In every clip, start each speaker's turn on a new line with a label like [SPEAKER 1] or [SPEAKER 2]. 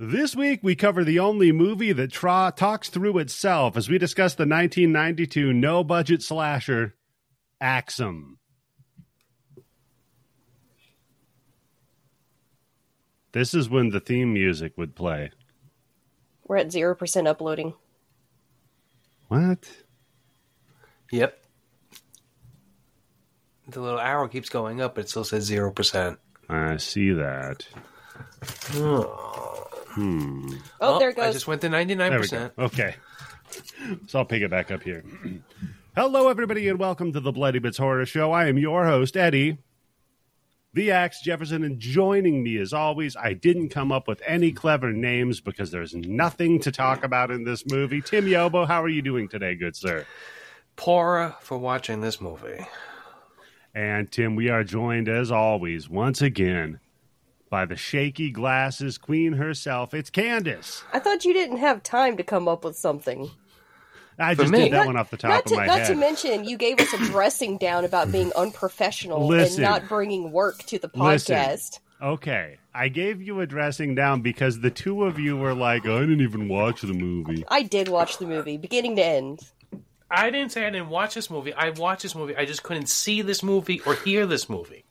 [SPEAKER 1] This week, we cover the only movie that tra- talks through itself as we discuss the 1992 no budget slasher, Axum. This is when the theme music would play.
[SPEAKER 2] We're at 0% uploading.
[SPEAKER 1] What?
[SPEAKER 3] Yep. The little arrow keeps going up, but it still says 0%.
[SPEAKER 1] I see that. Hmm.
[SPEAKER 2] Oh, there it
[SPEAKER 3] I
[SPEAKER 2] goes.
[SPEAKER 3] just went to
[SPEAKER 1] There we
[SPEAKER 3] 99%.
[SPEAKER 1] go. Okay. So I'll pick it back up here. Hello, everybody, and welcome to the Bloody Bits Horror Show. I am your host, Eddie, the Axe Jefferson, and joining me as always, I didn't come up with any clever names because there's nothing to talk about in this movie. Tim Yobo, how are you doing today, good sir?
[SPEAKER 3] Pora for watching this movie.
[SPEAKER 1] And Tim, we are joined as always, once again, by the shaky glasses queen herself. It's Candace.
[SPEAKER 2] I thought you didn't have time to come up with something.
[SPEAKER 1] I
[SPEAKER 3] For
[SPEAKER 1] just
[SPEAKER 3] me.
[SPEAKER 1] did that
[SPEAKER 3] Not-
[SPEAKER 1] one off the top
[SPEAKER 2] Not
[SPEAKER 1] of
[SPEAKER 2] to,
[SPEAKER 1] my
[SPEAKER 2] not
[SPEAKER 1] head.
[SPEAKER 2] to mention, you gave us a dressing down about being unprofessional
[SPEAKER 1] Listen.
[SPEAKER 2] and not bringing work to the
[SPEAKER 1] Listen.
[SPEAKER 2] podcast.
[SPEAKER 1] Okay, I gave you a dressing down because the two of you were like, "I didn't even watch the movie."
[SPEAKER 2] I did watch the movie, beginning to end.
[SPEAKER 3] I didn't say I didn't watch this movie. I watched this movie. I just couldn't see this movie or hear this movie.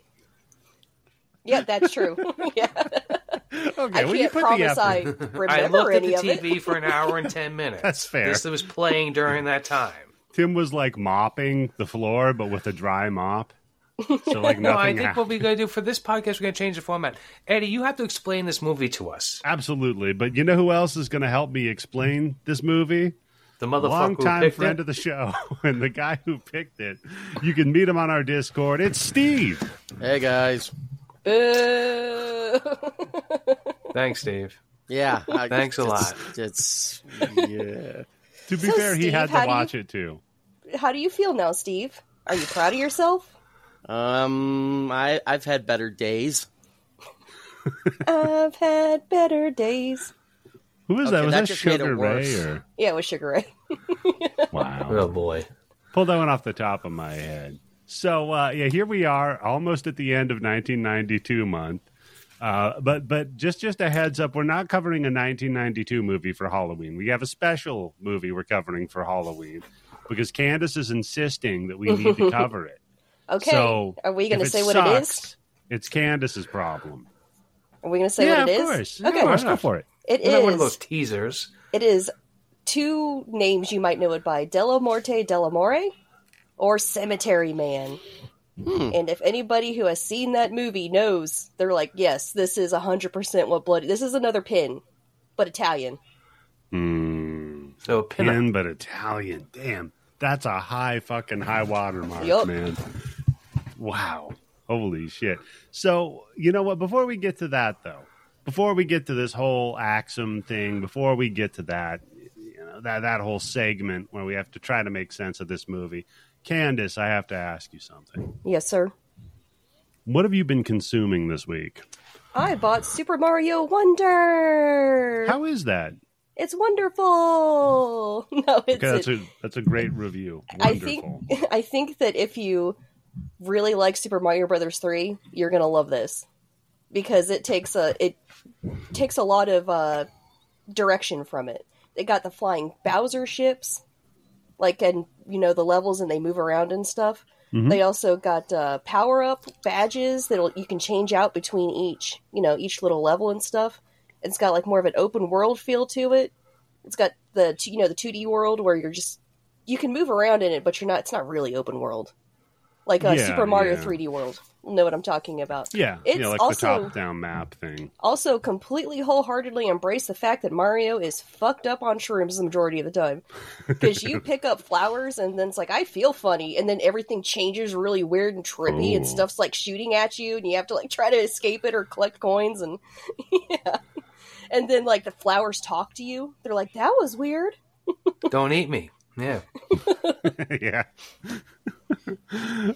[SPEAKER 2] Yeah, that's true. yeah.
[SPEAKER 1] Okay,
[SPEAKER 2] I
[SPEAKER 1] well, you
[SPEAKER 2] can't
[SPEAKER 1] put
[SPEAKER 2] promise
[SPEAKER 1] the
[SPEAKER 2] I
[SPEAKER 1] effort.
[SPEAKER 2] remember
[SPEAKER 3] I looked at
[SPEAKER 2] any
[SPEAKER 3] the
[SPEAKER 2] of it.
[SPEAKER 3] TV for an hour and 10 minutes.
[SPEAKER 1] That's fair.
[SPEAKER 3] This was playing during that time.
[SPEAKER 1] Tim was like mopping the floor, but with a dry mop, so like nothing.
[SPEAKER 3] No, I think
[SPEAKER 1] happened.
[SPEAKER 3] what we're going to do for this podcast, we're going to change the format. Eddie, you have to explain this movie to us.
[SPEAKER 1] Absolutely, but you know who else is going to help me explain this movie?
[SPEAKER 3] The motherfucker who
[SPEAKER 1] Longtime
[SPEAKER 3] picked
[SPEAKER 1] friend
[SPEAKER 3] it.
[SPEAKER 1] of the show and the guy who picked it. You can meet him on our Discord. It's Steve.
[SPEAKER 4] Hey guys.
[SPEAKER 2] Boo.
[SPEAKER 3] Thanks, Dave.
[SPEAKER 4] Yeah. I-
[SPEAKER 3] Thanks a
[SPEAKER 4] it's-
[SPEAKER 3] lot.
[SPEAKER 4] It's yeah.
[SPEAKER 1] To be
[SPEAKER 2] So,
[SPEAKER 1] fair, he
[SPEAKER 2] Steve,
[SPEAKER 1] had
[SPEAKER 2] how
[SPEAKER 1] to
[SPEAKER 2] do you-
[SPEAKER 1] watch it too.
[SPEAKER 2] How do you feel now, Steve? Are you proud of yourself?
[SPEAKER 4] Um, I I've had better days.
[SPEAKER 2] I've had better days.
[SPEAKER 1] Who was that?
[SPEAKER 4] Okay,
[SPEAKER 1] Was
[SPEAKER 4] that
[SPEAKER 1] that,
[SPEAKER 4] just made it
[SPEAKER 1] Sugar Ray?
[SPEAKER 4] worse.
[SPEAKER 1] Or...
[SPEAKER 2] Yeah, it was Sugar Ray.
[SPEAKER 1] Wow.
[SPEAKER 3] Oh, boy.
[SPEAKER 1] Pull that one off the top of my head. So uh, yeah, here we are, almost at the end of 1992 month. Uh, but but just just a heads up, we're not covering a 1992 movie for Halloween. We have a special movie we're covering for Halloween because Candace is insisting that we need to cover it.
[SPEAKER 2] Okay.
[SPEAKER 1] So
[SPEAKER 2] Are we going to
[SPEAKER 1] if
[SPEAKER 2] say what it is?
[SPEAKER 1] sucks, It's Candace's problem.
[SPEAKER 2] Are we going to say
[SPEAKER 1] yeah,
[SPEAKER 2] what it
[SPEAKER 1] of
[SPEAKER 2] is?
[SPEAKER 1] course. Yeah,
[SPEAKER 2] Okay.
[SPEAKER 1] of course, go for it.
[SPEAKER 2] It
[SPEAKER 3] Isn't that one of those
[SPEAKER 2] is.
[SPEAKER 3] teasers?
[SPEAKER 2] It is two names you might know it by: Della Morte, Della More, or Cemetery Man.
[SPEAKER 3] Hmm.
[SPEAKER 2] And if anybody who has seen that movie knows, they're like, "Yes, this is hundred percent what bloody. This is another pin, but Italian."
[SPEAKER 1] Mm,
[SPEAKER 3] So, pin
[SPEAKER 1] pin, but Italian. Damn, that's a high fucking high watermark,
[SPEAKER 2] Yup.
[SPEAKER 1] man. Wow. Holy shit. So, you know what? Before we get to that, though, before we get to this whole Axum thing, before we get to that, you know, that, that whole segment where we have to try to make sense of this movie, Candace, I have to ask you something.
[SPEAKER 2] Yes, sir.
[SPEAKER 1] What have you been consuming this week?
[SPEAKER 2] I bought Super Mario Wonder.
[SPEAKER 1] How is that?
[SPEAKER 2] It's wonderful. No, it's
[SPEAKER 1] Okay, that's
[SPEAKER 2] it-
[SPEAKER 1] a that's a great review.
[SPEAKER 2] I
[SPEAKER 1] Wonderful.
[SPEAKER 2] think I think that if you really like Super Mario Brothers 3, you're going to love this because it takes a it takes a lot of uh direction from it. They got the flying Bowser ships like and you know the levels and they move around and stuff.
[SPEAKER 1] Mm-hmm.
[SPEAKER 2] They also got uh, power up badges that you can change out between each, you know, each little level and stuff. It's got like more of an open world feel to it. It's got the t- you know the 2D world where you're just you can move around in it, but you're not. It's not really open world, like uh,
[SPEAKER 1] Yeah,
[SPEAKER 2] Super Mario
[SPEAKER 1] yeah.
[SPEAKER 2] 3D World. You know what I'm talking about?
[SPEAKER 1] yeah,
[SPEAKER 2] it's
[SPEAKER 1] yeah, like
[SPEAKER 2] also
[SPEAKER 1] the top down map thing.
[SPEAKER 2] also completely wholeheartedly embrace the fact that Mario is fucked up on shrooms the majority of the time. Because you pick up flowers and then it's like, I feel funny. And then everything changes really weird and trippy
[SPEAKER 1] Ooh.
[SPEAKER 2] and stuff's like shooting at you and you have to like try to escape it or collect coins. And yeah. And then like the flowers talk to you. They're like, that was weird.
[SPEAKER 3] Don't eat me. Yeah.
[SPEAKER 1] yeah.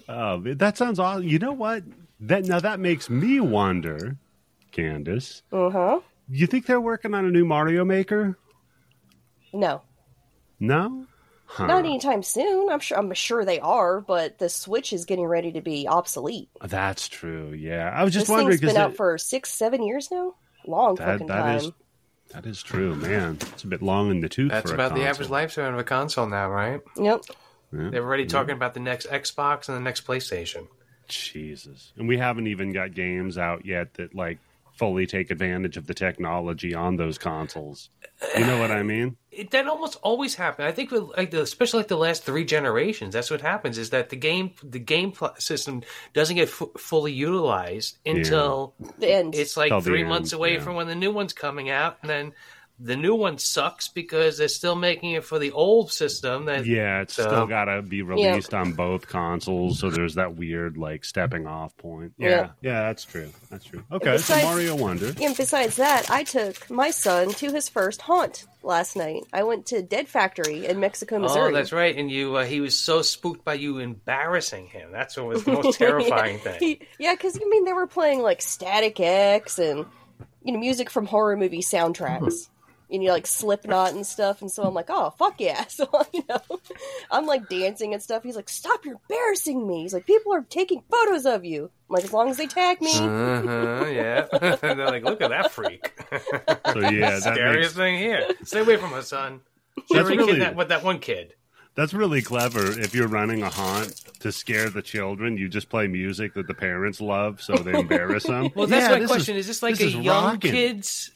[SPEAKER 1] oh, man, that sounds awesome. You know what? That now that makes me wonder, Candace.
[SPEAKER 2] Uh huh.
[SPEAKER 1] You think they're working on a new Mario Maker?
[SPEAKER 2] No,
[SPEAKER 1] No. Huh.
[SPEAKER 2] not e- anytime soon. I'm sure. I'm sure they are, but the Switch is getting ready to be obsolete.
[SPEAKER 1] That's true. Yeah, I was just
[SPEAKER 2] this
[SPEAKER 1] wondering
[SPEAKER 2] thing's
[SPEAKER 1] because
[SPEAKER 2] been out for six, seven years now. Long
[SPEAKER 1] that
[SPEAKER 2] fucking
[SPEAKER 1] that
[SPEAKER 2] time.
[SPEAKER 1] is That is true, man. It's a bit long in the tooth.
[SPEAKER 3] That's
[SPEAKER 1] for a
[SPEAKER 3] about the
[SPEAKER 1] console.
[SPEAKER 3] average lifespan of a console now, right?
[SPEAKER 2] Yep.
[SPEAKER 3] They're already talking about the next Xbox and the next PlayStation.
[SPEAKER 1] Jesus. And we haven't even got games out yet that like fully take advantage of the technology on those consoles. You know what I mean?
[SPEAKER 3] It, that almost always happens. I think, with, like the, especially like the last three generations, that's what happens is that the game the game pl- system doesn't get fu- fully utilized until
[SPEAKER 2] The end.
[SPEAKER 3] it's like
[SPEAKER 1] Till the
[SPEAKER 3] three months
[SPEAKER 1] end,
[SPEAKER 3] away
[SPEAKER 1] yeah.
[SPEAKER 3] from when the new one's coming out, and then the new one sucks because they're still making it for the old system. That
[SPEAKER 1] Yeah, it's
[SPEAKER 3] So-
[SPEAKER 1] still got to be released on both consoles, so there's that weird like stepping off point. Yeah, yeah,
[SPEAKER 2] Yeah.
[SPEAKER 1] that's true. That's true. Okay, so
[SPEAKER 2] besides-
[SPEAKER 1] Mario Wonder.
[SPEAKER 2] And besides that, I took my son to his first haunt last night. I went to Dead Factory in Mexico, Missouri.
[SPEAKER 3] Oh, that's right. And you, uh, he was so spooked by you embarrassing him. That's what was the most terrifying
[SPEAKER 2] yeah,
[SPEAKER 3] thing.
[SPEAKER 2] because I mean they were playing like Static X and you know music from horror movie soundtracks. And you know, like Slipknot and stuff, and so I'm like, oh fuck yeah! So you know, I'm like dancing and stuff. He's like, stop, you're embarrassing me. He's like, people are taking photos of you. I'm like, as long as they tag me,
[SPEAKER 3] Uh-huh, yeah. and they're like, look at that freak.
[SPEAKER 1] So yeah, that
[SPEAKER 3] Scariest
[SPEAKER 1] makes,
[SPEAKER 3] thing here. Stay away from her son. She
[SPEAKER 1] That's
[SPEAKER 3] already
[SPEAKER 1] really-
[SPEAKER 3] kidnapped with that one kid.
[SPEAKER 1] that's really clever. If you're running a haunt to scare the children, you just play music that the parents love, so they embarrass them.
[SPEAKER 3] Well, that's
[SPEAKER 1] Yeah,
[SPEAKER 3] my
[SPEAKER 1] this
[SPEAKER 3] question. Is, this like
[SPEAKER 1] this
[SPEAKER 3] a
[SPEAKER 1] is
[SPEAKER 3] young
[SPEAKER 1] rockin'.
[SPEAKER 3] kids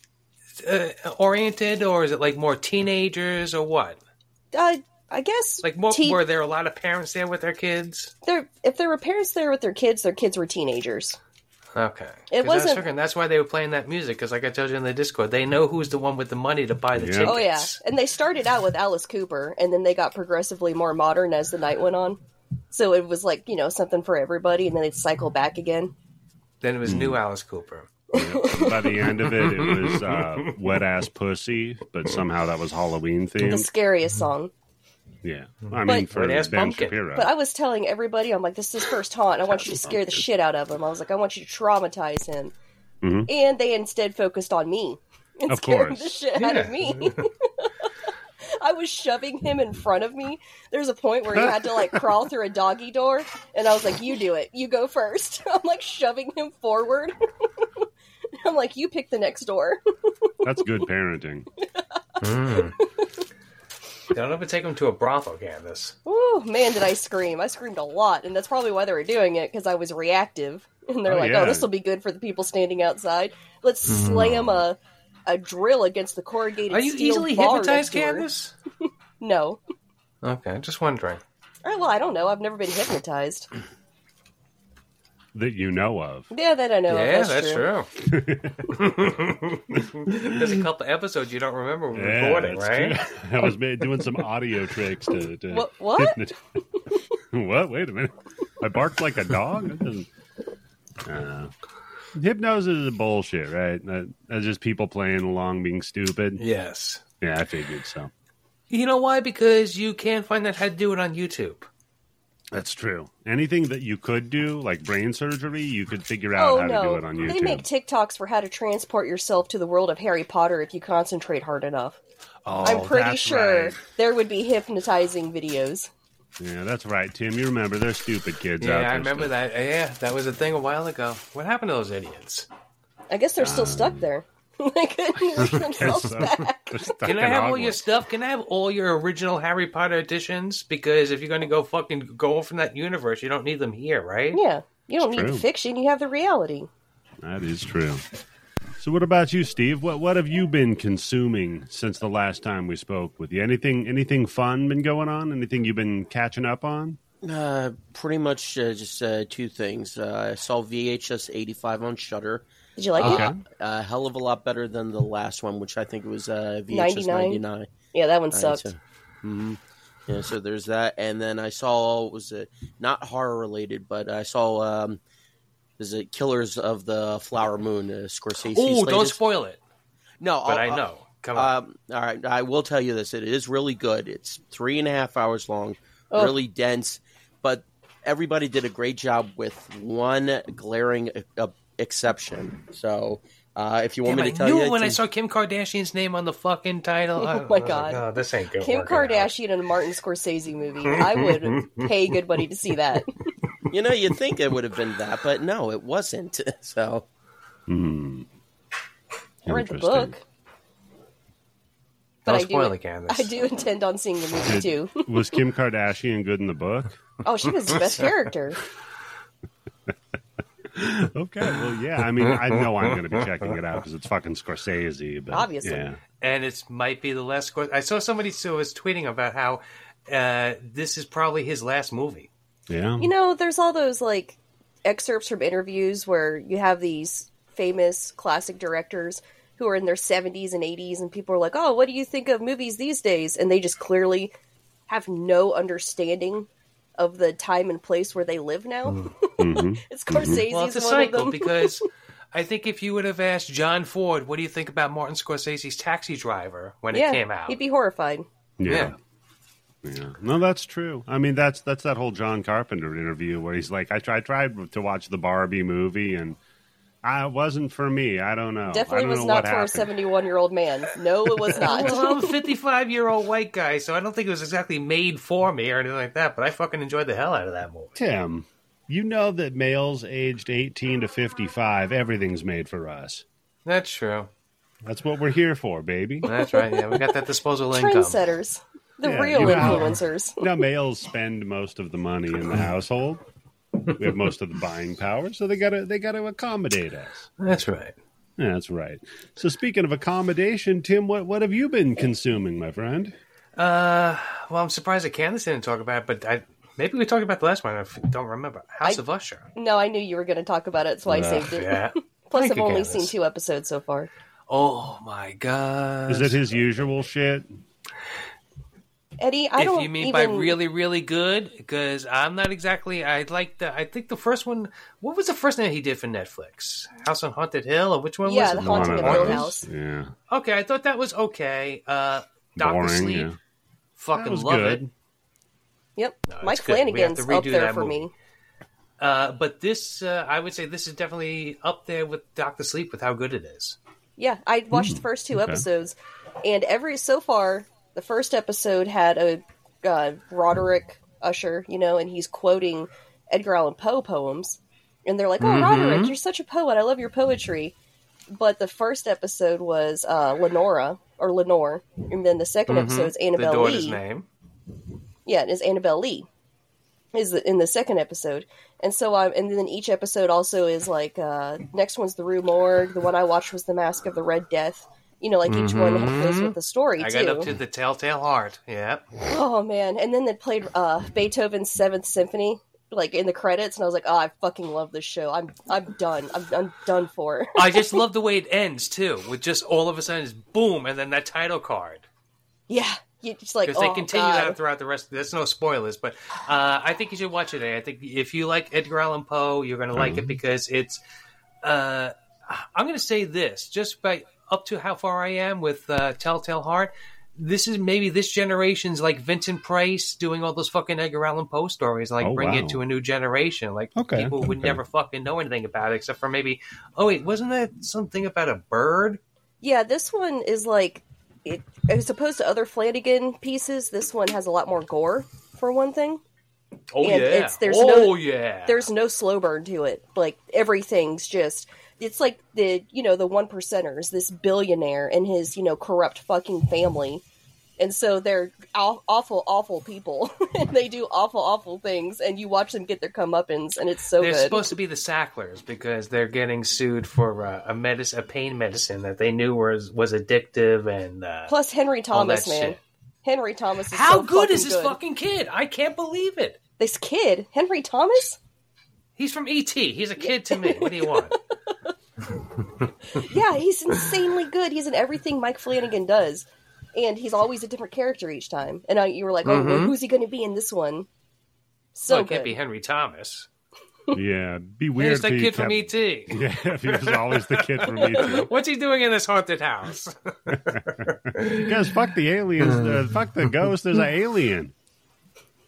[SPEAKER 3] uh, oriented, or is it like more teenagers, or what?
[SPEAKER 2] uh, I guess
[SPEAKER 3] Like, more,
[SPEAKER 2] teen-
[SPEAKER 3] were there a lot of parents there with their kids?
[SPEAKER 2] there- if there were parents there with their kids, their kids were teenagers.
[SPEAKER 3] Okay.
[SPEAKER 2] It
[SPEAKER 3] 'Cause I was
[SPEAKER 2] wasn't-
[SPEAKER 3] figuring that's why they were playing that music, because like I told you in the Discord, they know who's the one with the money to buy the
[SPEAKER 1] Yeah.
[SPEAKER 3] tickets.
[SPEAKER 2] Oh yeah, and they started out with Alice Cooper, and then they got progressively more modern as the night went on. So it was like you know something for everybody, and then they'd cycle back again.
[SPEAKER 3] Then it was new Alice Cooper.
[SPEAKER 1] Yeah. By the end of it, it was uh, wet ass pussy, but somehow that was Halloween
[SPEAKER 2] The
[SPEAKER 1] themed.
[SPEAKER 2] scariest song.
[SPEAKER 1] Yeah,
[SPEAKER 3] Mm-hmm.
[SPEAKER 1] I mean
[SPEAKER 2] But-
[SPEAKER 1] for
[SPEAKER 3] Wet-ass
[SPEAKER 1] Ben
[SPEAKER 3] pumpkin.
[SPEAKER 1] Shapiro.
[SPEAKER 2] But I was telling everybody, I'm like, this is his first haunt. I want you to scare the shit out of him. I was like, I want you to traumatize him. And they instead focused on me. And
[SPEAKER 1] Mm-hmm. Of
[SPEAKER 2] scared
[SPEAKER 1] course.
[SPEAKER 2] the shit out of me. I was shoving him in front of me. There's a point where he had to like crawl through a doggy door, and I was like, "You do it. You go first. I'm like shoving him forward. I'm like, "You pick the next door."
[SPEAKER 1] That's good parenting.
[SPEAKER 3] Don't ever take them to a brothel, Candace.
[SPEAKER 2] Ooh, man, did I scream! I screamed a lot, and that's probably why they were doing it because I was reactive. And they're
[SPEAKER 1] Oh,
[SPEAKER 2] like,
[SPEAKER 1] yeah. Hmm.
[SPEAKER 2] "Oh, this will be good for the people standing outside. Let's slam a a drill against the corrugated
[SPEAKER 3] Are you
[SPEAKER 2] steel
[SPEAKER 3] easily
[SPEAKER 2] bar
[SPEAKER 3] hypnotized,
[SPEAKER 2] next door."
[SPEAKER 3] Candace?
[SPEAKER 2] No,
[SPEAKER 3] Okay, just wondering.
[SPEAKER 2] Oh, well, I don't know. I've never been hypnotized.
[SPEAKER 1] that you know of.
[SPEAKER 2] Yeah, that I know. of.
[SPEAKER 3] yeah,
[SPEAKER 2] That's,
[SPEAKER 3] that's, true. There's a couple episodes you don't remember when
[SPEAKER 1] Yeah,
[SPEAKER 3] recording,
[SPEAKER 1] that's
[SPEAKER 3] right?
[SPEAKER 1] true. I was ma- doing some audio tricks to. to
[SPEAKER 2] What- what?
[SPEAKER 1] hypnot- what? Wait a minute. I barked like a dog? That doesn't. Uh, hypnosis is bullshit, right? That, that's just people playing along being stupid. Yeah,
[SPEAKER 3] Yes.
[SPEAKER 1] I figured so.
[SPEAKER 3] You know why? Because you can't find out how to do it on YouTube.
[SPEAKER 1] That's true. Anything that you could do, like brain surgery, you could figure out
[SPEAKER 2] Oh
[SPEAKER 1] how to do
[SPEAKER 2] no,
[SPEAKER 1] it on YouTube.
[SPEAKER 2] they make TikToks for how to transport yourself to the world of Harry Potter if you concentrate hard enough.
[SPEAKER 1] Oh,
[SPEAKER 2] I'm pretty
[SPEAKER 1] that's
[SPEAKER 2] sure
[SPEAKER 1] right.
[SPEAKER 2] there would be hypnotizing videos.
[SPEAKER 1] Yeah, that's right, Tim. You remember they're stupid kids out
[SPEAKER 3] yeah,
[SPEAKER 1] there
[SPEAKER 3] I remember
[SPEAKER 1] still.
[SPEAKER 3] that. Yeah, that was a thing a while ago. What happened to those idiots?
[SPEAKER 2] I guess they're still stuck there. they couldn't leave themselves
[SPEAKER 1] So-
[SPEAKER 2] back.
[SPEAKER 1] they're stuck
[SPEAKER 3] Can I
[SPEAKER 1] in
[SPEAKER 3] have all your
[SPEAKER 1] Hogwarts.
[SPEAKER 3] stuff? Can I have all your original Harry Potter editions? Because if you're going to go fucking go from that universe, you don't need them here, right?
[SPEAKER 2] Yeah, you don't need
[SPEAKER 1] true.
[SPEAKER 2] the fiction; you have the reality.
[SPEAKER 1] That is true. So, what about you, Steve? What what have you been consuming since the last time we spoke with you? Anything anything fun been going on? Anything you've been catching up on?
[SPEAKER 4] Uh, pretty much uh, just uh, two things. Uh, I saw VHS 85 on Shutter.
[SPEAKER 2] Did you like
[SPEAKER 1] Okay.
[SPEAKER 2] it?
[SPEAKER 4] A hell of a lot better than the last one, which I think was uh,
[SPEAKER 2] 99.
[SPEAKER 4] VHS 99.
[SPEAKER 2] Yeah, that one
[SPEAKER 4] Right,
[SPEAKER 2] sucked.
[SPEAKER 4] so- Mhm. uh, Yeah, so there's that, and then I saw was it not horror related, but I saw um, is it Killers of the Flower Moon? Uh, Scorsese.
[SPEAKER 3] Oh, don't spoil it.
[SPEAKER 4] No,
[SPEAKER 3] But
[SPEAKER 4] I'll-
[SPEAKER 3] I know. Come on.
[SPEAKER 4] I'll- Um, all right, I will tell you this: it is really good. It's three and a half hours long,
[SPEAKER 2] Oh.
[SPEAKER 4] really dense, but everybody did a great job with one glaring uh, exception. So, uh, if you want
[SPEAKER 3] Damn,
[SPEAKER 4] me
[SPEAKER 3] I
[SPEAKER 4] to tell
[SPEAKER 3] knew
[SPEAKER 4] you,
[SPEAKER 3] it when I
[SPEAKER 4] it's-
[SPEAKER 3] saw Kim Kardashian's name on the fucking title.
[SPEAKER 2] Oh
[SPEAKER 3] I-
[SPEAKER 2] my
[SPEAKER 3] I was like,
[SPEAKER 2] God.
[SPEAKER 3] "Oh, this ain't good.
[SPEAKER 2] Kim Kardashian and a Martin Scorsese movie. I would pay good money to see that.
[SPEAKER 4] you know, you'd think it would have been that, but no, it wasn't. So.
[SPEAKER 2] I read the
[SPEAKER 1] Interesting.
[SPEAKER 2] book. But
[SPEAKER 3] Don't
[SPEAKER 2] I do-
[SPEAKER 3] spoil the canvas.
[SPEAKER 2] I do intend on seeing the movie
[SPEAKER 1] Did-
[SPEAKER 2] too.
[SPEAKER 1] was Kim Kardashian good in the book?
[SPEAKER 2] Oh, she was the best character.
[SPEAKER 1] Okay, well, yeah. I mean, I know I'm going to be checking it out because it's fucking Scorsese. But,
[SPEAKER 2] Obviously.
[SPEAKER 1] yeah.
[SPEAKER 3] and it might be the last question. I saw somebody so was tweeting about how uh, this is probably his last movie.
[SPEAKER 1] yeah.
[SPEAKER 2] You know, there's all those like excerpts from interviews where you have these famous classic directors who are in their 70s and 80s, and people are like, "Oh, what do you think of movies these days?" And they just clearly have no understanding of the time and place where they live now.
[SPEAKER 1] Mhm.
[SPEAKER 2] it's Scorsese's
[SPEAKER 3] well, it's
[SPEAKER 2] one
[SPEAKER 3] a
[SPEAKER 2] of
[SPEAKER 3] cycle
[SPEAKER 2] them.
[SPEAKER 3] because I think if you would have asked John Ford, "What do you think about Martin Scorsese's Taxi Driver?" when
[SPEAKER 2] yeah,
[SPEAKER 3] it came out,
[SPEAKER 2] he'd be horrified.
[SPEAKER 1] yeah. Yeah. No, that's true. I mean, that's that's that whole John Carpenter interview where he's like, I tried tried to watch the Barbie movie and I it wasn't for me. I don't know. I
[SPEAKER 2] Definitely
[SPEAKER 1] don't
[SPEAKER 2] was
[SPEAKER 1] know
[SPEAKER 2] not
[SPEAKER 1] what
[SPEAKER 2] for a
[SPEAKER 1] happened.
[SPEAKER 2] 71 year old man. No, it was
[SPEAKER 3] Well, I'm
[SPEAKER 2] not.
[SPEAKER 3] a 55 year old white guy, so I don't think it was exactly made for me or anything like that. But I fucking enjoyed the hell out of that movie.
[SPEAKER 1] Tim, you know that males aged 18 to 55, everything's made for us.
[SPEAKER 3] That's true.
[SPEAKER 1] That's what we're here for, baby.
[SPEAKER 3] That's right. Yeah, we got that disposable income.
[SPEAKER 2] Trendsetters, the
[SPEAKER 1] Yeah,
[SPEAKER 2] real
[SPEAKER 1] you are.
[SPEAKER 2] influencers.
[SPEAKER 1] now, males spend most of the money in the household. We have most of the buying power, so they gotta they gotta accommodate us.
[SPEAKER 3] That's right.
[SPEAKER 1] Yeah, that's right. So, speaking of accommodation, Tim, what what have you been consuming, my friend?
[SPEAKER 3] Uh, well, I'm surprised that Candace didn't talk about it, but I maybe we talked about the last one. I f- don't remember. House
[SPEAKER 2] I-
[SPEAKER 3] of Usher.
[SPEAKER 2] No, I knew you were going to talk about it, so I saved it.
[SPEAKER 3] Yeah.
[SPEAKER 2] Plus,
[SPEAKER 3] Thank
[SPEAKER 2] I've
[SPEAKER 3] you,
[SPEAKER 2] only
[SPEAKER 3] Candace.
[SPEAKER 2] seen two episodes so far.
[SPEAKER 3] Oh my god!
[SPEAKER 1] Is it his usual shit?
[SPEAKER 2] Eddie, I
[SPEAKER 3] if
[SPEAKER 2] don't
[SPEAKER 3] you mean
[SPEAKER 2] even.
[SPEAKER 3] by really, really good, because I'm not exactly. I like the. I think the first one. What was the first thing he did for Netflix? House on Haunted Hill, or which one
[SPEAKER 2] Yeah,
[SPEAKER 3] was it?
[SPEAKER 2] The Haunting
[SPEAKER 1] One
[SPEAKER 2] of
[SPEAKER 1] of
[SPEAKER 2] Hill
[SPEAKER 1] those.
[SPEAKER 2] House.
[SPEAKER 1] Yeah,
[SPEAKER 3] Okay, I thought that was okay. Uh, Doctor
[SPEAKER 1] boring.
[SPEAKER 3] Sleep,
[SPEAKER 1] yeah. That
[SPEAKER 3] fucking
[SPEAKER 1] was
[SPEAKER 3] love
[SPEAKER 1] good.
[SPEAKER 3] it.
[SPEAKER 2] Yep,
[SPEAKER 3] No,
[SPEAKER 2] Mike
[SPEAKER 3] it's good. We have
[SPEAKER 2] Flanagan's
[SPEAKER 3] to
[SPEAKER 2] up
[SPEAKER 3] redo
[SPEAKER 2] there
[SPEAKER 3] that
[SPEAKER 2] for
[SPEAKER 3] movie.
[SPEAKER 2] me.
[SPEAKER 3] Uh, but this, uh, I would say, this is definitely up there with Doctor Sleep with how good it is.
[SPEAKER 2] Yeah, I
[SPEAKER 3] Hmm.
[SPEAKER 2] watched the first two
[SPEAKER 1] okay.
[SPEAKER 2] episodes, and every so far, the first episode had a uh, Roderick Usher, you know, and he's quoting Edgar Allan Poe poems, and they're like, "Oh,
[SPEAKER 3] Mm-hmm.
[SPEAKER 2] Roderick, you're such a poet. I love your poetry." But the first episode was uh, Lenora or Lenore, and then the 2nd
[SPEAKER 3] Mm-hmm.
[SPEAKER 2] episode is
[SPEAKER 3] the
[SPEAKER 2] Annabelle
[SPEAKER 3] daughter's
[SPEAKER 2] Lee.
[SPEAKER 3] name.
[SPEAKER 2] yeah, and it's Annabelle Lee is the, in the second episode, and so I'm, and then each episode also is like uh, next one's the Rue Morgue. The one I watched was the Mask of the Red Death. You know, like each one goes with the story
[SPEAKER 3] Mm-hmm. I
[SPEAKER 2] too.
[SPEAKER 3] got up to the Telltale Heart. Yeah,
[SPEAKER 2] oh man! And then they played uh, Beethoven's Seventh Symphony like in the credits, and I was like, oh, I fucking love this show. I'm I'm done. I'm, I'm done for.
[SPEAKER 3] I just love the way it ends too, with just all of a sudden, it's boom, and then that title card.
[SPEAKER 2] yeah, you just like
[SPEAKER 3] because
[SPEAKER 2] oh
[SPEAKER 3] they continue
[SPEAKER 2] god.
[SPEAKER 3] that throughout the rest. There's no spoilers, but uh, I think you should watch it. eh? I think if you like Edgar Allan Poe, you're going to like
[SPEAKER 1] Mm-hmm.
[SPEAKER 3] it because it's. Uh, I'm going to say this just by up to how far I am with uh, Telltale Heart. This is maybe this generation's like Vincent Price doing all those fucking Edgar Allan Poe stories, like
[SPEAKER 1] Oh,
[SPEAKER 3] bring
[SPEAKER 1] wow.
[SPEAKER 3] it to a new generation. Like
[SPEAKER 1] Okay,
[SPEAKER 3] people would
[SPEAKER 1] okay.
[SPEAKER 3] never fucking know anything about it except for maybe. Oh wait, wasn't that something about a bird?
[SPEAKER 2] Yeah, this one is like, it, as opposed to other Flanagan pieces, this one has a lot more gore for one thing.
[SPEAKER 3] Oh
[SPEAKER 2] And
[SPEAKER 3] yeah,
[SPEAKER 2] it's- there's
[SPEAKER 3] oh
[SPEAKER 2] no-
[SPEAKER 3] yeah.
[SPEAKER 2] There's no slow burn to it. Like everything's just, it's like the you know the one percenters, this billionaire and his you know corrupt fucking family, and so they're aw- awful, awful people, and they do awful, awful things, and you watch them get their comeuppance, and it's so
[SPEAKER 3] they're
[SPEAKER 2] good.
[SPEAKER 3] supposed to be the Sacklers because they're getting sued for uh, a medicine, a pain medicine that they knew was was addictive and uh,
[SPEAKER 2] Plus Henry
[SPEAKER 3] all that
[SPEAKER 2] Thomas, man.
[SPEAKER 3] shit.
[SPEAKER 2] Henry Thomas is
[SPEAKER 3] How
[SPEAKER 2] so
[SPEAKER 3] good is
[SPEAKER 2] fucking
[SPEAKER 3] this fucking kid? I can't believe it.
[SPEAKER 2] This kid, Henry Thomas.
[SPEAKER 3] He's from ET. He's a kid to me. What do you want?
[SPEAKER 2] yeah, he's insanely good. He's in everything Mike Flanagan does, and he's always a different character each time. And I, you were like, "Oh, well,
[SPEAKER 3] Mm-hmm.
[SPEAKER 2] who's he going to be in this one?" So
[SPEAKER 3] well, it
[SPEAKER 2] good.
[SPEAKER 3] can't be Henry Thomas.
[SPEAKER 1] Yeah, be weird.
[SPEAKER 3] He's the
[SPEAKER 1] if he
[SPEAKER 3] kid from E-
[SPEAKER 1] kept-
[SPEAKER 3] ET.
[SPEAKER 1] Yeah, if he was always the kid from E ET.
[SPEAKER 3] What's he doing in this haunted house?
[SPEAKER 1] Because fuck the aliens, uh, fuck the ghost. There's an alien.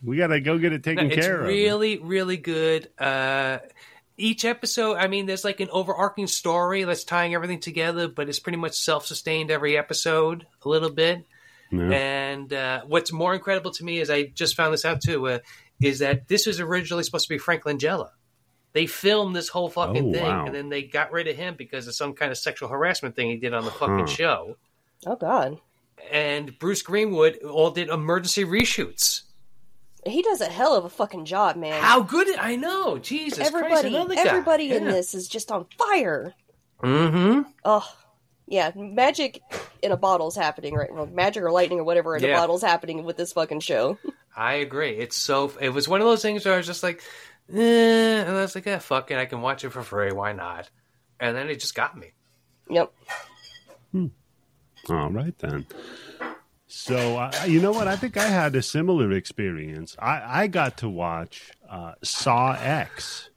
[SPEAKER 1] We gotta go get it
[SPEAKER 3] No,
[SPEAKER 1] taken
[SPEAKER 3] it's
[SPEAKER 1] care of.
[SPEAKER 3] really, really good. Uh, each episode, I mean, there's like an overarching story that's tying everything together, but it's pretty much self-sustained every episode a little bit.
[SPEAKER 1] Yeah.
[SPEAKER 3] And uh, what's more incredible to me is I just found this out too, uh, is that this was originally supposed to be Frank Langella. They filmed this whole fucking
[SPEAKER 1] Oh,
[SPEAKER 3] thing,
[SPEAKER 1] wow.
[SPEAKER 3] and then they got rid of him because of some kind of sexual harassment thing he did on the fucking
[SPEAKER 1] Huh.
[SPEAKER 3] show.
[SPEAKER 2] oh God,
[SPEAKER 3] and Bruce Greenwood all did emergency reshoots.
[SPEAKER 2] He does a hell of a fucking job, man.
[SPEAKER 3] How good I know, Jesus Christ!
[SPEAKER 2] everybody,
[SPEAKER 3] Another guy.
[SPEAKER 2] everybody in
[SPEAKER 3] Yeah.
[SPEAKER 2] this is just on fire.
[SPEAKER 3] Mm-hmm.
[SPEAKER 2] Oh, yeah, magic in a bottle's happening right now. Magic or lightning or whatever in a
[SPEAKER 3] Yeah.
[SPEAKER 2] bottle's happening with this fucking show.
[SPEAKER 3] I agree. It's so. It was one of those things where I was just like, eh, and I was like, eh, fuck it, I can watch it for free. Why not? And then it just got me.
[SPEAKER 2] Yep.
[SPEAKER 1] All right then. So uh, you know what? I think I had a similar experience. I, I got to watch uh, Saw X.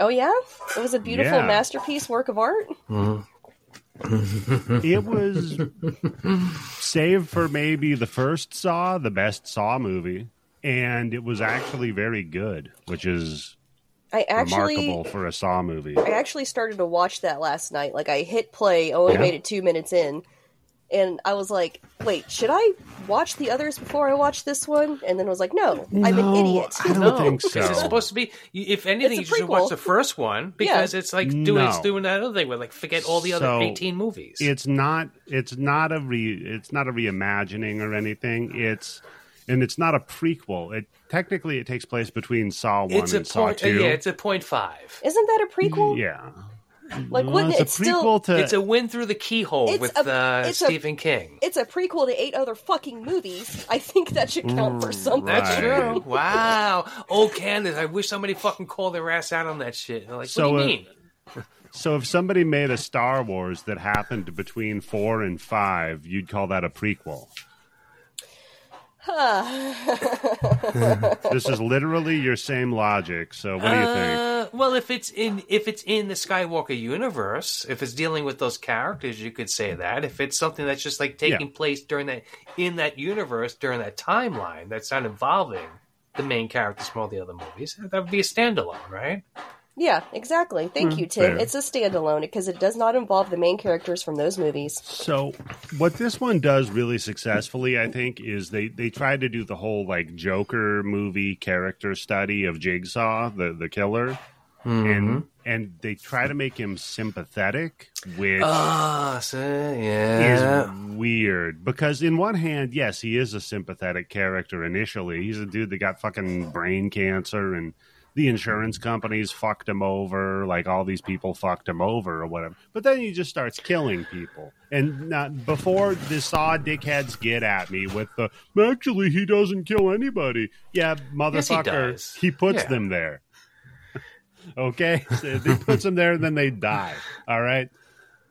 [SPEAKER 2] Oh yeah, it was a beautiful
[SPEAKER 1] Yeah.
[SPEAKER 2] masterpiece work of art.
[SPEAKER 1] It was, save for maybe the first Saw, the best Saw movie, and it was actually very good, which is
[SPEAKER 2] I actually,
[SPEAKER 1] remarkable for a Saw movie.
[SPEAKER 2] I actually started to watch that last night. Like I hit play, I only
[SPEAKER 1] Yeah.
[SPEAKER 2] made it two minutes in, and I was like, "Wait, should I watch the others before I watch this one?" And then I was like, "No, I'm an
[SPEAKER 1] No,
[SPEAKER 2] idiot."
[SPEAKER 1] I don't think so.
[SPEAKER 3] Because Oh, it's supposed to be. you- If anything,
[SPEAKER 2] a
[SPEAKER 3] you should
[SPEAKER 2] prequel.
[SPEAKER 3] watch the first one because it's like doing it's
[SPEAKER 1] No.
[SPEAKER 3] doing that other thing where like forget all the other
[SPEAKER 1] So,
[SPEAKER 3] eighteen movies.
[SPEAKER 1] It's not. It's not a re. It's not a reimagining or anything. It's and it's not a prequel. It technically it takes place between Saw one
[SPEAKER 3] It's a
[SPEAKER 1] and Saw
[SPEAKER 3] point. uh,
[SPEAKER 1] two.
[SPEAKER 3] Yeah, it's a point five.
[SPEAKER 2] Isn't that a prequel?
[SPEAKER 1] Yeah.
[SPEAKER 2] Like,
[SPEAKER 1] Well,
[SPEAKER 2] wouldn't
[SPEAKER 1] it's a
[SPEAKER 2] it still?
[SPEAKER 1] prequel to
[SPEAKER 3] It's a win through the keyhole
[SPEAKER 2] It's
[SPEAKER 3] with
[SPEAKER 2] a-
[SPEAKER 3] uh,
[SPEAKER 2] it's a-
[SPEAKER 3] Stephen King.
[SPEAKER 2] It's a prequel to eight other fucking movies. I think that should count for something.
[SPEAKER 1] Mm, Right.
[SPEAKER 3] That's true. Wow. Oh, Candace, I wish somebody fucking called their ass out on that shit. Like,
[SPEAKER 1] So,
[SPEAKER 3] what do
[SPEAKER 1] uh,
[SPEAKER 3] you mean?
[SPEAKER 1] so if somebody made a Star Wars that happened between four and five, you'd call that a prequel. this is literally your same logic. So what do you think?
[SPEAKER 3] Uh, well, if it's in if it's in the Skywalker universe, if it's dealing with those characters, you could say that. If it's something that's just like taking place during that in that universe during that timeline, that's not involving the main characters from all the other movies, that would be a standalone, right?
[SPEAKER 2] Yeah, exactly. Thank you, Tim.
[SPEAKER 1] Hmm, fair.
[SPEAKER 2] It's a standalone because it does not involve the main characters from those movies.
[SPEAKER 1] So what this one does really successfully, I think, is they they tried to do the whole like Joker movie character study of Jigsaw, the the killer, and and they try to make him sympathetic, which
[SPEAKER 3] Ah, so,
[SPEAKER 1] is
[SPEAKER 3] yeah.
[SPEAKER 1] weird because in one hand, yes, he is a sympathetic character initially. He's a dude that got fucking brain cancer and the insurance companies fucked him over, like all these people fucked him over or whatever. But then he just starts killing people. And not, before the saw dickheads get at me with the actually he doesn't kill anybody. Yeah,
[SPEAKER 3] Yes, he
[SPEAKER 1] motherfucker.
[SPEAKER 3] does.
[SPEAKER 1] he, puts
[SPEAKER 3] Yeah.
[SPEAKER 1] them there. okay? So he puts them there and then they die. All right?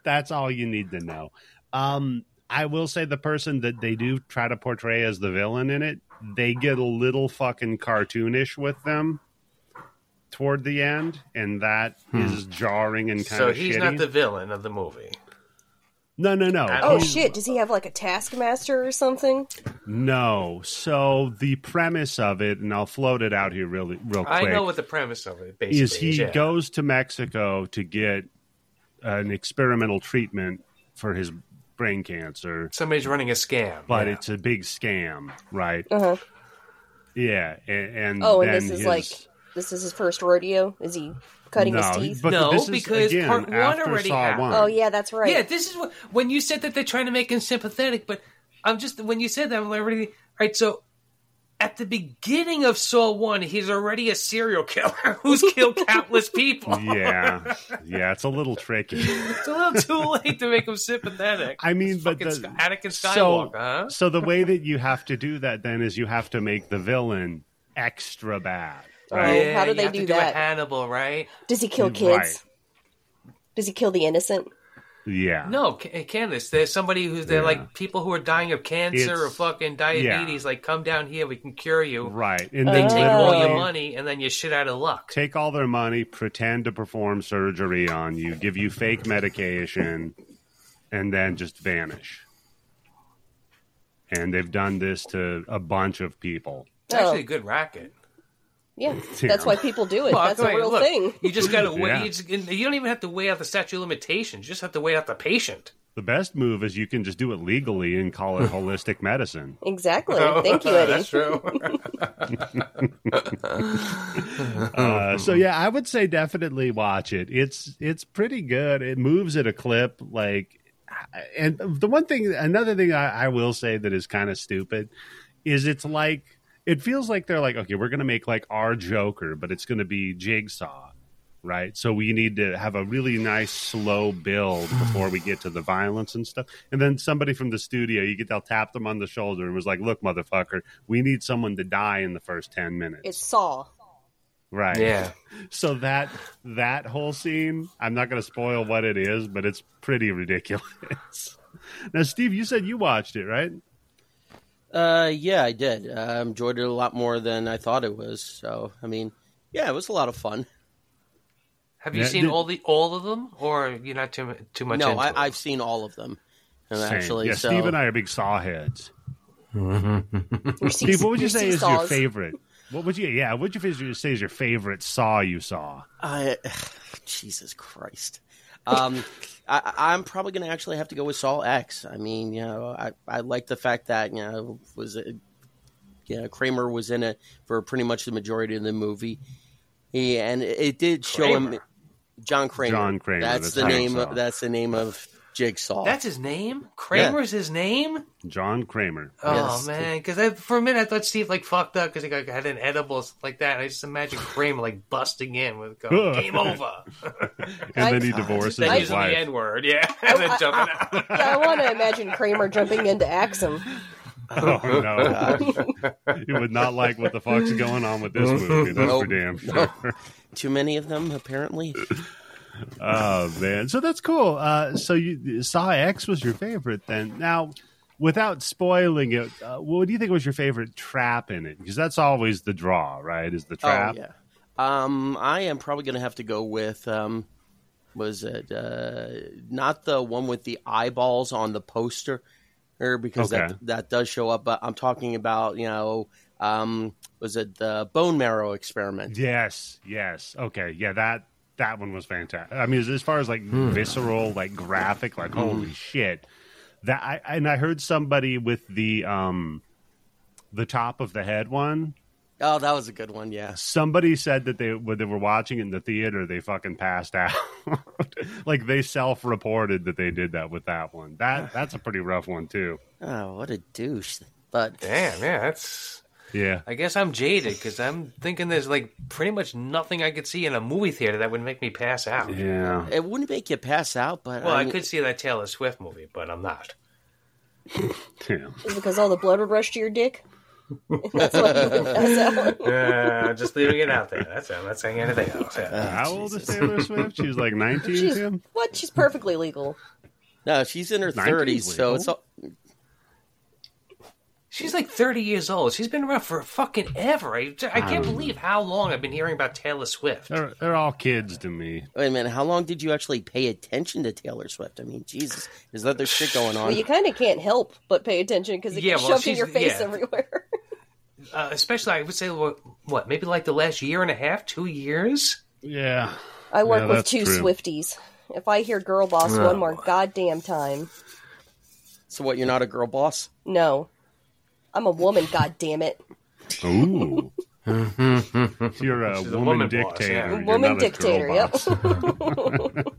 [SPEAKER 1] That's all you need to know. Um, I will say the person that they do try to portray as the villain in it, they get a little fucking cartoonish with them toward the end, and that is jarring and kind
[SPEAKER 3] Hmm. So
[SPEAKER 1] of
[SPEAKER 3] he's
[SPEAKER 1] shitty.
[SPEAKER 3] not the villain of the movie.
[SPEAKER 1] no, no, no.
[SPEAKER 2] Oh
[SPEAKER 1] He's-
[SPEAKER 2] shit, does he have like a taskmaster or something?
[SPEAKER 1] No. So the premise of it, and I'll float it out here really, real quick.
[SPEAKER 3] I know what the premise of it basically is.
[SPEAKER 1] is he
[SPEAKER 3] yeah.
[SPEAKER 1] goes to Mexico to get an experimental treatment for his brain cancer,
[SPEAKER 3] Somebody's running a scam.
[SPEAKER 1] but
[SPEAKER 3] yeah.
[SPEAKER 1] it's a big scam, right?
[SPEAKER 2] Uh-huh.
[SPEAKER 1] Yeah, and, and
[SPEAKER 2] Oh, and
[SPEAKER 1] then
[SPEAKER 2] this is
[SPEAKER 1] his-
[SPEAKER 2] like this is his first rodeo. Is he cutting
[SPEAKER 1] no,
[SPEAKER 2] his teeth?
[SPEAKER 1] But
[SPEAKER 3] No,
[SPEAKER 1] this is,
[SPEAKER 3] because
[SPEAKER 1] again,
[SPEAKER 3] part one
[SPEAKER 1] after
[SPEAKER 3] already
[SPEAKER 1] Saw
[SPEAKER 3] happened.
[SPEAKER 1] one.
[SPEAKER 2] oh yeah, that's right.
[SPEAKER 3] Yeah, this is what when you said that they're trying to make him sympathetic, but I'm just when you said that I'm already all right. So at the beginning of Saw One, he's already a serial killer who's killed countless people.
[SPEAKER 1] yeah, yeah, it's a little tricky.
[SPEAKER 3] It's a little too late to make him sympathetic.
[SPEAKER 1] I mean, but
[SPEAKER 3] Fucking
[SPEAKER 1] the,
[SPEAKER 3] Sk- Anakin
[SPEAKER 1] so,
[SPEAKER 3] Skywalker, huh?
[SPEAKER 1] so the way that you have to do that then is you have to make the villain extra bad,
[SPEAKER 2] Oh,
[SPEAKER 1] right?
[SPEAKER 2] Yeah. how do
[SPEAKER 3] you
[SPEAKER 2] they
[SPEAKER 3] have to
[SPEAKER 2] do
[SPEAKER 3] do a
[SPEAKER 2] that?
[SPEAKER 3] Hannibal, right?
[SPEAKER 2] Does he kill kids?
[SPEAKER 1] Right.
[SPEAKER 2] Does he kill the innocent?
[SPEAKER 1] Yeah,
[SPEAKER 3] No, Ca- eh, Candace, there's somebody who's they're
[SPEAKER 1] Yeah.
[SPEAKER 3] like people who are dying of cancer or
[SPEAKER 1] It's-
[SPEAKER 3] fucking diabetes. Like, come down here, we can cure you.
[SPEAKER 1] right. And
[SPEAKER 3] They
[SPEAKER 1] then
[SPEAKER 3] take all your
[SPEAKER 1] literally
[SPEAKER 3] money and then you're shit out of luck.
[SPEAKER 1] take all their money, pretend to perform surgery on you, give you fake medication, and then just vanish. And they've done this to a bunch of people.
[SPEAKER 3] It's actually a good racket.
[SPEAKER 2] Oh, Yeah,
[SPEAKER 1] Yeah.
[SPEAKER 2] that's why people do it.
[SPEAKER 3] Well,
[SPEAKER 2] that's a
[SPEAKER 3] I mean,
[SPEAKER 2] real
[SPEAKER 3] look,
[SPEAKER 2] thing.
[SPEAKER 3] You just got to wait.
[SPEAKER 1] Yeah.
[SPEAKER 3] You, just- you don't even have to weigh out the statute of limitations. You just have to weigh out the patient.
[SPEAKER 1] The best move is you can just do it legally and call it holistic medicine.
[SPEAKER 2] Exactly. Thank you, Eddie.
[SPEAKER 3] That's true.
[SPEAKER 1] Uh, so yeah, I would say definitely watch it. It's it's pretty good. It moves at a clip like and the one thing, another thing I, I will say that is kind of stupid is it's like it feels like they're like, okay, we're gonna make like our Joker, but it's gonna be Jigsaw, right? So we need to have a really nice slow build before we get to the violence and stuff. And then somebody from the studio, you could tell, tapped them on the shoulder and was like, "Look, motherfucker, we need someone to die in the first ten minutes."
[SPEAKER 2] It's Saw.
[SPEAKER 1] right?
[SPEAKER 3] Yeah.
[SPEAKER 1] So that that whole scene, I'm not gonna spoil what it is, but it's pretty ridiculous. now, Steve, you said you watched it, right?
[SPEAKER 4] Uh, yeah, I did. I enjoyed it a lot more than I thought it was. So, I mean, yeah, it was a lot of fun.
[SPEAKER 3] Have you
[SPEAKER 1] Yeah,
[SPEAKER 3] seen
[SPEAKER 1] did-
[SPEAKER 3] all the all of them, or you're not too mu- too much?
[SPEAKER 4] no,
[SPEAKER 3] into it?
[SPEAKER 4] I, I've seen all of them. And
[SPEAKER 1] Same.
[SPEAKER 4] actually,
[SPEAKER 1] yeah,
[SPEAKER 4] so
[SPEAKER 1] Steve and I are big saw heads.
[SPEAKER 2] Your
[SPEAKER 1] Steve, what would you
[SPEAKER 2] your
[SPEAKER 1] say is your
[SPEAKER 2] Saws.
[SPEAKER 1] favorite? What would you? Yeah, what would you fis- say is your favorite saw you saw?
[SPEAKER 4] I, Jesus Christ. Um, I, I'm probably going to actually have to go with Saul X. I mean, you know, I, I like the fact that, you know, was it, you know, Kramer was in it for pretty much the majority of the movie. He, and it, it did show him
[SPEAKER 3] Kramer?
[SPEAKER 4] John Kramer.
[SPEAKER 1] John Kramer,
[SPEAKER 4] That's,
[SPEAKER 1] that's
[SPEAKER 4] the
[SPEAKER 1] right.
[SPEAKER 4] name.
[SPEAKER 1] Jigsaw.
[SPEAKER 4] That's the name of Jigsaw.
[SPEAKER 3] That's his name. Kramer's his name.
[SPEAKER 1] John Kramer.
[SPEAKER 3] Oh
[SPEAKER 4] Yes.
[SPEAKER 3] man, because for a minute I thought Steve like fucked up because he got, had an edible or something like that. And I just imagine Kramer like busting in with going, "Game over,"
[SPEAKER 1] And then he
[SPEAKER 4] God.
[SPEAKER 1] divorces
[SPEAKER 3] then
[SPEAKER 1] his
[SPEAKER 3] using the
[SPEAKER 1] wife.
[SPEAKER 3] N word, yeah, and then jumping out.
[SPEAKER 2] Yeah, I want to imagine Kramer jumping into Axum.
[SPEAKER 1] Oh no, you would not like what the fuck's going on with this movie. That's for
[SPEAKER 4] Nope.
[SPEAKER 1] damn sure.
[SPEAKER 4] Too many of them, apparently.
[SPEAKER 1] Oh man, so that's cool. Uh, so you saw X was your favorite then. Now, without spoiling it, uh, what do you think was your favorite trap in it? Because that's always the draw, right? Is the trap?
[SPEAKER 4] Oh yeah. Um, I am probably going to have to go with um, was it uh, not the one with the eyeballs on the poster, or because
[SPEAKER 1] Okay.
[SPEAKER 4] that that does show up. But I'm talking about you know um, was it the bone marrow experiment?
[SPEAKER 1] Yes, yes. Okay, yeah, that that one was fantastic. I mean, as, as far as like visceral, like graphic, like holy shit. That I and I heard somebody with the um the top of the head one.
[SPEAKER 4] Oh, that was a good one. Yeah.
[SPEAKER 1] Somebody said that they when they were watching it in the theater, they fucking passed out. like they self-reported that they did that with that one. That that's a pretty rough one too.
[SPEAKER 4] Oh, what a douche! But
[SPEAKER 3] Damn, yeah, that's.
[SPEAKER 1] Yeah.
[SPEAKER 3] I guess I'm jaded because I'm thinking there's like pretty much nothing I could see in a movie theater that would make me pass out.
[SPEAKER 1] Yeah.
[SPEAKER 4] it wouldn't make you pass out. But
[SPEAKER 3] Well,
[SPEAKER 4] I,
[SPEAKER 3] I
[SPEAKER 4] mean,
[SPEAKER 3] could see that Taylor Swift movie, but I'm not.
[SPEAKER 1] yeah.
[SPEAKER 2] Is it because all the blood would rush to your dick? That's what you would pass out.
[SPEAKER 3] Uh, just leaving it out there. That's it. I'm not saying anything else. Yeah.
[SPEAKER 1] How old is Taylor Swift? She's like 19,
[SPEAKER 2] She's,
[SPEAKER 1] Tim?
[SPEAKER 2] what? She's perfectly legal.
[SPEAKER 4] no, she's in her
[SPEAKER 1] 19 's
[SPEAKER 4] thirties, so
[SPEAKER 1] legal.
[SPEAKER 4] it's all,
[SPEAKER 3] She's like 30 years old. She's been around for fucking ever. I, I can't believe how long I've been hearing about Taylor Swift.
[SPEAKER 1] They're, they're all kids to me.
[SPEAKER 4] Wait a minute, how long did you actually pay attention to Taylor Swift? I mean, Jesus, there's other shit going on.
[SPEAKER 2] Well, you kind of can't help but pay attention because it
[SPEAKER 3] Yeah,
[SPEAKER 2] gets
[SPEAKER 3] well,
[SPEAKER 2] shoved in
[SPEAKER 3] she's-
[SPEAKER 2] your face
[SPEAKER 3] yeah.
[SPEAKER 2] everywhere.
[SPEAKER 3] Uh, especially, I would say, what, what, maybe like the last year and a half, two years?
[SPEAKER 1] Yeah.
[SPEAKER 2] I work
[SPEAKER 1] Yeah,
[SPEAKER 2] with
[SPEAKER 1] that's
[SPEAKER 2] two
[SPEAKER 1] true.
[SPEAKER 2] Swifties. If I hear girl boss one more goddamn time,
[SPEAKER 4] So what? You're not a girl boss?
[SPEAKER 2] no. I'm a woman, goddamn it.
[SPEAKER 1] Ooh. You're a
[SPEAKER 3] She's a
[SPEAKER 1] woman,
[SPEAKER 3] woman boss,
[SPEAKER 1] dictator.
[SPEAKER 3] yeah.
[SPEAKER 1] You're
[SPEAKER 2] Woman
[SPEAKER 1] not a girl
[SPEAKER 2] dictator, yep.
[SPEAKER 1] boss.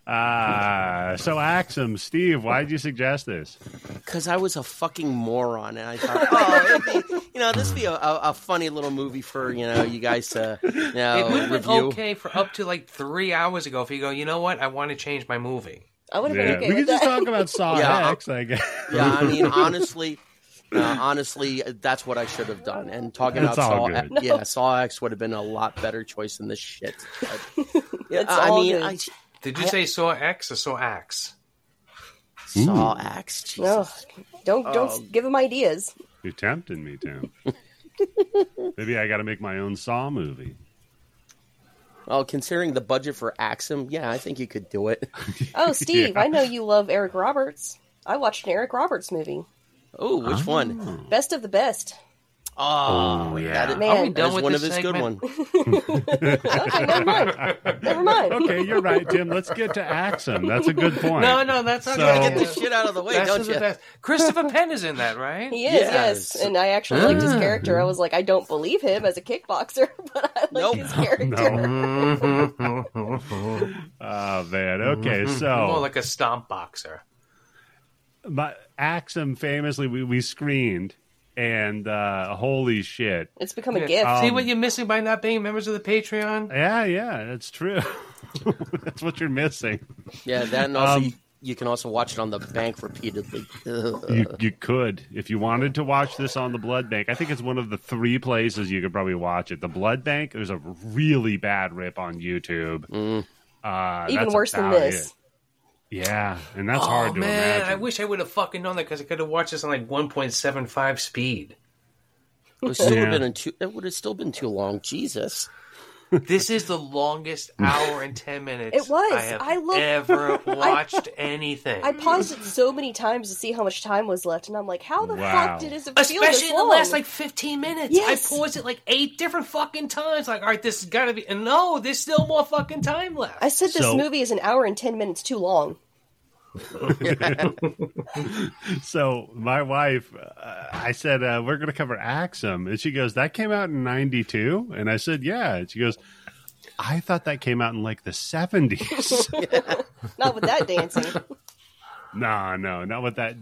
[SPEAKER 1] Ah, so Axum, Steve, why'd you suggest this?
[SPEAKER 4] Because I was a fucking moron, and I thought, oh, it'd be, you know, this would be a, a, a funny little movie for you know you guys to you
[SPEAKER 3] It would
[SPEAKER 4] know
[SPEAKER 3] have been
[SPEAKER 4] review.
[SPEAKER 3] okay for up to like three hours ago if you go, you know what, I want to change my movie.
[SPEAKER 2] I would have been okay
[SPEAKER 1] we
[SPEAKER 2] with
[SPEAKER 1] could just
[SPEAKER 2] that.
[SPEAKER 1] talk about Saw
[SPEAKER 4] Yeah.
[SPEAKER 1] X, I guess.
[SPEAKER 4] Yeah, I mean, honestly, uh, honestly, that's what I should have done. And talking
[SPEAKER 1] It's
[SPEAKER 4] about
[SPEAKER 1] all
[SPEAKER 4] Saw,
[SPEAKER 1] good.
[SPEAKER 4] yeah, Saw X would have been a lot better choice than this shit. But, yeah,
[SPEAKER 2] It's
[SPEAKER 4] I
[SPEAKER 2] all
[SPEAKER 4] mean,
[SPEAKER 2] good.
[SPEAKER 4] I
[SPEAKER 3] Did you say Saw X or Saw Axe?
[SPEAKER 4] Saw X. Jesus.
[SPEAKER 2] No, don't don't
[SPEAKER 1] Um,
[SPEAKER 2] give him ideas.
[SPEAKER 1] You're tempting me, Tim. Maybe I got to make my own Saw movie.
[SPEAKER 4] Well, considering the budget for Axum, yeah, I think you could do it.
[SPEAKER 2] Oh, Steve, I know you love Eric Roberts. I watched an Eric Roberts movie,
[SPEAKER 4] Oh, which one?
[SPEAKER 2] Best of the Best.
[SPEAKER 4] Oh,
[SPEAKER 1] yeah.
[SPEAKER 4] That is,
[SPEAKER 2] Man,
[SPEAKER 3] Are we
[SPEAKER 4] that
[SPEAKER 3] done
[SPEAKER 4] is
[SPEAKER 3] with
[SPEAKER 4] one of
[SPEAKER 3] this
[SPEAKER 4] his good
[SPEAKER 3] segment?
[SPEAKER 4] one.
[SPEAKER 2] Okay, never mind. Never mind.
[SPEAKER 1] Okay, you're right, Tim. Let's get to Axum. That's a good point.
[SPEAKER 3] No, no, that's not
[SPEAKER 1] So-
[SPEAKER 3] going to
[SPEAKER 4] Get the shit out of the way, don't you?
[SPEAKER 3] Christopher Penn is in that, right?
[SPEAKER 2] He is, yes.
[SPEAKER 4] Yes.
[SPEAKER 2] And I actually liked his character.
[SPEAKER 1] Mm.
[SPEAKER 2] I was like, I don't believe him as a kickboxer, but I like
[SPEAKER 4] Nope.
[SPEAKER 2] his character.
[SPEAKER 1] No. Oh man. Okay,
[SPEAKER 3] More
[SPEAKER 1] so
[SPEAKER 3] like a stomp boxer.
[SPEAKER 1] my Axum famously we, we screened and uh holy shit.
[SPEAKER 2] It's become a
[SPEAKER 3] Yeah.
[SPEAKER 2] gift.
[SPEAKER 3] See what you're missing by not being members of the Patreon?
[SPEAKER 1] Yeah, yeah, that's true. that's what you're missing.
[SPEAKER 4] Yeah, that and also
[SPEAKER 1] Um,
[SPEAKER 4] you, you can also watch it on the bank repeatedly.
[SPEAKER 1] You you could if you wanted to watch this on the Blood Bank. I think it's one of the three places you could probably watch it. The Blood Bank. There's a really bad rip on YouTube.
[SPEAKER 3] Mm.
[SPEAKER 1] Uh,
[SPEAKER 2] Even
[SPEAKER 1] that's
[SPEAKER 2] worse than
[SPEAKER 1] about
[SPEAKER 2] this.
[SPEAKER 1] it. Yeah, and that's
[SPEAKER 3] Oh
[SPEAKER 1] hard to
[SPEAKER 3] man,
[SPEAKER 1] imagine.
[SPEAKER 3] I wish I would have fucking known that because I could have watched this on like 1.75 speed.
[SPEAKER 4] It would still
[SPEAKER 1] Yeah.
[SPEAKER 4] have been in too, it would have still been too long. Jesus.
[SPEAKER 3] This is the longest hour and 10 minutes
[SPEAKER 2] It was.
[SPEAKER 3] I have
[SPEAKER 2] I looked-
[SPEAKER 3] ever watched anything.
[SPEAKER 2] I paused it so many times to see how much time was left, and I'm like, how the
[SPEAKER 1] Wow.
[SPEAKER 2] fuck did this feel this
[SPEAKER 3] Especially in the
[SPEAKER 2] long?
[SPEAKER 3] last like 15 minutes.
[SPEAKER 2] Yes.
[SPEAKER 3] I paused it like eight different fucking times. Like, all right, this has got to be. And no, there's still more fucking time left.
[SPEAKER 2] I said this
[SPEAKER 1] So-
[SPEAKER 2] movie is an hour and ten minutes too long.
[SPEAKER 1] so my wife, uh, I said uh, we're going to cover Axum, and she goes, "That came out in '92," and I said, "Yeah," and she goes. I thought that came out in like the 70s.
[SPEAKER 2] Not with that dancing.
[SPEAKER 1] no, no, not with that.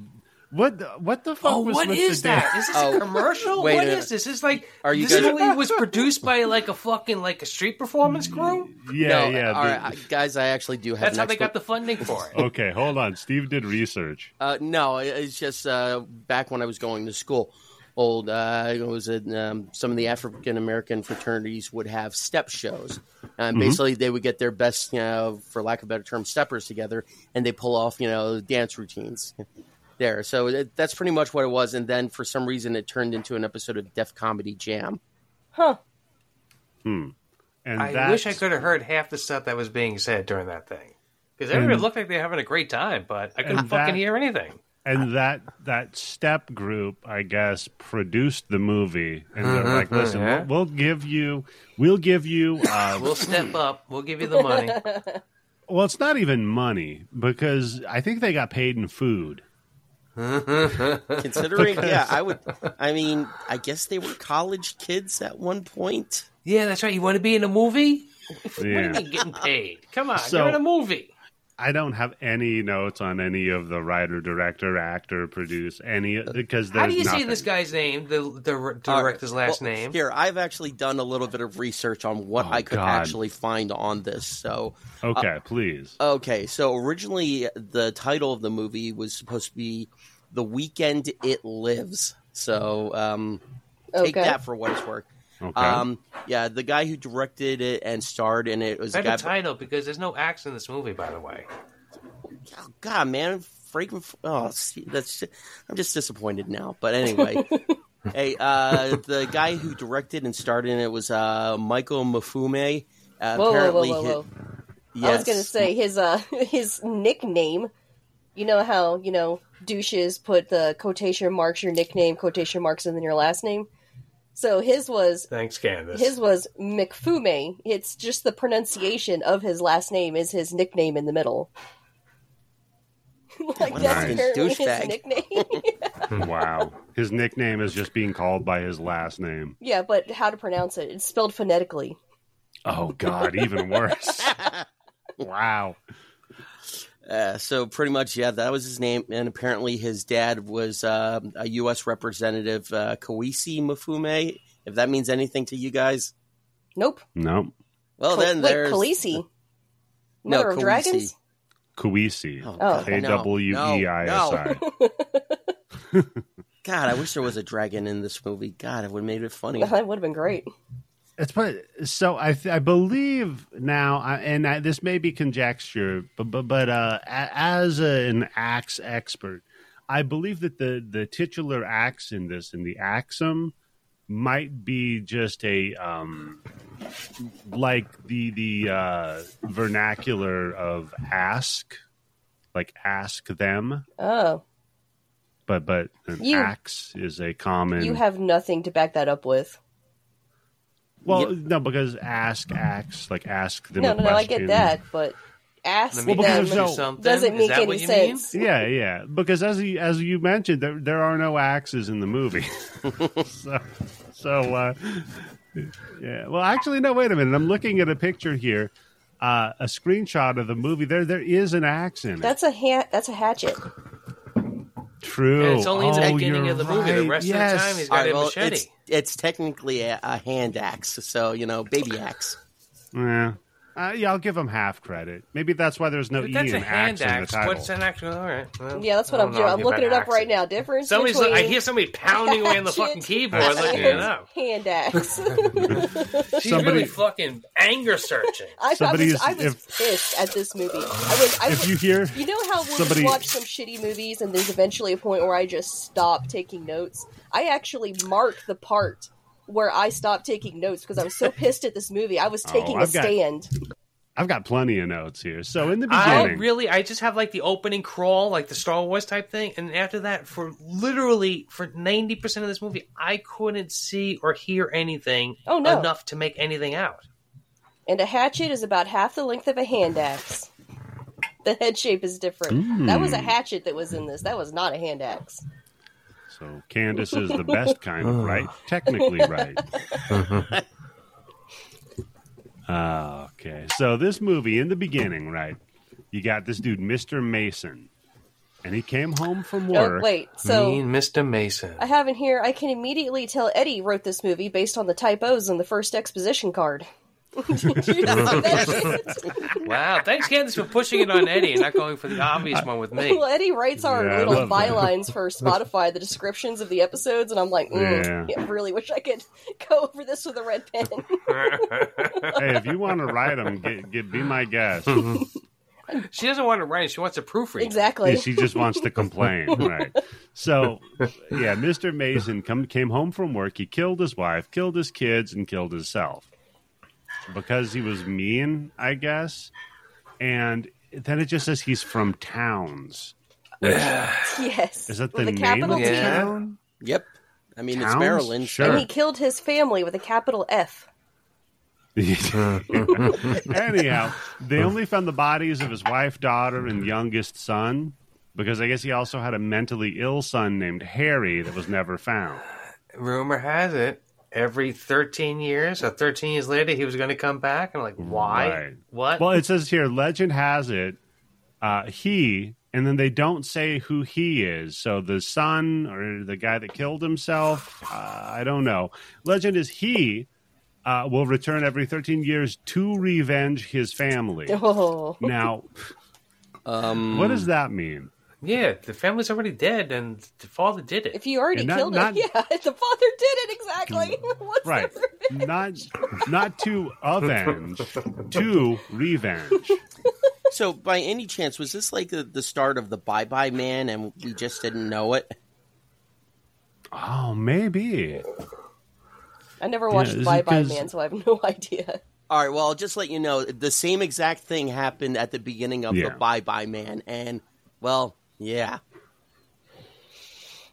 [SPEAKER 1] What the, what the fuck
[SPEAKER 3] Oh,
[SPEAKER 1] was
[SPEAKER 3] what
[SPEAKER 1] with
[SPEAKER 3] is
[SPEAKER 1] the
[SPEAKER 3] that?
[SPEAKER 1] dance?
[SPEAKER 3] Is this
[SPEAKER 4] Oh,
[SPEAKER 3] a commercial?
[SPEAKER 4] wait
[SPEAKER 3] What
[SPEAKER 4] a
[SPEAKER 3] is
[SPEAKER 4] minute.
[SPEAKER 3] this? It's like
[SPEAKER 4] Are you
[SPEAKER 3] this
[SPEAKER 4] guys-
[SPEAKER 3] movie was produced by like a fucking like a street performance crew.
[SPEAKER 1] Yeah,
[SPEAKER 4] no,
[SPEAKER 1] yeah.
[SPEAKER 4] all
[SPEAKER 1] the-
[SPEAKER 4] right, I- guys, I actually do have
[SPEAKER 3] That's
[SPEAKER 4] an
[SPEAKER 3] how they
[SPEAKER 4] expert-
[SPEAKER 3] got the funding for it.
[SPEAKER 1] okay, hold on. Steve did research.
[SPEAKER 4] Uh, no, it- it's just uh, back when I was going to school. Old, uh, it was in, um, some of the African American fraternities would have step shows, and basically they would get their best, you know, for lack of a better term, steppers together, and they pull off, you know, dance routines there. So it, that's pretty much what it was. And then for some reason, it turned into an episode of Def Comedy Jam.
[SPEAKER 2] Huh.
[SPEAKER 1] And
[SPEAKER 3] I
[SPEAKER 1] that's,
[SPEAKER 3] wish I could have heard half the stuff that was being said during that thing. Because everybody looked like they were having a great time, but I couldn't
[SPEAKER 1] And
[SPEAKER 3] fucking
[SPEAKER 1] that-
[SPEAKER 3] hear anything.
[SPEAKER 1] And that that step group, I guess, produced the movie, and they're like, "Listen,
[SPEAKER 3] Uh-huh, yeah.
[SPEAKER 1] we'll, we'll give you, we'll give you." Uh,
[SPEAKER 3] We'll step up. We'll give you the money.
[SPEAKER 1] well, it's not even money because I think they got paid in food.
[SPEAKER 4] Considering, yeah, I would, I mean, I guess they were college kids at one point.
[SPEAKER 3] Yeah, that's right. You want to be in a movie?
[SPEAKER 1] Yeah,
[SPEAKER 3] You're getting paid. Come on,
[SPEAKER 1] So-
[SPEAKER 3] you're in a movie.
[SPEAKER 1] I don't have any notes on any of the writer, director, actor, produce any because there's
[SPEAKER 3] How do you
[SPEAKER 1] nothing.
[SPEAKER 3] say this guy's name? The the
[SPEAKER 4] All right.
[SPEAKER 3] director's last
[SPEAKER 4] Well,
[SPEAKER 3] name.
[SPEAKER 4] Here, I've actually done a little bit of research on what I could
[SPEAKER 1] God.
[SPEAKER 4] actually find on this. So,
[SPEAKER 1] Okay, please.
[SPEAKER 4] okay, so originally the title of the movie was supposed to be "The Weekend It Lives." So, um, take
[SPEAKER 2] Okay.
[SPEAKER 4] that for what it's worth.
[SPEAKER 1] Okay.
[SPEAKER 4] Um, yeah, the guy who directed it and starred in it was a
[SPEAKER 3] Type
[SPEAKER 4] guy.
[SPEAKER 3] a title because there's no acts in this movie, by the way.
[SPEAKER 4] oh, God, man, freaking. Oh, see, that's. I'm just disappointed now. But anyway, hey, uh, the guy who directed and starred in it was uh, Michael Mafume. Uh,
[SPEAKER 2] Whoa, whoa, whoa,
[SPEAKER 4] apparently,
[SPEAKER 2] whoa,
[SPEAKER 4] hi-
[SPEAKER 2] whoa.
[SPEAKER 4] Yes.
[SPEAKER 2] I was gonna say his uh his nickname. You know how you know douches put the quotation marks your nickname quotation marks and then your last name. So his was
[SPEAKER 3] Thanks, Candace.
[SPEAKER 2] his was McFume. It's just the pronunciation of his last name is his nickname in the middle. like
[SPEAKER 4] What a
[SPEAKER 2] that's
[SPEAKER 1] fucking
[SPEAKER 2] apparently his
[SPEAKER 4] douchebag.
[SPEAKER 2] nickname.
[SPEAKER 1] wow. His nickname is just being called by his last name.
[SPEAKER 2] yeah, but how to pronounce it? It's spelled phonetically.
[SPEAKER 1] Oh God, even worse. wow.
[SPEAKER 4] Uh, so pretty much, yeah, that was his name, and apparently his dad was um, a U.S. representative, uh, Kawisi Mafume. If that means anything to you guys,
[SPEAKER 2] Nope.
[SPEAKER 1] No.
[SPEAKER 3] Oh,
[SPEAKER 4] well,
[SPEAKER 2] Wait,
[SPEAKER 4] then there's
[SPEAKER 2] Khaleesi.
[SPEAKER 4] No,
[SPEAKER 2] Mother of
[SPEAKER 4] Khaleesi.
[SPEAKER 2] Dragons?
[SPEAKER 1] Kuisi.
[SPEAKER 4] Oh,
[SPEAKER 2] Oh.
[SPEAKER 4] God,
[SPEAKER 1] A W E I
[SPEAKER 4] no,
[SPEAKER 1] S
[SPEAKER 4] no.
[SPEAKER 1] I.
[SPEAKER 4] God, I wish there was a dragon in this movie. God, it would have made it funny.
[SPEAKER 2] That would have been great.
[SPEAKER 1] It's but so I th- I believe now, I, and I, this may be conjecture, but but, but uh, a, as a, an axe expert, I believe that the the titular axe in this in the axum might be just a um like the the uh vernacular of ask like ask them
[SPEAKER 2] Oh,
[SPEAKER 1] but but an
[SPEAKER 2] You-
[SPEAKER 1] axe is a common
[SPEAKER 3] Mm.
[SPEAKER 2] you have nothing to back that up with.
[SPEAKER 1] Well, no, because ask acts like ask them.
[SPEAKER 2] No,
[SPEAKER 1] a
[SPEAKER 2] no, no, I
[SPEAKER 1] question.
[SPEAKER 2] get that, but ask
[SPEAKER 3] Let me
[SPEAKER 1] because
[SPEAKER 2] them
[SPEAKER 1] there's no-
[SPEAKER 3] something.
[SPEAKER 2] doesn't
[SPEAKER 3] Is
[SPEAKER 2] make
[SPEAKER 3] that
[SPEAKER 2] any
[SPEAKER 3] what you mean?
[SPEAKER 2] sense.
[SPEAKER 1] Yeah, yeah, because as you, as you mentioned, there there are no axes in the movie. so, so uh, yeah. Well, actually, no. Wait a minute. I'm looking at a picture here. uh, a screenshot of the movie. There, there is an axe in it.
[SPEAKER 2] That's a ha- that's a hatchet.
[SPEAKER 1] True.
[SPEAKER 3] And it's only in the
[SPEAKER 1] Oh,
[SPEAKER 3] beginning
[SPEAKER 1] you're
[SPEAKER 3] of the movie. The
[SPEAKER 1] right.
[SPEAKER 3] rest
[SPEAKER 1] yes.
[SPEAKER 3] of the time, he's
[SPEAKER 4] All
[SPEAKER 3] got
[SPEAKER 4] right,
[SPEAKER 3] a
[SPEAKER 4] well,
[SPEAKER 3] machete.
[SPEAKER 4] it's, it's technically a, a hand axe, so you know, baby axe.
[SPEAKER 1] Yeah. Uh, yeah, I'll give him half credit. Maybe that's why there's no
[SPEAKER 3] But
[SPEAKER 1] E
[SPEAKER 3] that's a
[SPEAKER 1] in axe,
[SPEAKER 3] hand
[SPEAKER 1] in the
[SPEAKER 3] axe.
[SPEAKER 1] title.
[SPEAKER 3] What's an axe? All right. well,
[SPEAKER 2] Yeah, that's what
[SPEAKER 3] I
[SPEAKER 2] I'm
[SPEAKER 3] don't
[SPEAKER 2] doing.
[SPEAKER 3] know
[SPEAKER 2] I'm looking it
[SPEAKER 3] about
[SPEAKER 2] up right
[SPEAKER 3] axes.
[SPEAKER 2] now. Difference
[SPEAKER 3] Somebody's.
[SPEAKER 2] between
[SPEAKER 3] I hear somebody pounding away on the fucking
[SPEAKER 2] hatchet
[SPEAKER 3] keyboard
[SPEAKER 1] That's
[SPEAKER 3] looking
[SPEAKER 1] good.
[SPEAKER 3] it up.
[SPEAKER 2] hand axe.
[SPEAKER 3] She's
[SPEAKER 1] Somebody-
[SPEAKER 3] really fucking anger searching.
[SPEAKER 2] I, I
[SPEAKER 1] Somebody
[SPEAKER 2] was,
[SPEAKER 1] is-
[SPEAKER 2] I was
[SPEAKER 1] if-
[SPEAKER 2] pissed at this movie. I was, I
[SPEAKER 1] If
[SPEAKER 2] was,
[SPEAKER 1] you hear,
[SPEAKER 2] you know how we'll
[SPEAKER 1] somebody-
[SPEAKER 2] just watch some shitty movies and there's eventually a point where I just stop taking notes. I actually mark the part where I stopped taking notes because I was so pissed at this movie. I was
[SPEAKER 1] Oh,
[SPEAKER 2] taking a
[SPEAKER 1] I've got-
[SPEAKER 2] stand.
[SPEAKER 1] I've got plenty of notes here. So in the
[SPEAKER 3] I
[SPEAKER 1] beginning,
[SPEAKER 3] really, I just have like the opening crawl, like the Star Wars type thing, and after that, for literally for ninety percent of this movie, I couldn't see or hear anything
[SPEAKER 2] Oh, no.
[SPEAKER 3] enough to make anything out.
[SPEAKER 2] And a hatchet is about half the length of a hand axe. The head shape is different. That was a
[SPEAKER 1] Hmm.
[SPEAKER 2] hatchet that was in this. That was not a hand axe.
[SPEAKER 1] so Candace is the best kind of right, technically right. Ah, okay, so this movie in the beginning, right? You got this dude, Mister Mason, and he came home from
[SPEAKER 2] No,
[SPEAKER 1] work.
[SPEAKER 2] Oh, wait. So
[SPEAKER 3] Me and Mr. Mason.
[SPEAKER 2] I have in here, I can immediately tell Eddie wrote this movie based on the typos on the first exposition card. Did you see that shit?
[SPEAKER 3] Wow, thanks, Candace, for pushing it on Eddie and not going for the obvious one with me.
[SPEAKER 2] well, Eddie writes our
[SPEAKER 1] Yeah, I
[SPEAKER 2] little
[SPEAKER 1] love that.
[SPEAKER 2] bylines for Spotify, the descriptions of the episodes, and I'm like, mm,
[SPEAKER 1] Yeah.
[SPEAKER 2] I really wish I could go over this with a red pen.
[SPEAKER 1] Hey, if you want to write him, get, get be my guest.
[SPEAKER 3] She doesn't want to write; it, she wants to proofread.
[SPEAKER 2] exactly.
[SPEAKER 1] Yeah, she just wants to complain, right? So, yeah, Mr. Mason come came home from work. He killed his wife, killed his kids, and killed himself because he was mean, I guess. And then it just says he's from towns.
[SPEAKER 2] yes.
[SPEAKER 1] Is that the,
[SPEAKER 2] with a
[SPEAKER 1] name
[SPEAKER 2] capital
[SPEAKER 1] of the
[SPEAKER 2] T.
[SPEAKER 3] Yeah.
[SPEAKER 1] town?
[SPEAKER 4] Yep. I mean,
[SPEAKER 1] Towns?
[SPEAKER 4] it's Maryland.
[SPEAKER 1] Sure.
[SPEAKER 2] And he killed his family with a capital F.
[SPEAKER 1] Anyhow, they only found the bodies of his wife, daughter, and youngest son because I guess he also had a mentally ill son named Harry that was never found.
[SPEAKER 3] Rumor has it, every thirteen years or thirteen years later, he was going to come back. I'm like, why?
[SPEAKER 1] Right.
[SPEAKER 2] Uh,
[SPEAKER 3] What?
[SPEAKER 1] Well, it says here, legend has it, uh, he, and then they don't say who he is. So the son or the guy that killed himself, uh, I don't know. Legend is he uh, will return every 13 years to revenge his family.
[SPEAKER 2] Oh.
[SPEAKER 1] Now,
[SPEAKER 4] Um,
[SPEAKER 1] what does that mean?
[SPEAKER 3] yeah, the family's already dead, and the father did it.
[SPEAKER 2] If you already
[SPEAKER 1] And not-
[SPEAKER 2] killed
[SPEAKER 1] not-
[SPEAKER 2] him, yeah, the father did it exactly. What's
[SPEAKER 1] Right.
[SPEAKER 2] the revenge?
[SPEAKER 1] Not not to avenge, to revenge.
[SPEAKER 4] so, by any chance, was this like the, the start of the Bye Bye Man, and we just didn't know it?
[SPEAKER 1] Oh, maybe.
[SPEAKER 2] I never watched
[SPEAKER 1] is it
[SPEAKER 2] Bye Bye
[SPEAKER 1] 'cause-
[SPEAKER 2] Man, so I have no idea.
[SPEAKER 4] All right. Well, I'll just let you know the same exact thing happened at the beginning of
[SPEAKER 1] Yeah.
[SPEAKER 4] the Bye Bye Man, and well, yeah.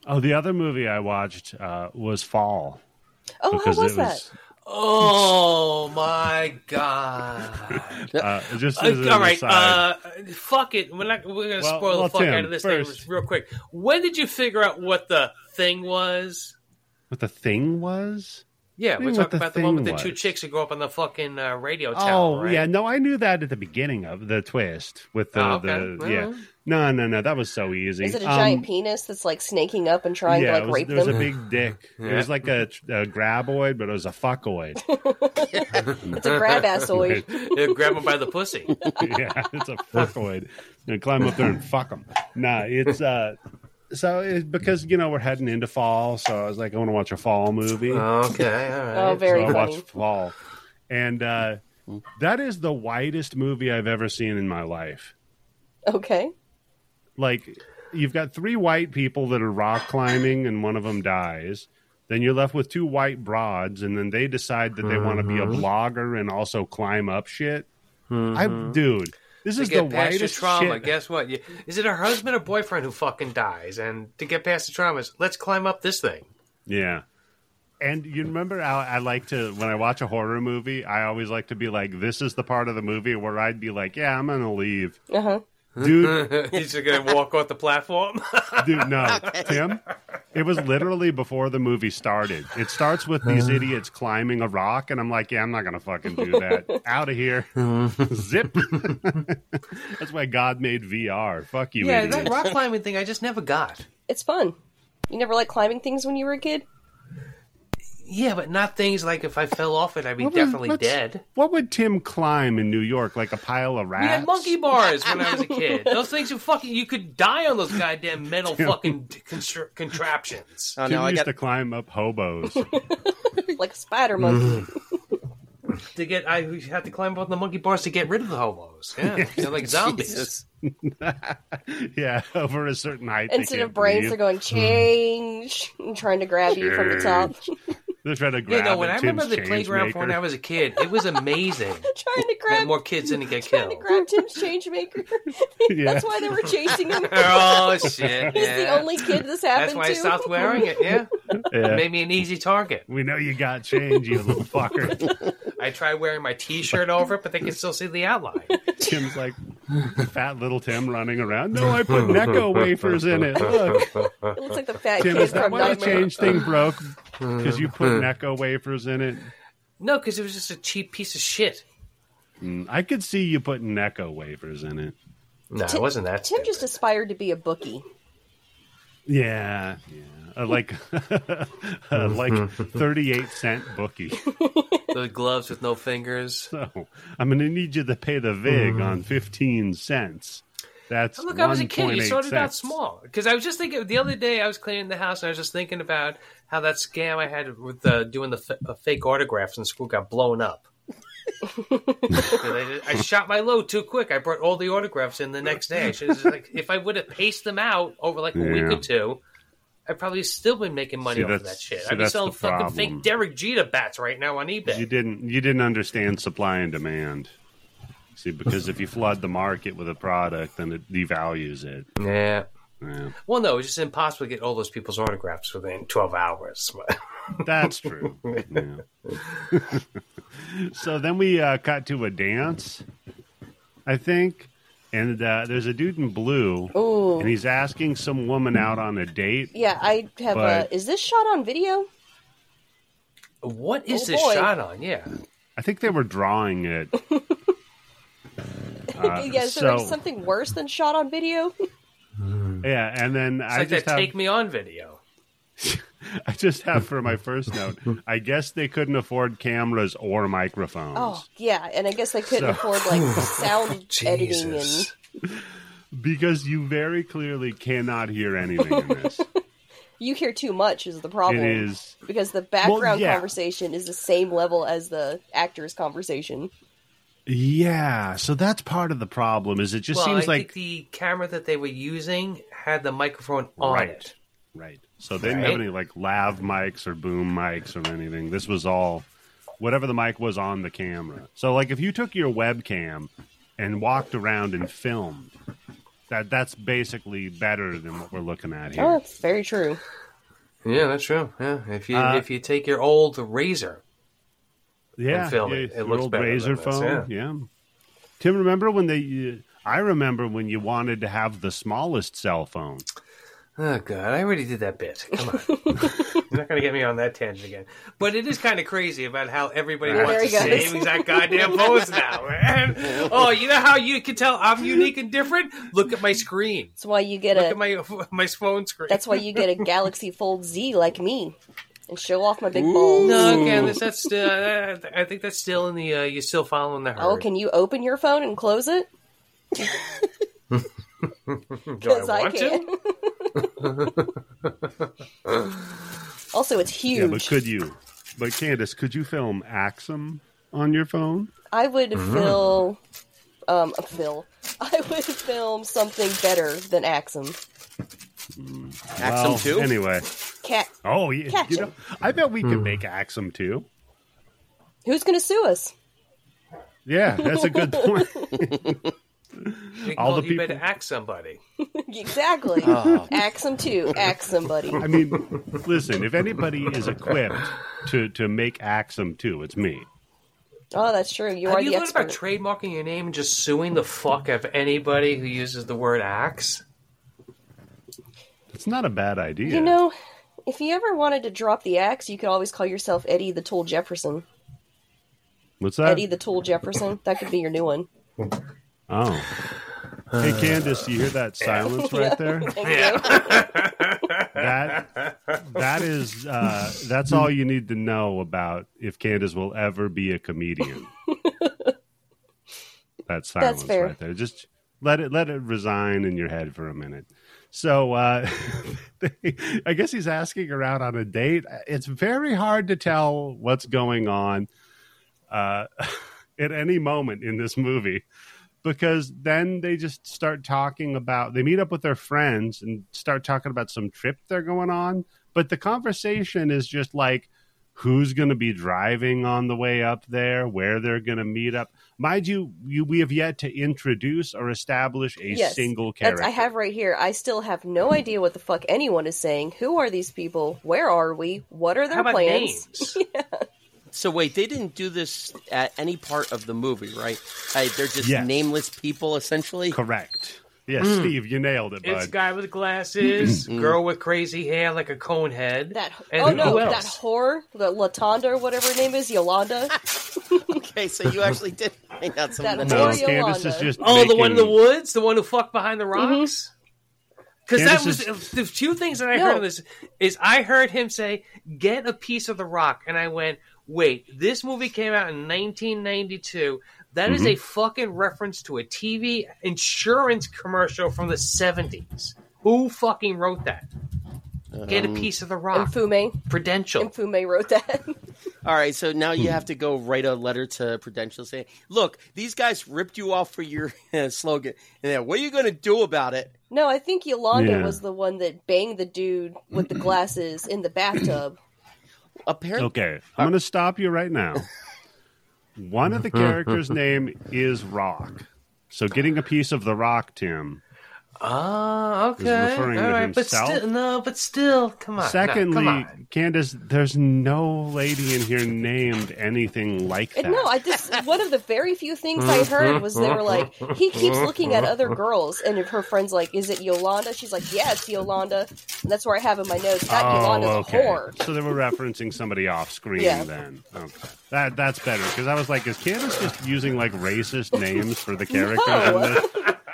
[SPEAKER 1] Oh, the other movie I watched uh, was Fall.
[SPEAKER 2] Oh,
[SPEAKER 1] because
[SPEAKER 2] how was
[SPEAKER 1] it
[SPEAKER 2] that?
[SPEAKER 1] was
[SPEAKER 3] Oh my god!
[SPEAKER 1] Uh, just
[SPEAKER 3] Uh,
[SPEAKER 1] as an
[SPEAKER 3] all right,
[SPEAKER 1] aside,
[SPEAKER 3] uh, fuck it. We're not. We're gonna
[SPEAKER 1] Well-
[SPEAKER 3] spoil
[SPEAKER 1] well,
[SPEAKER 3] the fuck
[SPEAKER 1] Tim,
[SPEAKER 3] out of this
[SPEAKER 1] first-
[SPEAKER 3] thing real quick. When did you figure out what the thing was?
[SPEAKER 1] what the thing was?
[SPEAKER 3] Yeah,
[SPEAKER 1] do you
[SPEAKER 3] we're
[SPEAKER 1] mean what
[SPEAKER 3] talking
[SPEAKER 1] the
[SPEAKER 3] about the
[SPEAKER 1] thing
[SPEAKER 3] one with the two
[SPEAKER 1] was?
[SPEAKER 3] chicks who go up on the fucking uh, radio tower.
[SPEAKER 1] Oh
[SPEAKER 3] right?
[SPEAKER 1] yeah, no, I knew that at the beginning of the twist with the,
[SPEAKER 3] Oh, okay.
[SPEAKER 1] the yeah.
[SPEAKER 3] Well.
[SPEAKER 1] No, no, no, that was so easy.
[SPEAKER 2] Is it a
[SPEAKER 1] Um,
[SPEAKER 2] giant penis that's like snaking up and trying
[SPEAKER 1] yeah,
[SPEAKER 2] to
[SPEAKER 1] it
[SPEAKER 2] like
[SPEAKER 1] was,
[SPEAKER 2] rape
[SPEAKER 1] there was
[SPEAKER 2] them?
[SPEAKER 1] a big dick. It was like a, a graboid, but it was a fuckoid.
[SPEAKER 2] It's a grab assoid.
[SPEAKER 3] They'll grab him by the pussy.
[SPEAKER 1] yeah, it's a fuckoid. You know, climb up there and fuck them. Nah, it's uh, so it, because you know we're heading into fall, so I was like, I want to watch a fall movie.
[SPEAKER 3] okay, all right.
[SPEAKER 2] Oh, very
[SPEAKER 1] so I
[SPEAKER 2] funny.
[SPEAKER 1] watched Fall, and uh,
[SPEAKER 3] Mm-hmm.
[SPEAKER 1] that is the whitest movie I've ever seen in my life.
[SPEAKER 2] Okay.
[SPEAKER 1] Like, you've got three white people that are rock climbing, and one of them dies. Then you're left with two white broads, and then they decide that they want to be a
[SPEAKER 3] Mm-hmm.
[SPEAKER 1] blogger and also climb up shit. I, dude, this
[SPEAKER 3] to
[SPEAKER 1] is the
[SPEAKER 3] Mm-hmm. get past your
[SPEAKER 1] whitest
[SPEAKER 3] trauma,
[SPEAKER 1] shit.
[SPEAKER 3] guess what? You, is it her husband or boyfriend who fucking dies? And to get past the traumas, let's climb up this thing.
[SPEAKER 1] Yeah. And you remember how I like to when I watch a horror movie, I always like to be like, "This is the part of the movie where I'd be like, yeah, I'm gonna leave,
[SPEAKER 3] Uh-huh.
[SPEAKER 2] Uh huh.
[SPEAKER 1] dude."
[SPEAKER 3] He's just gonna walk off the platform.
[SPEAKER 1] Dude, no, Tim. It was literally before the movie started. It starts with these idiots climbing a rock, and I'm like, yeah, I'm not gonna fucking do that. Out of here, zip. That's why God made VR. Fuck you,
[SPEAKER 3] yeah,
[SPEAKER 1] idiots.
[SPEAKER 3] that rock climbing thing I just never got.
[SPEAKER 2] It's fun. You never liked climbing things when you were a kid?
[SPEAKER 3] Yeah, but not things like if I fell off it, I'd be
[SPEAKER 1] What was-
[SPEAKER 3] definitely
[SPEAKER 1] let's-
[SPEAKER 3] dead.
[SPEAKER 1] What would Tim climb in New York? Like a pile of rats?
[SPEAKER 3] We had monkey bars when I was a kid. Those things you fucking you could die on those goddamn metal fucking constr- contraptions.
[SPEAKER 4] Oh
[SPEAKER 1] Tim
[SPEAKER 4] no, I
[SPEAKER 1] used
[SPEAKER 4] got
[SPEAKER 1] to climb up hobos.
[SPEAKER 2] like a spider
[SPEAKER 1] Mm,
[SPEAKER 2] monkey.
[SPEAKER 3] To get, I had to climb up on the monkey bars to get rid of the hobos. Yeah, they're like zombies.
[SPEAKER 4] Jesus.
[SPEAKER 1] yeah, over a certain height. they
[SPEAKER 2] Instead of
[SPEAKER 1] can't
[SPEAKER 2] brains,
[SPEAKER 1] breathe. Mm.
[SPEAKER 2] they're going change and trying to grab you from the top.
[SPEAKER 1] They're trying to
[SPEAKER 3] Yeah,
[SPEAKER 1] grab.
[SPEAKER 3] no, when
[SPEAKER 1] at
[SPEAKER 3] I remember
[SPEAKER 1] Tim's
[SPEAKER 3] the playground for when
[SPEAKER 1] changemaker.
[SPEAKER 3] I was a kid, it was amazing.
[SPEAKER 2] trying to
[SPEAKER 3] that
[SPEAKER 2] grab
[SPEAKER 3] more kids didn't get
[SPEAKER 2] trying
[SPEAKER 3] killed.
[SPEAKER 2] to grab Tim's change maker.
[SPEAKER 1] Yeah.
[SPEAKER 2] That's why they were chasing him.
[SPEAKER 3] oh shit!
[SPEAKER 2] He's
[SPEAKER 3] yeah.
[SPEAKER 2] the only kid this happened
[SPEAKER 3] That's why
[SPEAKER 2] to.
[SPEAKER 3] I stopped wearing it. Yeah,
[SPEAKER 1] Yeah.
[SPEAKER 3] made me an easy target.
[SPEAKER 1] We know you got change, you little fucker.
[SPEAKER 3] I tried wearing my T-shirt over it, but they could still see the outline.
[SPEAKER 1] Tim's like fat little Tim running around. No, I put Necco wafers in it. Look,
[SPEAKER 2] It looks like the fat
[SPEAKER 1] Tim,
[SPEAKER 2] kid
[SPEAKER 1] is that
[SPEAKER 2] from
[SPEAKER 1] why the
[SPEAKER 2] Nightmare.
[SPEAKER 1] change thing broke? Because you put Necco wafers in it.
[SPEAKER 3] No, because it was just a cheap piece of shit.
[SPEAKER 1] I could see you putting Necco wafers in it.
[SPEAKER 3] No, it wasn't that.
[SPEAKER 2] Tim just
[SPEAKER 3] stupid.
[SPEAKER 2] aspired to be a bookie.
[SPEAKER 1] Yeah, yeah. Uh, like, uh, like thirty-eight cent bookie.
[SPEAKER 3] the gloves with no fingers.
[SPEAKER 1] So I'm gonna need you to pay the vig on fifteen cents. That's
[SPEAKER 3] Look, I was a kid.
[SPEAKER 1] 1.8
[SPEAKER 3] You started out
[SPEAKER 1] cents.
[SPEAKER 3] small. Because I was just thinking the other day, I was cleaning the house and I was just thinking about how that scam I had with uh, doing the f- uh, fake autographs in school got blown up. 'Cause I, I shot my load too quick. I brought all the autographs in the next day. I should've just, like, if I would have paced them out over like a week
[SPEAKER 1] Yeah.
[SPEAKER 3] or two, I'd probably still been making money
[SPEAKER 1] See,
[SPEAKER 3] off of
[SPEAKER 1] that's-
[SPEAKER 3] that shit.
[SPEAKER 1] see,
[SPEAKER 3] I'd be
[SPEAKER 1] that's
[SPEAKER 3] selling
[SPEAKER 1] the
[SPEAKER 3] fucking
[SPEAKER 1] problem.
[SPEAKER 3] fake Derek Jeter bats right now on eBay.
[SPEAKER 1] You didn't you didn't understand supply and demand. See, because if you flood the market with a product, then it devalues it.
[SPEAKER 3] yeah.
[SPEAKER 1] Yeah.
[SPEAKER 3] Well, no, it's just impossible to get all those people's autographs within 12 hours.
[SPEAKER 1] That's true. Yeah. so then we uh, cut to a dance, I think, and uh, there's a dude in blue,
[SPEAKER 2] Ooh.
[SPEAKER 1] and he's asking some woman out on a date.
[SPEAKER 2] Yeah, I have
[SPEAKER 1] But-
[SPEAKER 2] a. Is this shot on video?
[SPEAKER 3] What is
[SPEAKER 2] Oh,
[SPEAKER 3] this
[SPEAKER 2] boy.
[SPEAKER 3] shot on? Yeah.
[SPEAKER 1] I think they were drawing it. Uh,
[SPEAKER 2] yeah, is there
[SPEAKER 1] so- Oh,
[SPEAKER 2] something worse than shot on video?
[SPEAKER 1] Yeah, and then
[SPEAKER 3] It's
[SPEAKER 1] I
[SPEAKER 3] like
[SPEAKER 1] just
[SPEAKER 3] that
[SPEAKER 1] have,
[SPEAKER 3] take me on video.
[SPEAKER 1] I just have for my first note. I guess they couldn't afford cameras or microphones.
[SPEAKER 2] Oh, yeah, and I guess they couldn't afford like sound editing and
[SPEAKER 3] Jesus.
[SPEAKER 1] Because you very clearly cannot hear anything in this.
[SPEAKER 2] you hear too much is the
[SPEAKER 1] it
[SPEAKER 2] problem.
[SPEAKER 1] is
[SPEAKER 2] Because the background
[SPEAKER 1] yeah.
[SPEAKER 2] conversation is the same level as the actor's conversation.
[SPEAKER 1] Yeah, so that's part of the problem is it just
[SPEAKER 3] well,
[SPEAKER 1] seems
[SPEAKER 3] I
[SPEAKER 1] like
[SPEAKER 3] think the camera that they were using had the microphone on
[SPEAKER 1] Right.
[SPEAKER 3] it.
[SPEAKER 1] right. So they didn't have
[SPEAKER 3] Right.
[SPEAKER 1] any like lav mics or boom mics or anything. This was all whatever the mic was on the camera. So like if you took your webcam and walked around and filmed that that's basically better than what we're looking at here.
[SPEAKER 2] Oh, that's very true.
[SPEAKER 3] Yeah, that's true. Yeah, if you
[SPEAKER 1] Uh,
[SPEAKER 3] if you take your old razor,
[SPEAKER 1] yeah,
[SPEAKER 3] and film
[SPEAKER 1] yeah,
[SPEAKER 3] it. It
[SPEAKER 1] your
[SPEAKER 3] looks
[SPEAKER 1] old
[SPEAKER 3] better than
[SPEAKER 1] razor
[SPEAKER 3] this,
[SPEAKER 1] phone. Yeah. Tim, remember when they? Uh, I remember when you wanted to have the smallest cell phone.
[SPEAKER 3] oh god, I already did that bit. Come on, you're not gonna get me on that tangent again. But it is kind of crazy about how everybody
[SPEAKER 1] There
[SPEAKER 3] wants
[SPEAKER 2] he
[SPEAKER 3] the
[SPEAKER 2] goes.
[SPEAKER 3] same exact goddamn pose now. Man. Oh, you know how you can tell I'm unique and different? Look at my screen.
[SPEAKER 2] That's why you get
[SPEAKER 3] Look
[SPEAKER 2] a.
[SPEAKER 3] at my my phone screen.
[SPEAKER 2] That's why you get a Galaxy Fold Z like me, and show off my big balls.
[SPEAKER 3] No, Candace, that's still. Uh, I think that's still in the. Uh, you're still following the herd.
[SPEAKER 2] Oh, can you open your phone and close it?
[SPEAKER 3] Do I
[SPEAKER 2] Because I,
[SPEAKER 3] want
[SPEAKER 2] can.
[SPEAKER 3] to?
[SPEAKER 2] also, it's huge.
[SPEAKER 1] Yeah, but could you? But Candace, could you film Axum on your phone?
[SPEAKER 2] I would
[SPEAKER 3] Mm-hmm.
[SPEAKER 2] feel, um, feel. I would film something better than Axum.
[SPEAKER 4] Axum too.
[SPEAKER 1] Oh, Anyway,
[SPEAKER 2] Cat,
[SPEAKER 1] oh yeah,
[SPEAKER 2] Catch
[SPEAKER 1] you
[SPEAKER 2] him.
[SPEAKER 1] know, I bet we could make Axum too.
[SPEAKER 2] who's going to sue us?
[SPEAKER 1] Yeah, that's a good point.
[SPEAKER 3] You,
[SPEAKER 1] All the
[SPEAKER 3] you better
[SPEAKER 1] people-
[SPEAKER 3] act somebody.
[SPEAKER 2] exactly.
[SPEAKER 3] Oh.
[SPEAKER 2] Ax them too. Ax somebody.
[SPEAKER 1] I mean, listen, if anybody is equipped to to make Axum too, it's me.
[SPEAKER 2] Oh, that's true. You are
[SPEAKER 3] Have you
[SPEAKER 2] the
[SPEAKER 3] thought about
[SPEAKER 2] expert.
[SPEAKER 3] trademarking your name and just suing the fuck of anybody who uses the word axe?
[SPEAKER 1] It's not a bad idea.
[SPEAKER 2] you know, If you ever wanted to drop the axe, you could always call yourself Eddie the Tool Jefferson.
[SPEAKER 1] What's that?
[SPEAKER 2] Eddie the Tool Jefferson. That could be your new one.
[SPEAKER 1] Oh. Hey, Candace, do you hear that silence right there?
[SPEAKER 2] Thank you.
[SPEAKER 1] That that is uh, that's all you need to know about if Candace will ever be a comedian. that silence
[SPEAKER 2] fair.
[SPEAKER 1] right there. Just let it let it resign in your head for a minute. So uh, I guess he's asking her out on a date. It's very hard to tell what's going on uh, at any moment in this movie because then they just start talking about they meet up with their friends and start talking about some trip they're going on but the conversation is just like who's going to be driving on the way up there where they're going to meet up mind you, you we have yet to introduce or establish a
[SPEAKER 2] Yes,
[SPEAKER 1] single character
[SPEAKER 2] That's, I have right here. I still have no idea what the fuck anyone is saying. Who are these people? Where are we? What are
[SPEAKER 3] How
[SPEAKER 2] their
[SPEAKER 3] about
[SPEAKER 2] plans?
[SPEAKER 3] names?
[SPEAKER 4] So wait, they didn't do this at any part of the movie, right? Uh, they're just
[SPEAKER 1] Yes.
[SPEAKER 4] nameless people, essentially.
[SPEAKER 1] correct yes steve you nailed it
[SPEAKER 3] It's
[SPEAKER 1] bud
[SPEAKER 3] guy with glasses, girl with crazy hair like a cone head.
[SPEAKER 2] That
[SPEAKER 3] and
[SPEAKER 2] oh
[SPEAKER 3] who
[SPEAKER 2] no, that
[SPEAKER 3] else?
[SPEAKER 2] whore, the Latonda or whatever her name is, Yolanda.
[SPEAKER 4] Okay, so you actually did find out some
[SPEAKER 2] That
[SPEAKER 4] of the
[SPEAKER 1] no
[SPEAKER 2] Yolanda.
[SPEAKER 1] candace is just
[SPEAKER 3] Oh, the one in the
[SPEAKER 1] making-
[SPEAKER 3] woods, the one who fucked behind the rocks. Because that was
[SPEAKER 1] Candace
[SPEAKER 3] the few things that I
[SPEAKER 2] No.
[SPEAKER 3] heard of this is I heard him say, "Get a piece of the rock," and I went, "Wait, this movie came out in 1992. That is a
[SPEAKER 1] Mm-hmm.
[SPEAKER 3] fucking reference to a TV insurance commercial from the 70s. Who fucking wrote that? Get
[SPEAKER 1] Um,
[SPEAKER 3] a piece of the rock.
[SPEAKER 2] Mfume.
[SPEAKER 3] Prudential.
[SPEAKER 2] Mfume wrote that.
[SPEAKER 4] All right, so now you have to go write a letter to Prudential saying, "Look, these guys ripped you off for your slogan, and then, what are you going to do about it?"
[SPEAKER 2] no, I think Yolanda
[SPEAKER 1] Yeah.
[SPEAKER 2] was the one that banged the dude with the glasses in the bathtub.
[SPEAKER 4] Apparently,
[SPEAKER 1] Okay, I'm going to stop you right now. One of the characters' name is Rock. So getting a piece of the rock, Tim.
[SPEAKER 3] Ah, okay.
[SPEAKER 1] referring to
[SPEAKER 3] All right, but
[SPEAKER 1] himself.
[SPEAKER 3] still, no, but still,
[SPEAKER 2] Ah,
[SPEAKER 3] come on. no,
[SPEAKER 1] Secondly,
[SPEAKER 3] come on.
[SPEAKER 1] Candace, there's no lady in here named anything like that.
[SPEAKER 2] And no, I just one of the very few things I heard was they were like, he keeps looking at other girls, and if her friend's like, "Is it Yolanda?" She's like, "Yeah, it's Yolanda." And that's where I have in my notes that
[SPEAKER 1] Oh,
[SPEAKER 2] Yolanda's a whore.
[SPEAKER 1] So they were referencing somebody off screen
[SPEAKER 2] Yeah.
[SPEAKER 1] then. Okay. That that's better because I was like, is Candace just using like racist names for the characters
[SPEAKER 2] No.
[SPEAKER 1] in this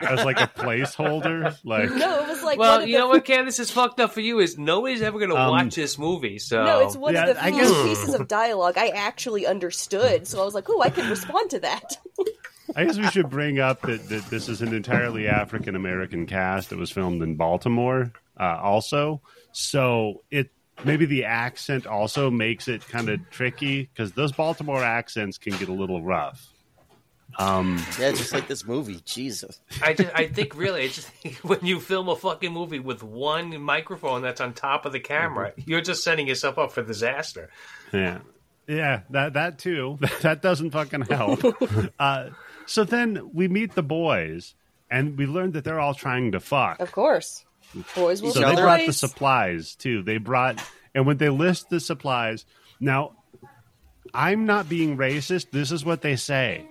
[SPEAKER 1] as like a placeholder? Like
[SPEAKER 2] No, it was like one
[SPEAKER 3] Well,
[SPEAKER 2] of
[SPEAKER 3] you
[SPEAKER 2] the-
[SPEAKER 3] know what, Candace is fucked up for you is nobody's ever going to
[SPEAKER 1] Um,
[SPEAKER 3] watch this movie. So
[SPEAKER 2] No, it's one
[SPEAKER 1] Yeah,
[SPEAKER 2] of the
[SPEAKER 1] I
[SPEAKER 2] few
[SPEAKER 1] guess-
[SPEAKER 2] pieces of dialogue I actually understood, so I was like, "Oh, I can respond to that."
[SPEAKER 1] I guess we should bring up that, that this is an entirely African American cast that was filmed in Baltimore, uh, also. So it maybe the accent also makes it kind of tricky because those Baltimore accents can get a little rough. Um,
[SPEAKER 4] yeah, just like this movie, Jesus.
[SPEAKER 3] I just, I think really, I just think when you film a fucking movie with one microphone that's on top of the camera,
[SPEAKER 1] Mm-hmm.
[SPEAKER 3] you're just setting yourself up for disaster.
[SPEAKER 1] Yeah. Yeah, that that too. That doesn't fucking help. uh, so then we meet the boys and we learn that they're all trying to fuck.
[SPEAKER 2] Of course, boys will
[SPEAKER 1] So
[SPEAKER 2] be
[SPEAKER 1] they
[SPEAKER 4] other?
[SPEAKER 1] brought the
[SPEAKER 2] boys.
[SPEAKER 1] supplies too. They brought, and when they list the supplies, now I'm not being racist. This is what they say.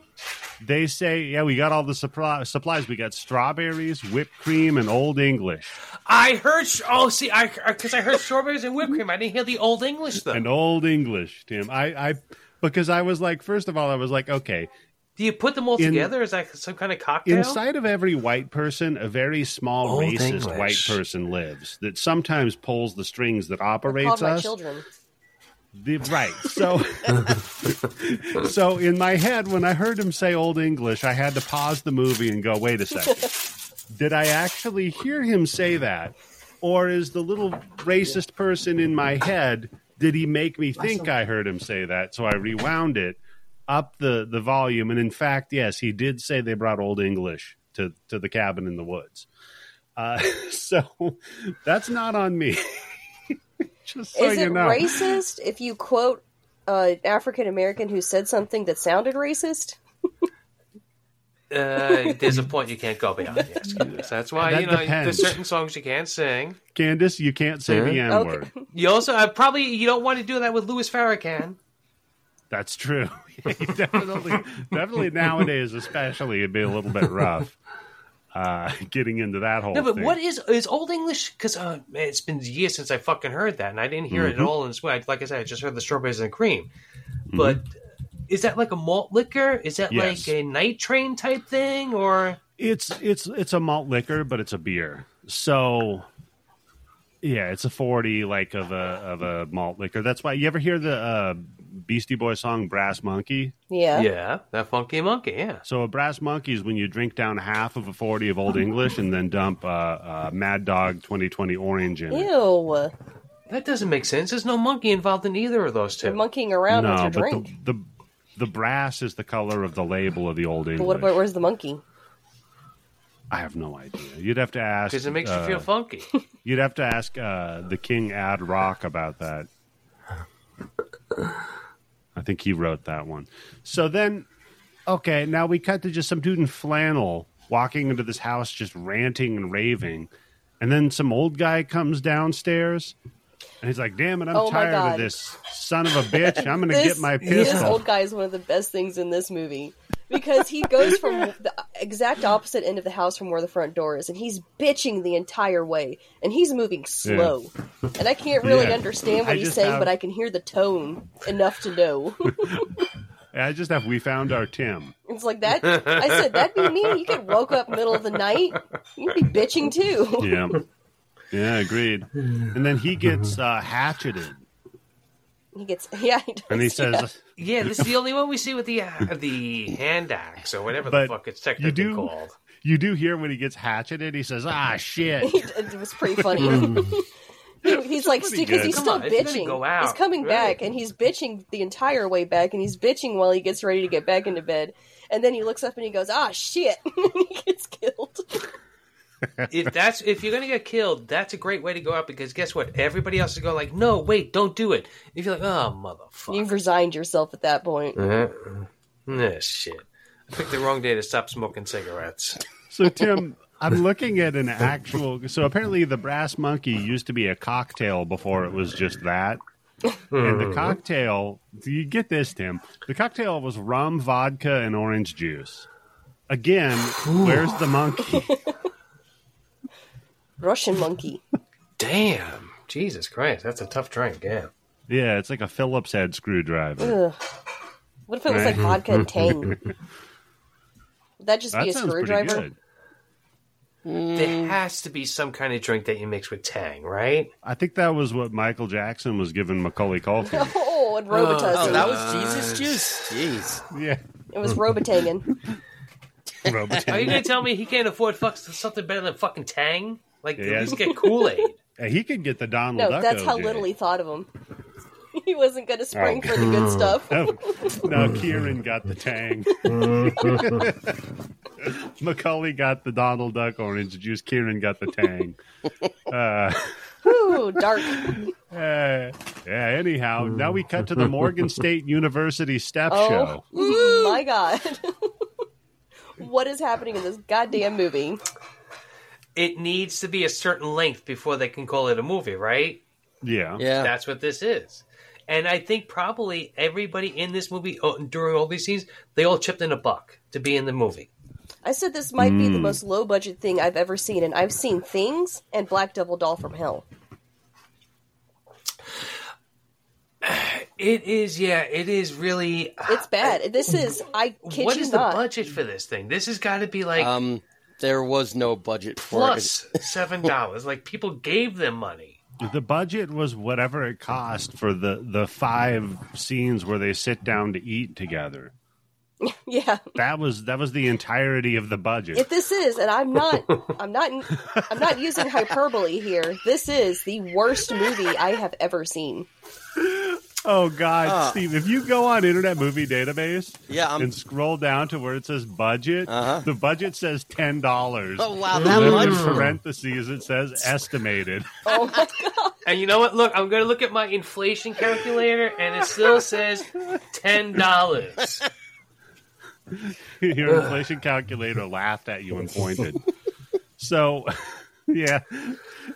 [SPEAKER 1] They say, yeah, we got all the suppli- supplies. We got strawberries, whipped cream, and Old English.
[SPEAKER 3] I heard, sh- oh, see, I because I heard strawberries and whipped cream. I didn't hear the old English though.
[SPEAKER 1] And Old English, Tim. I, I, because I was like, first of all, I was like, okay,
[SPEAKER 3] Do you put them all
[SPEAKER 1] In-
[SPEAKER 3] together? Is that some kind of cocktail?
[SPEAKER 1] inside of every white person, a very small
[SPEAKER 3] Old
[SPEAKER 1] racist
[SPEAKER 3] English.
[SPEAKER 1] white person lives that sometimes pulls the strings that
[SPEAKER 2] called
[SPEAKER 1] operates
[SPEAKER 2] my
[SPEAKER 1] us.
[SPEAKER 2] children.
[SPEAKER 1] The, right. So, so in my head, when I heard him say Old English, I had to pause the movie and go, "Wait a second, did I actually hear him say that, or is the little racist person in my head? Did he make me think I heard him say that?" So I rewound it up the the volume, and in fact, yes, he did say they brought Old English to to the cabin in the woods. Uh, so that's not on me. Just so
[SPEAKER 2] is
[SPEAKER 1] you
[SPEAKER 2] it
[SPEAKER 1] know.
[SPEAKER 2] racist if you quote an African American who said something that sounded racist?
[SPEAKER 3] uh, there's a point you can't go beyond. Yes, Candace. that's why
[SPEAKER 1] That
[SPEAKER 3] you know
[SPEAKER 1] depends.
[SPEAKER 3] there's certain songs you can't sing.
[SPEAKER 1] Candace, you can't say the N
[SPEAKER 2] Okay.
[SPEAKER 1] word.
[SPEAKER 3] You also I probably you don't want to do that with Louis Farrakhan.
[SPEAKER 1] That's true. Yeah, you definitely, definitely nowadays, especially, it'd be a little bit rough. uh, getting into that whole
[SPEAKER 3] No, but
[SPEAKER 1] thing.
[SPEAKER 3] what is is old English? Because uh, man, it's been years since I fucking heard that, and I didn't hear it at
[SPEAKER 1] Mhm.
[SPEAKER 3] all. And it's why- like I said, I just heard the strawberries and cream. But is that like a malt liquor? Is that
[SPEAKER 1] Mm-hmm. Yes.
[SPEAKER 3] like a night train type thing, or
[SPEAKER 1] It's it's it's a malt liquor, but it's a beer. So yeah, it's a forty like of a of a malt liquor. That's why you ever hear the uh, Beastie Boy song "Brass Monkey."
[SPEAKER 2] Yeah.
[SPEAKER 3] yeah, that funky monkey? Yeah,
[SPEAKER 1] So a brass monkey is when you drink down half of a forty of Old English and then dump uh, uh, Mad Dog twenty twenty orange in it.
[SPEAKER 2] Ew.
[SPEAKER 3] that doesn't make sense. There's no monkey involved in either of those 2
[SPEAKER 2] You're monkeying around with
[SPEAKER 1] No,
[SPEAKER 2] your
[SPEAKER 1] but
[SPEAKER 2] drink.
[SPEAKER 1] the, the the brass is the color of the label of the Old English.
[SPEAKER 2] But what about where's the monkey?
[SPEAKER 1] I have no idea. You'd have to ask.
[SPEAKER 3] because it makes you
[SPEAKER 1] uh,
[SPEAKER 3] feel funky.
[SPEAKER 1] You'd have to ask uh, the King Ad Rock about that. I think he wrote that one. So then, okay, now we cut to just some dude in flannel walking into this house, just ranting and raving, and then some old guy comes downstairs, and he's like, "Damn it, I'm
[SPEAKER 2] Oh my
[SPEAKER 1] tired of
[SPEAKER 2] God.
[SPEAKER 1] this son of a bitch. I'm going to
[SPEAKER 2] This-
[SPEAKER 1] get my
[SPEAKER 2] This
[SPEAKER 1] pistol."
[SPEAKER 2] old guy is one of the best things in this movie because he goes from the exact opposite end of the house from where the front door is, and he's bitching the entire way, and he's moving slow, and I can't really
[SPEAKER 1] Yeah.
[SPEAKER 2] understand
[SPEAKER 1] I
[SPEAKER 2] what he's
[SPEAKER 1] just
[SPEAKER 2] saying,
[SPEAKER 1] have-
[SPEAKER 2] but I can hear the tone enough to know.
[SPEAKER 1] I just have we found our Tim.
[SPEAKER 2] it's like that. I said that'd be me. You get woke up middle of the night, you'd be bitching too.
[SPEAKER 1] Yeah, yeah, agreed. And then he gets uh, hatcheted,
[SPEAKER 2] He gets yeah. He does,
[SPEAKER 1] and he says.
[SPEAKER 2] yeah.
[SPEAKER 3] yeah, this is the only one we see with the uh, the hand axe or whatever
[SPEAKER 1] But
[SPEAKER 3] the fuck it's
[SPEAKER 1] you
[SPEAKER 3] technically
[SPEAKER 1] do
[SPEAKER 3] called.
[SPEAKER 1] you do hear when he gets hatcheted he says ah shit
[SPEAKER 2] He- it was
[SPEAKER 1] Mm.
[SPEAKER 2] pretty funny. He- he's like,
[SPEAKER 1] pretty
[SPEAKER 2] because
[SPEAKER 1] good.
[SPEAKER 2] he's
[SPEAKER 3] Come
[SPEAKER 2] still
[SPEAKER 3] on, it's gonna
[SPEAKER 2] bitching.
[SPEAKER 3] go out,
[SPEAKER 2] he's coming
[SPEAKER 3] right?
[SPEAKER 2] back, and he's bitching the entire way back, and he's bitching while he gets ready to get back into bed. And then he looks up and he goes, "Ah, shit!" and he gets killed.
[SPEAKER 3] if that's if you're gonna get killed, that's a great way to go out because guess what? Everybody else is going like, no, wait, don't do it. If you're like, oh motherfucker,
[SPEAKER 2] You've resigned yourself at that point.
[SPEAKER 3] Nah, shit, I picked the wrong day to stop smoking cigarettes.
[SPEAKER 1] so tim i'm looking at an actual so apparently the brass monkey used to be a cocktail before it was just that and the cocktail do you get this tim the cocktail was rum vodka and orange juice again where's the monkey
[SPEAKER 2] Russian monkey.
[SPEAKER 3] Damn, Jesus Christ, that's a tough drink. Yeah,
[SPEAKER 1] yeah it's like a phillips head screwdriver
[SPEAKER 2] Ugh. What if it
[SPEAKER 1] Mm-hmm.
[SPEAKER 2] was like vodka and tang? Would that just
[SPEAKER 1] that
[SPEAKER 2] be a
[SPEAKER 1] sounds pretty
[SPEAKER 2] screwdriver?
[SPEAKER 1] good
[SPEAKER 3] there has to be some kind of drink that you mix with Tang, right?
[SPEAKER 1] i think that was what michael jackson was giving macaulay culkin
[SPEAKER 2] Oh, and Robitussin.
[SPEAKER 4] Oh, that
[SPEAKER 1] Uh,
[SPEAKER 4] was Jesus juice. Hmm. Jeez.
[SPEAKER 1] yeah
[SPEAKER 2] it was Robitangan.
[SPEAKER 3] Are you
[SPEAKER 1] Robitussin.
[SPEAKER 3] gonna tell me he can't afford fuck something better than fucking Tang? Like
[SPEAKER 1] Yeah.
[SPEAKER 3] at least get Kool Aid.
[SPEAKER 1] he could get the donald
[SPEAKER 2] No,
[SPEAKER 1] duck
[SPEAKER 2] that's how
[SPEAKER 1] OJ.
[SPEAKER 2] little he thought of him. He wasn't going to spring for the
[SPEAKER 1] Oh,
[SPEAKER 2] good stuff.
[SPEAKER 1] No, no, Kieran got the tang. Macaulay got the Donald Duck orange juice. Kieran got the tang.
[SPEAKER 2] Ooh, dark.
[SPEAKER 1] Uh, yeah, anyhow, now we cut to the Morgan State University step
[SPEAKER 2] Oh
[SPEAKER 1] show.
[SPEAKER 2] my god. what is happening in this goddamn movie?
[SPEAKER 3] It needs to be a certain length before they can call it a movie, right?
[SPEAKER 1] Yeah.
[SPEAKER 4] Yeah.
[SPEAKER 3] That's what this is. And I think probably everybody in this movie oh, during all these scenes, they all chipped in a buck to be in the movie.
[SPEAKER 2] I said this might be
[SPEAKER 1] Hmm.
[SPEAKER 2] the most low budget thing I've ever seen, and I've seen Things and Black Devil Doll from Hell.
[SPEAKER 3] It is, yeah, it is really.
[SPEAKER 2] It's bad. This is, I kid
[SPEAKER 3] what
[SPEAKER 2] you
[SPEAKER 3] is
[SPEAKER 2] not.
[SPEAKER 3] the budget for this thing? This has got to be like
[SPEAKER 4] Um, there was no budget for it.
[SPEAKER 3] plus seven dollars. like people gave them money.
[SPEAKER 1] The budget was whatever it cost for the, the five scenes where they sit down to eat together.
[SPEAKER 2] Yeah.
[SPEAKER 1] That was that was the entirety of the budget.
[SPEAKER 2] If this is, and I'm not, I'm not, I'm not using hyperbole here. This is the worst movie I have ever seen.
[SPEAKER 1] Oh God,
[SPEAKER 4] Uh.
[SPEAKER 1] Steve! If you go on Internet Movie Database,
[SPEAKER 4] Yeah, I'm-
[SPEAKER 1] and scroll down to where it says budget,
[SPEAKER 4] Uh-huh.
[SPEAKER 1] the budget says ten dollars.
[SPEAKER 4] Oh wow,
[SPEAKER 1] And
[SPEAKER 4] that
[SPEAKER 1] then
[SPEAKER 4] much.
[SPEAKER 1] in parentheses, it says estimated.
[SPEAKER 2] Oh my
[SPEAKER 3] And you know what? Look, I'm going to look at my inflation calculator, and it still says ten dollars.
[SPEAKER 1] Your inflation calculator laughed at you and pointed. so, yeah,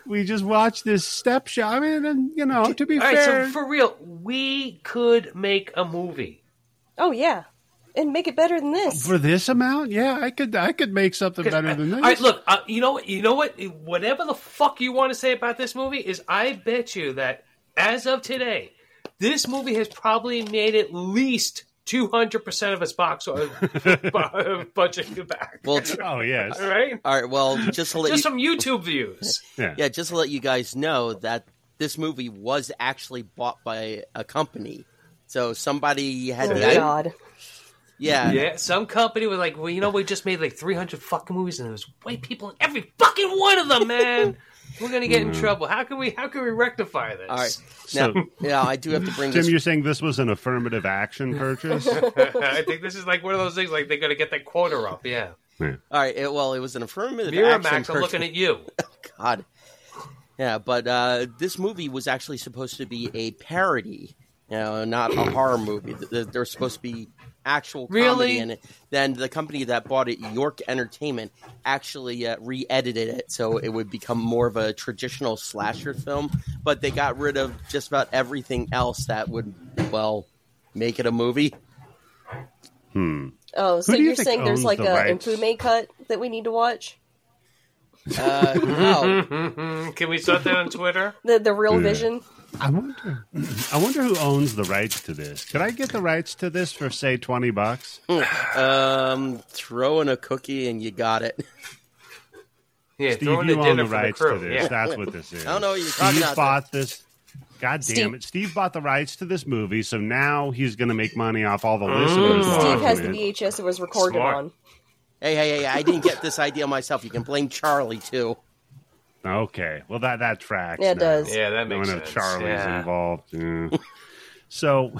[SPEAKER 1] we just watched this step show. I mean, and, you know, to be
[SPEAKER 3] All right,
[SPEAKER 1] fair,
[SPEAKER 3] so for real, we could make a movie.
[SPEAKER 2] Oh yeah. and make it better than this.
[SPEAKER 1] For this amount, yeah, I could I could make something better than this.
[SPEAKER 3] All right, look, uh, you know what? You know what? Whatever the fuck you want to say about this movie is, I bet you that as of today, this movie has probably made at least two hundred percent of its box or budget back.
[SPEAKER 4] Well, t-
[SPEAKER 1] Oh yes,
[SPEAKER 3] all right,
[SPEAKER 4] all right. Well, just to let
[SPEAKER 3] just
[SPEAKER 4] you,
[SPEAKER 3] from YouTube views.
[SPEAKER 1] yeah.
[SPEAKER 4] yeah, just to let you guys know that this movie was actually bought by a company. So somebody had
[SPEAKER 2] Oh
[SPEAKER 4] the idea.
[SPEAKER 2] God!
[SPEAKER 4] Yeah,
[SPEAKER 3] Yeah, some company was like, well, you know, we just made like three hundred fucking movies, and there's white people in every fucking one of them, man. We're gonna get in
[SPEAKER 4] Mm-hmm.
[SPEAKER 3] trouble. How can we? How can we rectify this?
[SPEAKER 4] All right. Now,
[SPEAKER 1] So-
[SPEAKER 4] now I do have to bring
[SPEAKER 1] Tim,
[SPEAKER 4] this.
[SPEAKER 1] you're saying this was an affirmative action purchase?
[SPEAKER 3] I think this is like one of those things. Like they're gonna get that quota up. Yeah,
[SPEAKER 4] All right. It, well, it was an affirmative action.
[SPEAKER 3] Miramax. I'm
[SPEAKER 4] purchase.
[SPEAKER 3] looking at you.
[SPEAKER 4] God. Yeah, but uh, this movie was actually supposed to be a parody, you know, not a horror movie. Th- th- There was supposed to be actual comedy
[SPEAKER 3] Really?
[SPEAKER 4] in it. Then the company that bought it, York Entertainment, actually uh, re-edited it so it would become more of a traditional slasher film. But they got rid of just about everything else that would, well, make it a movie.
[SPEAKER 2] Oh, so
[SPEAKER 1] do you
[SPEAKER 2] you're
[SPEAKER 1] think
[SPEAKER 2] saying there's
[SPEAKER 1] owns
[SPEAKER 2] like
[SPEAKER 1] the
[SPEAKER 2] a
[SPEAKER 1] rights?
[SPEAKER 2] Infume cut that we need to watch?
[SPEAKER 4] Uh, no,
[SPEAKER 3] Mm, Can we start that on Twitter?
[SPEAKER 2] The the real
[SPEAKER 1] Yeah.
[SPEAKER 2] vision.
[SPEAKER 1] I wonder. I wonder who owns the rights to this. Could I get the rights to this for say twenty bucks?
[SPEAKER 4] um, throw in a cookie and you got it.
[SPEAKER 3] Yeah,
[SPEAKER 1] Steve,
[SPEAKER 3] throwing
[SPEAKER 1] you
[SPEAKER 3] the
[SPEAKER 1] own
[SPEAKER 3] dinner
[SPEAKER 1] the
[SPEAKER 3] for the
[SPEAKER 1] rights
[SPEAKER 3] crew.
[SPEAKER 1] to this.
[SPEAKER 3] Yeah.
[SPEAKER 1] That's what this is.
[SPEAKER 4] I don't know what you're talking
[SPEAKER 1] Steve
[SPEAKER 4] about.
[SPEAKER 1] bought this. God damn
[SPEAKER 2] Steve-
[SPEAKER 1] it! Steve bought the rights to this movie, so now he's going to make money off all the
[SPEAKER 3] Mm.
[SPEAKER 1] listeners.
[SPEAKER 2] Steve
[SPEAKER 1] watching
[SPEAKER 2] has the
[SPEAKER 1] it.
[SPEAKER 2] VHS it was recorded
[SPEAKER 3] Smart.
[SPEAKER 2] on.
[SPEAKER 4] Hey, hey, hey, I didn't get this idea myself. You can blame Charlie, too.
[SPEAKER 1] Okay. Well, that that tracks.
[SPEAKER 2] Yeah, it
[SPEAKER 1] now.
[SPEAKER 2] does.
[SPEAKER 3] Yeah, that
[SPEAKER 1] Knowing
[SPEAKER 3] makes
[SPEAKER 1] if
[SPEAKER 3] sense.
[SPEAKER 1] Charlie's
[SPEAKER 3] yeah.
[SPEAKER 1] involved. yeah. so,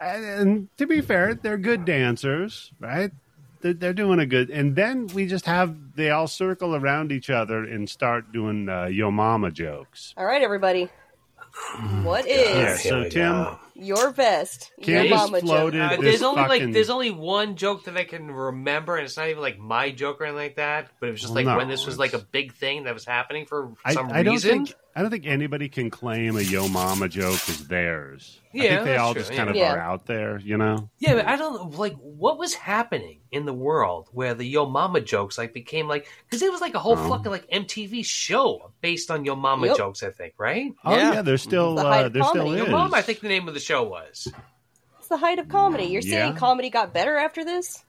[SPEAKER 1] and, and to be fair, they're good dancers, right? They're, they're doing a good. And then we just have they all circle around each other and start doing uh, yo mama jokes.
[SPEAKER 2] All right, everybody. What is
[SPEAKER 1] Yeah. So Tim,
[SPEAKER 2] your best? Your
[SPEAKER 1] Candace
[SPEAKER 2] mama
[SPEAKER 1] floated
[SPEAKER 2] joke.
[SPEAKER 1] This
[SPEAKER 3] Uh, there's only
[SPEAKER 1] fucking-
[SPEAKER 3] like there's only one joke that I can remember, and it's not even like my joke or anything like that. But it was just like
[SPEAKER 1] No,
[SPEAKER 3] when this was like a
[SPEAKER 1] it's-
[SPEAKER 3] big thing that was happening for
[SPEAKER 1] I,
[SPEAKER 3] some
[SPEAKER 1] I don't
[SPEAKER 3] reason.
[SPEAKER 1] think I don't think anybody can claim a yo mama joke is theirs. I
[SPEAKER 3] Yeah,
[SPEAKER 1] think they
[SPEAKER 3] that's
[SPEAKER 1] all
[SPEAKER 3] true,
[SPEAKER 1] just kind of
[SPEAKER 2] yeah.
[SPEAKER 1] are out there, you know.
[SPEAKER 3] Yeah, but I don't know, like what was happening in the world where the Yo Mama jokes like became like because it was like a whole
[SPEAKER 1] Um.
[SPEAKER 3] fucking like MTV show based on Yo Mama
[SPEAKER 2] Yep.
[SPEAKER 3] jokes. I think right.
[SPEAKER 1] Oh
[SPEAKER 4] Yeah.
[SPEAKER 1] yeah, there's still
[SPEAKER 2] The height
[SPEAKER 1] uh,
[SPEAKER 2] of
[SPEAKER 1] there still
[SPEAKER 2] comedy.
[SPEAKER 1] is.
[SPEAKER 3] Yo Mama, I think the name of the show was.
[SPEAKER 2] It's the height of comedy. You're
[SPEAKER 1] Yeah.
[SPEAKER 2] saying comedy got better after this?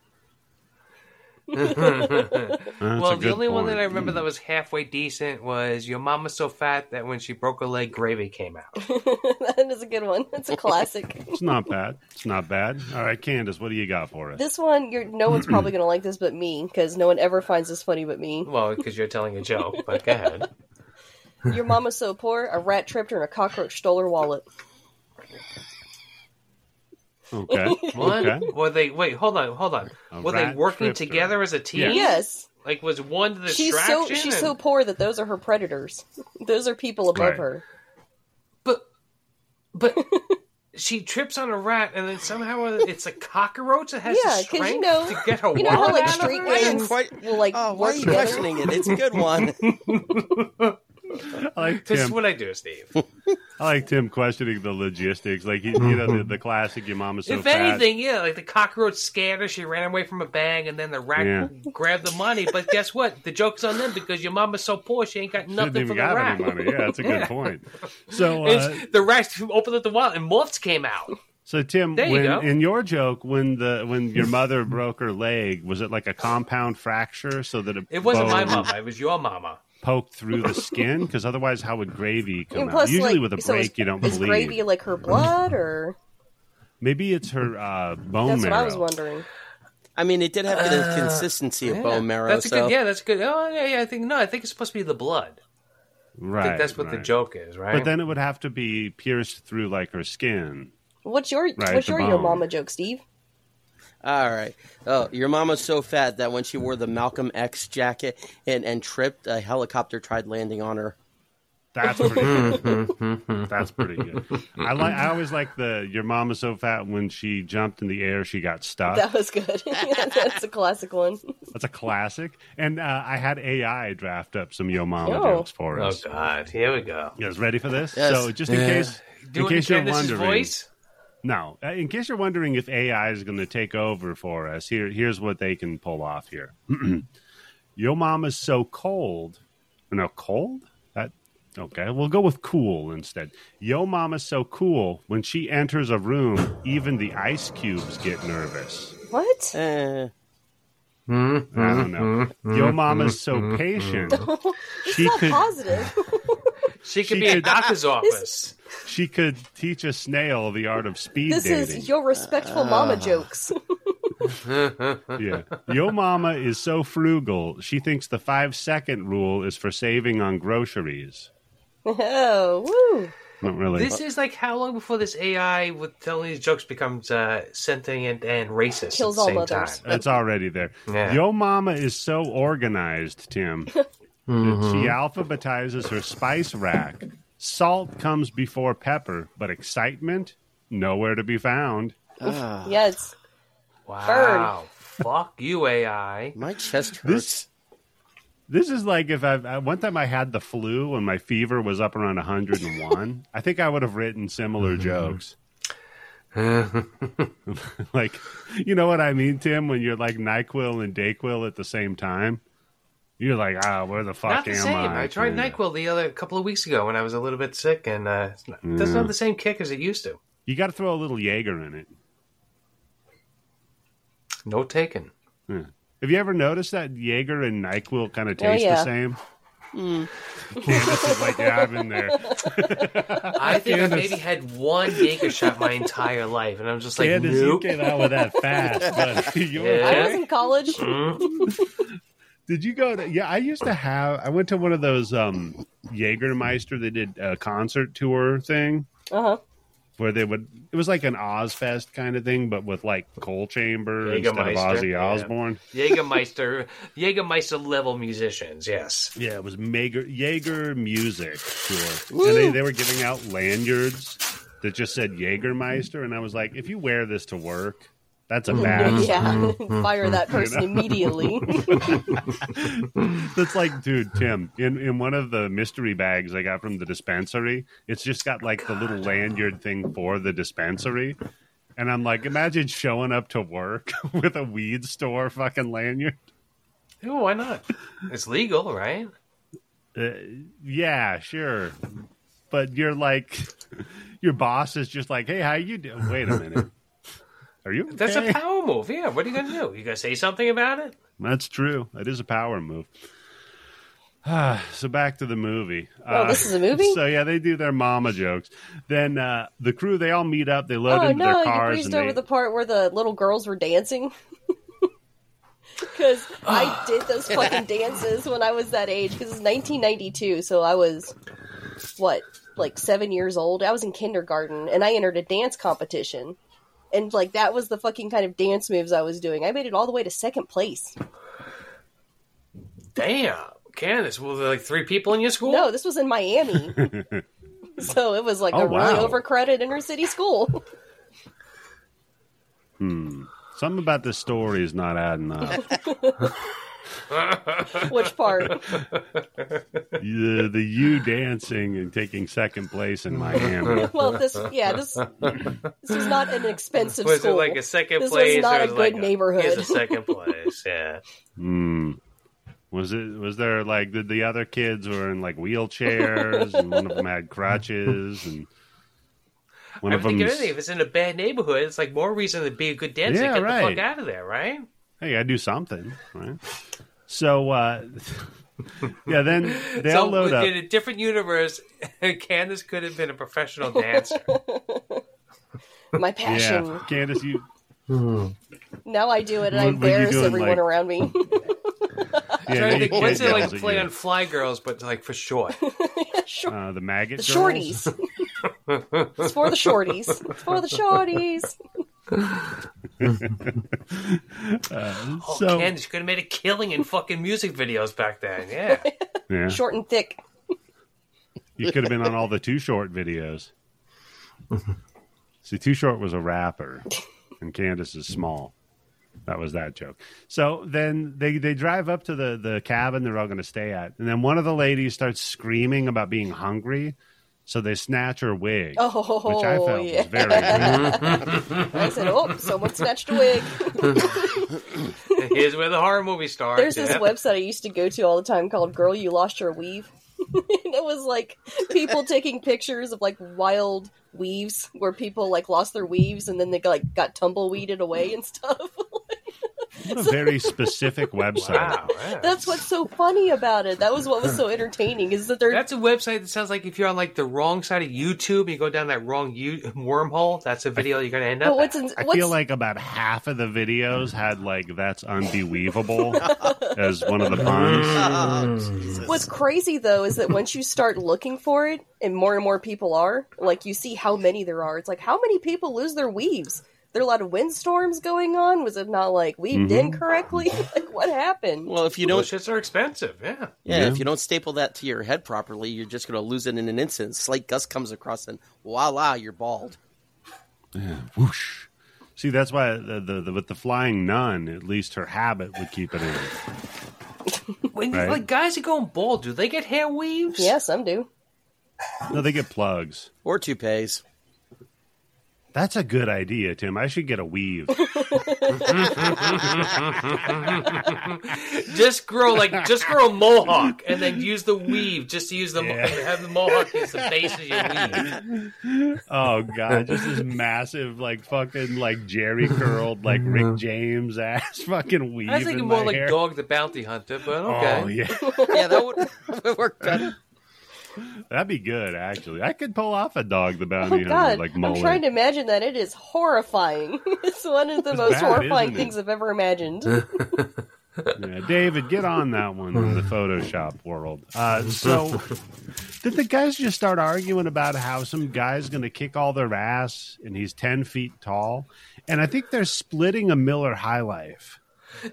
[SPEAKER 1] That's a
[SPEAKER 3] well, the
[SPEAKER 1] good
[SPEAKER 3] only one that
[SPEAKER 1] point.
[SPEAKER 3] I remember that was halfway decent was Your Mama's So Fat That When She Broke Her Leg, Gravy Came Out.
[SPEAKER 2] that is a good one. That's a classic.
[SPEAKER 1] It's not bad. It's not bad. All right, Candace, what do you got for us?
[SPEAKER 2] this one, you're no one's probably gonna like this but me because no one ever finds this funny but me.
[SPEAKER 3] Well, because you're telling a joke, but go ahead.
[SPEAKER 2] Your mama's so poor, a rat tripped her and a cockroach stole her wallet.
[SPEAKER 1] Okay.
[SPEAKER 3] What?
[SPEAKER 1] Okay.
[SPEAKER 3] Were they, wait, hold on, hold on.
[SPEAKER 1] A
[SPEAKER 3] Were they
[SPEAKER 1] rat
[SPEAKER 3] working
[SPEAKER 1] tripped her.
[SPEAKER 3] together as a team?
[SPEAKER 1] Yeah.
[SPEAKER 2] Yes,
[SPEAKER 3] Like, was one the
[SPEAKER 2] she's
[SPEAKER 3] distraction?
[SPEAKER 2] so she's
[SPEAKER 3] and-
[SPEAKER 2] so poor that those are her predators. Those are people above
[SPEAKER 1] Right.
[SPEAKER 2] her.
[SPEAKER 3] But, but she trips on a rat, and then somehow it's a cockroach that has
[SPEAKER 2] Yeah,
[SPEAKER 3] the
[SPEAKER 2] 'cause you
[SPEAKER 3] strength
[SPEAKER 2] know-
[SPEAKER 3] to get her
[SPEAKER 2] You know how
[SPEAKER 3] wallet
[SPEAKER 2] like
[SPEAKER 3] out of
[SPEAKER 2] street
[SPEAKER 3] her?
[SPEAKER 4] I didn't
[SPEAKER 2] gangs
[SPEAKER 4] quite-
[SPEAKER 2] will like
[SPEAKER 4] Oh, why are
[SPEAKER 2] work
[SPEAKER 4] you
[SPEAKER 2] together.
[SPEAKER 4] questioning it? It's a good one.
[SPEAKER 1] I like
[SPEAKER 3] This is
[SPEAKER 1] Tim.
[SPEAKER 3] what I do, Steve.
[SPEAKER 1] I like Tim questioning the logistics, like he, you know the, the classic "Your mama's so
[SPEAKER 3] if
[SPEAKER 1] fat."
[SPEAKER 3] anything, yeah, like the cockroach scared her. She ran away from a bag, and then the rat
[SPEAKER 1] Yeah.
[SPEAKER 3] grabbed the money. But guess what? The joke's on them because your mama's so poor she ain't got
[SPEAKER 1] Shouldn't
[SPEAKER 3] nothing for
[SPEAKER 1] even
[SPEAKER 3] the
[SPEAKER 1] got
[SPEAKER 3] rat.
[SPEAKER 1] any money. Yeah, that's a good
[SPEAKER 3] Yeah.
[SPEAKER 1] point. So, uh,
[SPEAKER 3] It's, the rat opened up the wallet, and moths came out.
[SPEAKER 1] so Tim,
[SPEAKER 3] There you
[SPEAKER 1] when,
[SPEAKER 3] go.
[SPEAKER 1] in your joke, when the when your mother broke her leg, was it like a compound fracture so that it,
[SPEAKER 3] It wasn't my
[SPEAKER 1] bone
[SPEAKER 3] mama; it was your mama.
[SPEAKER 1] poked through the skin? Because otherwise, how would gravy come
[SPEAKER 2] And
[SPEAKER 1] out?
[SPEAKER 2] plus,
[SPEAKER 1] Usually,
[SPEAKER 2] like,
[SPEAKER 1] with a break,
[SPEAKER 2] so is-
[SPEAKER 1] you don't
[SPEAKER 2] is
[SPEAKER 1] bleed.
[SPEAKER 2] gravy like her blood or?
[SPEAKER 1] Maybe it's her uh, bone
[SPEAKER 2] That's what
[SPEAKER 1] marrow.
[SPEAKER 2] I was wondering.
[SPEAKER 4] I mean, it did have a bit of consistency of
[SPEAKER 3] Uh, Yeah.
[SPEAKER 4] bone marrow.
[SPEAKER 3] That's a
[SPEAKER 4] so
[SPEAKER 3] good. Yeah, that's good. Oh, yeah, yeah. I think no. I think it's supposed to be the blood. I
[SPEAKER 1] Right.
[SPEAKER 3] think that's what the
[SPEAKER 1] right.
[SPEAKER 3] joke is, right?
[SPEAKER 1] But then it would have to be pierced through like her skin.
[SPEAKER 2] What's your
[SPEAKER 1] Right,
[SPEAKER 2] what's
[SPEAKER 1] the
[SPEAKER 2] your yo
[SPEAKER 1] bone.
[SPEAKER 2] mama joke, Steve?
[SPEAKER 4] all right. Oh, your mama's so fat that when she wore the Malcolm X jacket and, and tripped, a helicopter tried landing on her.
[SPEAKER 1] That's pretty good. That's pretty good. I like. I always like the your mom is so fat when she jumped in the air, she got stuck.
[SPEAKER 2] That was good. That's a classic one.
[SPEAKER 1] That's a classic. And uh, I had AI draft up some Yo Mama
[SPEAKER 2] Oh.
[SPEAKER 1] jokes for
[SPEAKER 3] oh
[SPEAKER 1] us.
[SPEAKER 3] God, here we go.
[SPEAKER 1] You guys ready for this?
[SPEAKER 4] Yes.
[SPEAKER 1] So just in case,
[SPEAKER 3] Do
[SPEAKER 1] in
[SPEAKER 3] it
[SPEAKER 1] case you're
[SPEAKER 3] Candace's
[SPEAKER 1] wondering,
[SPEAKER 3] voice.
[SPEAKER 1] No, Uh, in case you're wondering if AI is going to take over for us, here here's what they can pull off here. Your mom is so cold. No, cold? That okay. We'll go with cool instead. Yo mama's so cool. When she enters a room, even the ice cubes get nervous.
[SPEAKER 2] What?
[SPEAKER 4] Eh,
[SPEAKER 1] I don't know. Yo mama's so patient.
[SPEAKER 2] It's
[SPEAKER 1] She
[SPEAKER 2] not
[SPEAKER 1] could-
[SPEAKER 2] positive.
[SPEAKER 3] She could
[SPEAKER 1] She
[SPEAKER 3] be a
[SPEAKER 1] could-
[SPEAKER 3] doctor's office.
[SPEAKER 1] She could teach a snail the art of speed
[SPEAKER 2] this
[SPEAKER 1] dating.
[SPEAKER 2] is your respectful mama jokes.
[SPEAKER 1] yeah. Yo mama is so frugal. She thinks the five second rule is for saving on groceries.
[SPEAKER 2] oh, woo.
[SPEAKER 1] Not really.
[SPEAKER 3] This is like how long before this AI with telling these jokes becomes uh, sentient and racist
[SPEAKER 2] Kills
[SPEAKER 3] at the
[SPEAKER 2] all
[SPEAKER 3] same
[SPEAKER 2] mothers.
[SPEAKER 3] time.
[SPEAKER 1] it's already there.
[SPEAKER 3] Yeah.
[SPEAKER 1] Yo mama is so organized, Tim. that
[SPEAKER 3] Mm-hmm.
[SPEAKER 1] She alphabetizes her spice rack. Salt comes before pepper, but excitement nowhere to be found.
[SPEAKER 2] Yes.
[SPEAKER 3] Wow. Fuck you, AI.
[SPEAKER 4] my chest hurts.
[SPEAKER 1] This this is like if I've, I one time I had the flu and my fever was up around 101. I think I would have written similar jokes. like, you know what I mean, Tim? When you're like Nyquil and Dayquil at the same time, you're like, ah, where the fuck
[SPEAKER 3] Not the
[SPEAKER 1] am
[SPEAKER 3] same.
[SPEAKER 1] I?
[SPEAKER 3] I, tried
[SPEAKER 1] kinda.
[SPEAKER 3] NyQuil the other couple of weeks ago when I was a little bit sick, and uh, it's not, doesn't have the same kick as it used to.
[SPEAKER 1] You got to throw a little Jaeger in it.
[SPEAKER 3] No taken.
[SPEAKER 1] Have you ever noticed that Jaeger and Nyquil kind of taste the
[SPEAKER 2] yeah.
[SPEAKER 1] same?
[SPEAKER 3] Hmm.
[SPEAKER 1] Candace is like, yeah, I've been there.
[SPEAKER 3] I think I maybe had one Jaeger shot my entire life, and I'm just like,
[SPEAKER 1] Candace,
[SPEAKER 3] nope.
[SPEAKER 1] you came out with that fast, buddy. You were
[SPEAKER 3] Yeah.
[SPEAKER 2] I was in college.
[SPEAKER 1] Did you go to? Yeah, I used to have. I went to one of those um Jägermeister. They did a concert tour thing
[SPEAKER 2] Uh-huh.
[SPEAKER 1] where they would. It was like an Ozfest kind of thing, but with like Coal Chamber instead of
[SPEAKER 3] Jägermeister,
[SPEAKER 1] Ozzy
[SPEAKER 3] yeah.
[SPEAKER 1] Osbourne.
[SPEAKER 3] Jägermeister, Jägermeister level musicians. Yes.
[SPEAKER 1] Yeah, it was Jaeger Jaeger Music tour, and they, they were giving out lanyards that just said Jägermeister, and I was like, if you wear this to work, that's a
[SPEAKER 3] Hmm.
[SPEAKER 1] bad.
[SPEAKER 2] Yeah.
[SPEAKER 1] Mm-hmm.
[SPEAKER 2] Fire that person immediately.
[SPEAKER 1] That's like, dude, Tim, in, in one of the mystery bags I got from the dispensary, it's just got like the little lanyard thing for the dispensary. And I'm like, imagine showing up to work with a weed store fucking lanyard.
[SPEAKER 3] Ooh, why not? It's legal, right?
[SPEAKER 1] Uh, yeah, sure. But you're like, your boss is just like, hey, how you doing? Wait a minute. Are you?
[SPEAKER 3] That's
[SPEAKER 1] okay?
[SPEAKER 3] a power move. Yeah. What are you gonna do? You gonna say something about it?
[SPEAKER 1] That's true. That is a power move. Ah, so back to the movie. Uh,
[SPEAKER 2] Oh, this is a movie?
[SPEAKER 1] So yeah, they do their mama jokes. Then uh, the crew they all meet up. They load
[SPEAKER 2] oh
[SPEAKER 1] into
[SPEAKER 2] no,
[SPEAKER 1] their
[SPEAKER 2] you
[SPEAKER 1] cars
[SPEAKER 2] breezed
[SPEAKER 1] and
[SPEAKER 2] over
[SPEAKER 1] they,
[SPEAKER 2] the part where the little girls were dancing. Because I did those fucking dances when I was that age. Because it's 1992, so I was what, like seven years old. I was in kindergarten, and I entered a dance competition, and like that was the fucking kind of dance moves I was doing. I made it all the way to second place.
[SPEAKER 3] Damn, Candace. Well, there are like three people in your school.
[SPEAKER 2] No, this was in Miami, so it was like
[SPEAKER 1] Oh,
[SPEAKER 2] a really
[SPEAKER 1] wow.
[SPEAKER 2] overcrowded inner city school.
[SPEAKER 1] something about this story is not adding up.
[SPEAKER 2] Which part?
[SPEAKER 1] the, the you dancing and taking second place in Miami.
[SPEAKER 2] Well, this yeah, this this was not an expensive
[SPEAKER 3] Was
[SPEAKER 2] school.
[SPEAKER 3] it like a second
[SPEAKER 2] This was
[SPEAKER 3] place?
[SPEAKER 2] not
[SPEAKER 3] or
[SPEAKER 2] a
[SPEAKER 3] was it
[SPEAKER 2] good
[SPEAKER 3] like
[SPEAKER 2] neighborhood.
[SPEAKER 3] Here's a second place. Yeah.
[SPEAKER 1] Hmm. was it? Was there like did the other kids were in like wheelchairs and one of them had crutches and one
[SPEAKER 3] I
[SPEAKER 1] of them?
[SPEAKER 3] think anything, if it's in a bad neighborhood, it's like more reason to be a good dancer.
[SPEAKER 1] Yeah,
[SPEAKER 3] Get the
[SPEAKER 1] right.
[SPEAKER 3] fuck out of there, right?
[SPEAKER 1] hey, I do something, right? So, uh, yeah, then they all load
[SPEAKER 3] in
[SPEAKER 1] up.
[SPEAKER 3] a different universe, Candace could have been a professional dancer.
[SPEAKER 2] my passion.
[SPEAKER 1] Yeah, Candace, you
[SPEAKER 2] Now I do it, and I
[SPEAKER 1] What- what you
[SPEAKER 2] embarrass
[SPEAKER 1] doing,
[SPEAKER 2] everyone
[SPEAKER 1] like-
[SPEAKER 2] around me.
[SPEAKER 1] yeah,
[SPEAKER 3] I
[SPEAKER 1] now you
[SPEAKER 3] think, what's
[SPEAKER 1] can't
[SPEAKER 3] it
[SPEAKER 1] yell
[SPEAKER 3] like
[SPEAKER 1] at
[SPEAKER 3] play
[SPEAKER 1] you.
[SPEAKER 3] on Fly Girls, but like for short?
[SPEAKER 2] Shor-
[SPEAKER 1] uh, the maggot
[SPEAKER 2] the
[SPEAKER 1] girls?
[SPEAKER 2] shorties. it's for the shorties. It's for the shorties.
[SPEAKER 3] Oh,
[SPEAKER 1] So-
[SPEAKER 3] Candace could have made a killing in fucking music videos back then. Yeah,
[SPEAKER 1] Yeah,
[SPEAKER 2] Short and thick.
[SPEAKER 1] you could have been on all the too short videos. See, too short was a rapper, and Candace is small. That was that joke. So then they they drive up to the the cabin they're all going to stay at, and then one of the ladies starts screaming about being hungry. So they snatch her wig,
[SPEAKER 2] Oh,
[SPEAKER 1] which I felt
[SPEAKER 2] yeah.
[SPEAKER 1] was very.
[SPEAKER 2] I said, oh, someone snatched a wig.
[SPEAKER 3] Here's where the horror movie starts.
[SPEAKER 2] There's this
[SPEAKER 3] yeah.
[SPEAKER 2] website I used to go to all the time called Girl You Lost Your Weave. and it was like people taking pictures of like wild weaves where people like lost their weaves and then they got, like got tumbleweeded away and stuff.
[SPEAKER 1] what a very specific website.
[SPEAKER 3] Wow, yeah.
[SPEAKER 2] That's what's so funny about it. That was what
[SPEAKER 1] Hmm.
[SPEAKER 2] was so entertaining is that they're
[SPEAKER 3] That's a website that sounds like if you're on like the wrong side of YouTube and you go down that wrong u- wormhole, that's a video you're going to end up.
[SPEAKER 2] but what's,
[SPEAKER 3] at.
[SPEAKER 2] in,
[SPEAKER 1] I
[SPEAKER 2] what's
[SPEAKER 1] feel like about half of the videos had like "That's unbelievable" as one of the puns.
[SPEAKER 4] Oh, Jesus.
[SPEAKER 2] What's crazy though is that once you start looking for it, and more and more people are, like you see how many there are. It's like how many people lose their weaves? There are a lot of windstorms going on. Was it not like weaved in
[SPEAKER 1] Mm-hmm.
[SPEAKER 2] correctly? like what happened?
[SPEAKER 4] well, if you
[SPEAKER 3] Those
[SPEAKER 4] don't,
[SPEAKER 3] shits are expensive. Yeah.
[SPEAKER 4] yeah,
[SPEAKER 1] Yeah.
[SPEAKER 4] if you don't staple that to your head properly, you're just going to lose it in an instant. Slight gust comes across, and voila, you're bald.
[SPEAKER 1] Whoosh. See, that's why the, the, the with the flying nun, at least her habit would keep it in.
[SPEAKER 3] When
[SPEAKER 1] Right.
[SPEAKER 3] like guys are going bald, do they get hair weaves?
[SPEAKER 2] yeah, some do.
[SPEAKER 1] No, they get plugs.
[SPEAKER 4] Or toupees.
[SPEAKER 1] That's a good idea, Tim. I should get a weave.
[SPEAKER 3] Just grow like just grow a mohawk and then use the weave just to use the mo-
[SPEAKER 1] Yeah.
[SPEAKER 3] have the mohawk as the base of your weave.
[SPEAKER 1] Oh god, just this massive, like fucking, like Jerry curled, like Rick James ass, fucking weave.
[SPEAKER 3] I was thinking
[SPEAKER 1] in
[SPEAKER 3] more
[SPEAKER 1] my
[SPEAKER 3] like
[SPEAKER 1] hair.
[SPEAKER 3] Dog the Bounty Hunter, but okay.
[SPEAKER 1] Oh yeah,
[SPEAKER 4] Yeah, that would, would work better.
[SPEAKER 1] that'd be good. Actually, I could pull off a dog the bounty
[SPEAKER 2] Oh
[SPEAKER 1] hunter,
[SPEAKER 2] god,
[SPEAKER 1] like
[SPEAKER 2] I'm
[SPEAKER 1] mullet.
[SPEAKER 2] trying to imagine that. It is horrifying. it's one of the
[SPEAKER 1] It's
[SPEAKER 2] most
[SPEAKER 1] bad,
[SPEAKER 2] horrifying
[SPEAKER 1] isn't it?
[SPEAKER 2] things I've ever imagined. Oh,
[SPEAKER 1] Yeah, David, get on that one in the Photoshop world. Uh, so, did the guys just start arguing about how some guy's going to kick all their ass and he's 10 feet tall? And I think they're splitting a Miller High Life.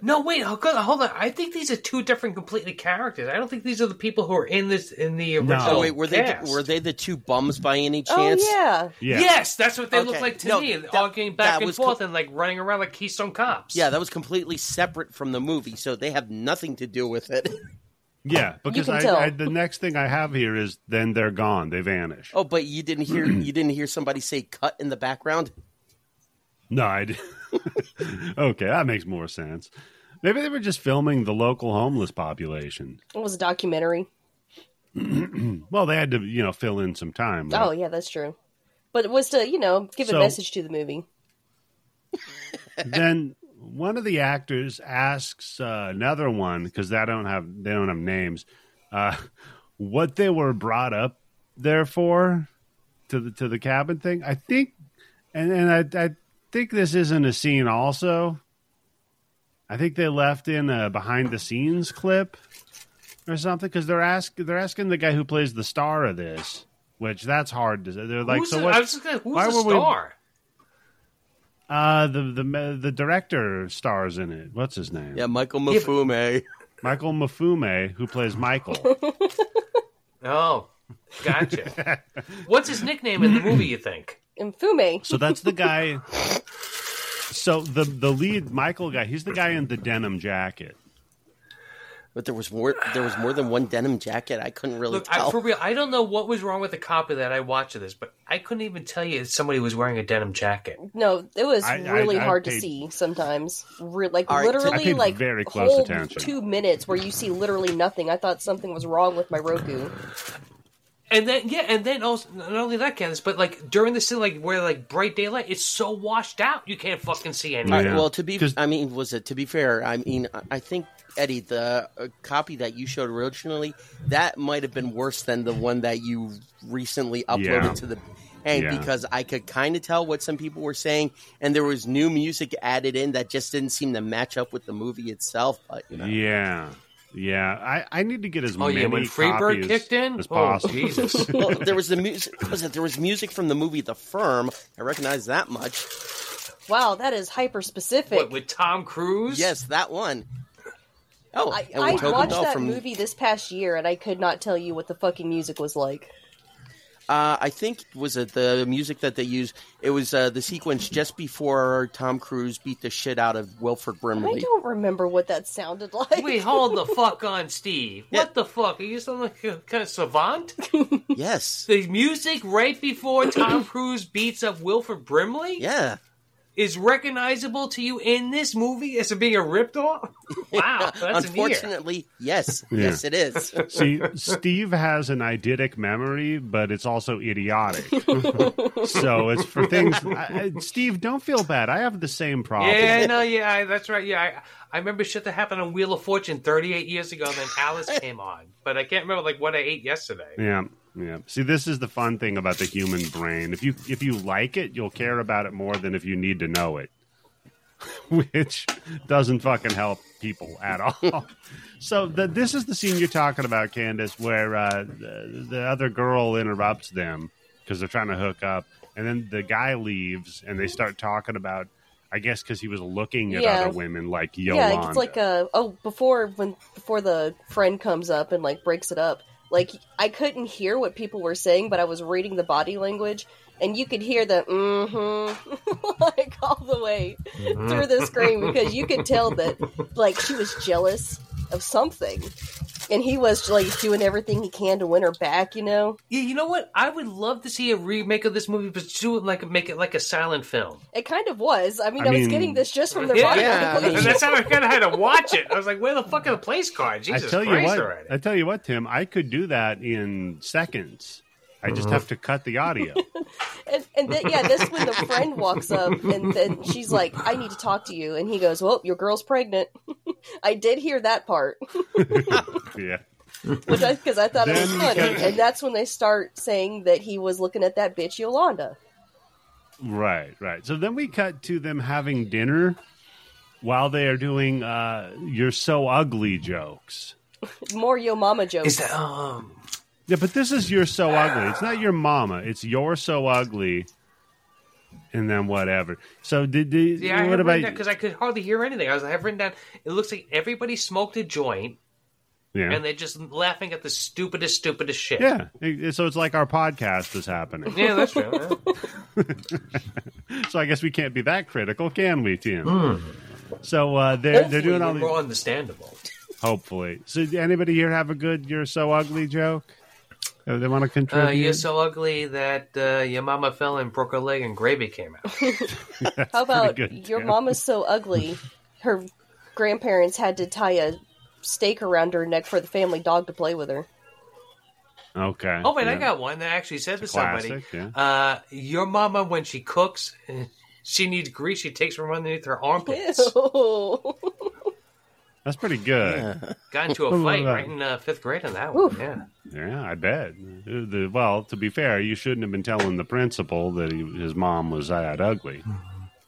[SPEAKER 3] No, wait, ho- go- hold on. I think these are two different completely characters. I don't think these are the people who are in this in the original.
[SPEAKER 4] Oh, wait, were they
[SPEAKER 3] cast.
[SPEAKER 4] were they the two bums by any
[SPEAKER 2] oh
[SPEAKER 4] chance?
[SPEAKER 2] yeah.
[SPEAKER 1] Yeah.
[SPEAKER 3] Yes, that's what they
[SPEAKER 4] Okay.
[SPEAKER 3] look like to
[SPEAKER 4] No,
[SPEAKER 3] me.
[SPEAKER 4] that-
[SPEAKER 3] arguing back
[SPEAKER 4] that
[SPEAKER 3] and
[SPEAKER 4] was
[SPEAKER 3] forth
[SPEAKER 4] com-
[SPEAKER 3] and like running around like Keystone Cops.
[SPEAKER 4] Yeah, that was completely separate from the movie, so they have nothing to do with it.
[SPEAKER 1] Yeah, because
[SPEAKER 2] can tell.
[SPEAKER 1] I, I, the next thing I have here is then they're gone. They vanish.
[SPEAKER 4] Oh, but you didn't hear you didn't hear somebody say cut in the background?
[SPEAKER 1] No, I d- okay, that makes more sense. Maybe they were just filming the local homeless population.
[SPEAKER 2] It was a documentary.
[SPEAKER 1] Well, they had to, you know, fill in some time. right?
[SPEAKER 2] Oh yeah, that's true. But it was to, you know, give
[SPEAKER 1] So-
[SPEAKER 2] a message to the movie.
[SPEAKER 1] then one of the actors asks uh, another one because they don't have they don't have names uh, what they were brought up there for to the to the cabin thing i think and and i, I think this isn't a scene also i think they left in a behind the scenes clip or something because they're ask they're asking the guy who plays the star of this which that's hard to say they're like
[SPEAKER 3] who's
[SPEAKER 1] so
[SPEAKER 3] the,
[SPEAKER 1] what
[SPEAKER 3] I was just gonna, who's
[SPEAKER 1] why
[SPEAKER 3] the
[SPEAKER 1] were we-
[SPEAKER 3] star?
[SPEAKER 1] uh, the the the director stars in it. What's his name?
[SPEAKER 4] Yeah, Michael Mafume.
[SPEAKER 1] Michael Mafume, who plays Michael.
[SPEAKER 3] Oh, gotcha. What's his nickname in the movie? You think?
[SPEAKER 2] And Fume.
[SPEAKER 1] so that's the guy. So the the lead Michael guy, he's the guy in the denim jacket.
[SPEAKER 4] But there was more there was more than one denim jacket. I couldn't really
[SPEAKER 3] Look,
[SPEAKER 4] tell.
[SPEAKER 3] I, for real, I don't know what was wrong with the copy that I watched of this, but I couldn't even tell you if somebody was wearing a denim jacket.
[SPEAKER 2] No, it was
[SPEAKER 1] I- I-
[SPEAKER 2] really
[SPEAKER 1] I
[SPEAKER 2] hard
[SPEAKER 1] paid-
[SPEAKER 2] to see sometimes. Re- like
[SPEAKER 4] All right,
[SPEAKER 1] I
[SPEAKER 2] literally,
[SPEAKER 1] paid
[SPEAKER 2] like
[SPEAKER 1] very close
[SPEAKER 2] whole
[SPEAKER 1] attention.
[SPEAKER 2] two minutes where you see literally nothing. I thought something was wrong with my Roku.
[SPEAKER 3] And then yeah, and then also not only that, Candace, but like during the scene, like where like bright daylight, it's so washed out you can't fucking see anything.
[SPEAKER 4] All right,
[SPEAKER 1] Yeah.
[SPEAKER 4] Well, to be,
[SPEAKER 1] 'Cause-
[SPEAKER 4] I mean, was it to be fair? I mean, I- I think Eddie, the uh, copy that you showed originally, that might have been worse than the one that you recently uploaded
[SPEAKER 1] Yeah.
[SPEAKER 4] to the. And
[SPEAKER 1] Yeah.
[SPEAKER 4] because I could kind of tell what some people were saying, and there was new music added in that just didn't seem to match up with the movie itself. But you know,
[SPEAKER 1] Yeah, yeah. I, I need to get as
[SPEAKER 3] Oh
[SPEAKER 1] many
[SPEAKER 3] yeah, when Freebird
[SPEAKER 1] copies
[SPEAKER 3] kicked in,
[SPEAKER 1] as
[SPEAKER 3] oh
[SPEAKER 1] possible.
[SPEAKER 3] Jesus!
[SPEAKER 4] well, there was the music. Was it? There was music from the movie The Firm. I recognize that much.
[SPEAKER 2] Wow, that is hyper specific.
[SPEAKER 3] what with Tom Cruise?
[SPEAKER 4] Yes, that one. Oh,
[SPEAKER 2] I,
[SPEAKER 4] and
[SPEAKER 2] I
[SPEAKER 4] Tobin
[SPEAKER 2] watched
[SPEAKER 4] Bell
[SPEAKER 2] that movie this past year and I could not tell you what the fucking music was like.
[SPEAKER 4] Uh, I think was it the music that they used? It was uh, the sequence just before Tom Cruise beat the shit out of Wilford
[SPEAKER 2] I
[SPEAKER 4] Brimley.
[SPEAKER 2] don't remember what that sounded like.
[SPEAKER 3] Wait, hold the fuck on, Steve.
[SPEAKER 4] Yeah.
[SPEAKER 3] What the fuck? Are you some like, uh, kind of savant?
[SPEAKER 4] Yes,
[SPEAKER 3] The music right before Tom Cruise beats up Wilford Brimley
[SPEAKER 4] yeah.
[SPEAKER 3] is recognizable to you in this movie as being a ripped-off? Wow, that's an ear.
[SPEAKER 4] Unfortunately, yes,
[SPEAKER 1] Yeah.
[SPEAKER 4] yes, it is.
[SPEAKER 1] See, Steve has an eidetic memory, but it's also idiotic. so it's for things. I, I- Steve, don't feel bad. I have the same problem.
[SPEAKER 3] Yeah, no, yeah, I- that's right. Yeah, I, I remember shit that happened on Wheel of Fortune 38 years ago. Then Alice came on, but I can't remember like what I ate yesterday.
[SPEAKER 1] Yeah. Yeah. See, this is the fun thing about the human brain. If you if you like it, you'll care about it more than if you need to know it, which doesn't fucking help people at all. so the, this is the scene you're talking about, Candace, where uh, the, the other girl interrupts them because they're trying to hook up, and then the guy leaves, and they start talking about, I guess, because he was looking at
[SPEAKER 2] Yeah.
[SPEAKER 1] other women like Yolanda.
[SPEAKER 2] yeah, it's like uh oh before when before the friend comes up and like breaks it up. Like I couldn't hear what people were saying, but I was reading the body language, and you could hear the mm-hmm like all the way
[SPEAKER 1] Mm-hmm.
[SPEAKER 2] through the screen because you could tell that like she was jealous of something, and he was like doing everything he can to win her back. You know,
[SPEAKER 3] Yeah, you know what? I would love to see a remake of this movie, but do it like make it like a silent film.
[SPEAKER 2] it kind of was. I mean,
[SPEAKER 1] I
[SPEAKER 2] I, was
[SPEAKER 1] mean-
[SPEAKER 2] getting this just from their
[SPEAKER 3] Yeah,
[SPEAKER 2] body
[SPEAKER 4] yeah, I
[SPEAKER 2] language.
[SPEAKER 4] mean-
[SPEAKER 3] and that's how I kind of had to watch it. I was like, "Where the fuck are the place cards?"
[SPEAKER 1] I
[SPEAKER 3] Jesus
[SPEAKER 1] tell you
[SPEAKER 3] Christ
[SPEAKER 1] what,
[SPEAKER 3] already.
[SPEAKER 1] I tell you what, Tim, I could do that in seconds. I just
[SPEAKER 3] Uh-huh.
[SPEAKER 1] have to cut the audio.
[SPEAKER 2] And, and then, yeah, that's when the friend walks up and then she's like, I need to talk to you. And he goes, Well, your girl's pregnant. I did hear that part,
[SPEAKER 1] yeah.
[SPEAKER 2] which I, because I thought it was
[SPEAKER 1] Then-
[SPEAKER 2] funny. And that's when they start saying that he was looking at that bitch Yolanda.
[SPEAKER 1] Right, right. So then we cut to them having dinner while they are doing uh you're so ugly jokes.
[SPEAKER 2] More yo mama jokes.
[SPEAKER 3] Is that um?
[SPEAKER 1] Yeah, but this is you're so ugly. It's not your mama. It's you're so ugly. And then whatever. So did, did
[SPEAKER 3] Yeah, I
[SPEAKER 1] what
[SPEAKER 3] had
[SPEAKER 1] about
[SPEAKER 3] written because I could hardly hear anything. I was I have written down. It looks like everybody smoked a joint
[SPEAKER 1] yeah.
[SPEAKER 3] and they're just laughing at the stupidest, stupidest shit.
[SPEAKER 1] yeah. It- So it's like our podcast is happening.
[SPEAKER 3] Yeah, that's true. yeah.
[SPEAKER 1] So I guess we can't be that critical, can we, Tim? So uh, they're they're doing all
[SPEAKER 3] Mm-hmm. Hopefully we're
[SPEAKER 1] these.
[SPEAKER 3] understandable.
[SPEAKER 1] Hopefully, so did anybody here have a good "You're so ugly" joke? Uh, They want to contribute.
[SPEAKER 3] Uh, you're so ugly that uh, your mama fell and broke her leg and gravy came out.
[SPEAKER 2] How about
[SPEAKER 1] pretty good,
[SPEAKER 2] your
[SPEAKER 1] Tim.
[SPEAKER 2] mama's so ugly, her grandparents had to tie a stake around her neck for the family dog to play with her.
[SPEAKER 1] okay.
[SPEAKER 3] Oh wait,
[SPEAKER 1] yeah.
[SPEAKER 3] I got one that I actually said to somebody.
[SPEAKER 1] Classic. Yeah.
[SPEAKER 3] Uh, your mama when she cooks, she needs grease. She takes from underneath her armpits.
[SPEAKER 2] Ew.
[SPEAKER 1] That's pretty good. Yeah,
[SPEAKER 4] Yeah.
[SPEAKER 3] Got into
[SPEAKER 1] What
[SPEAKER 3] a
[SPEAKER 1] about
[SPEAKER 3] fight
[SPEAKER 1] that?
[SPEAKER 3] right in uh, fifth grade on that
[SPEAKER 2] Oof.
[SPEAKER 3] one. Yeah.
[SPEAKER 1] I bet. Uh, the- well, to be fair, you shouldn't have been telling the principal that he, his mom was that ugly,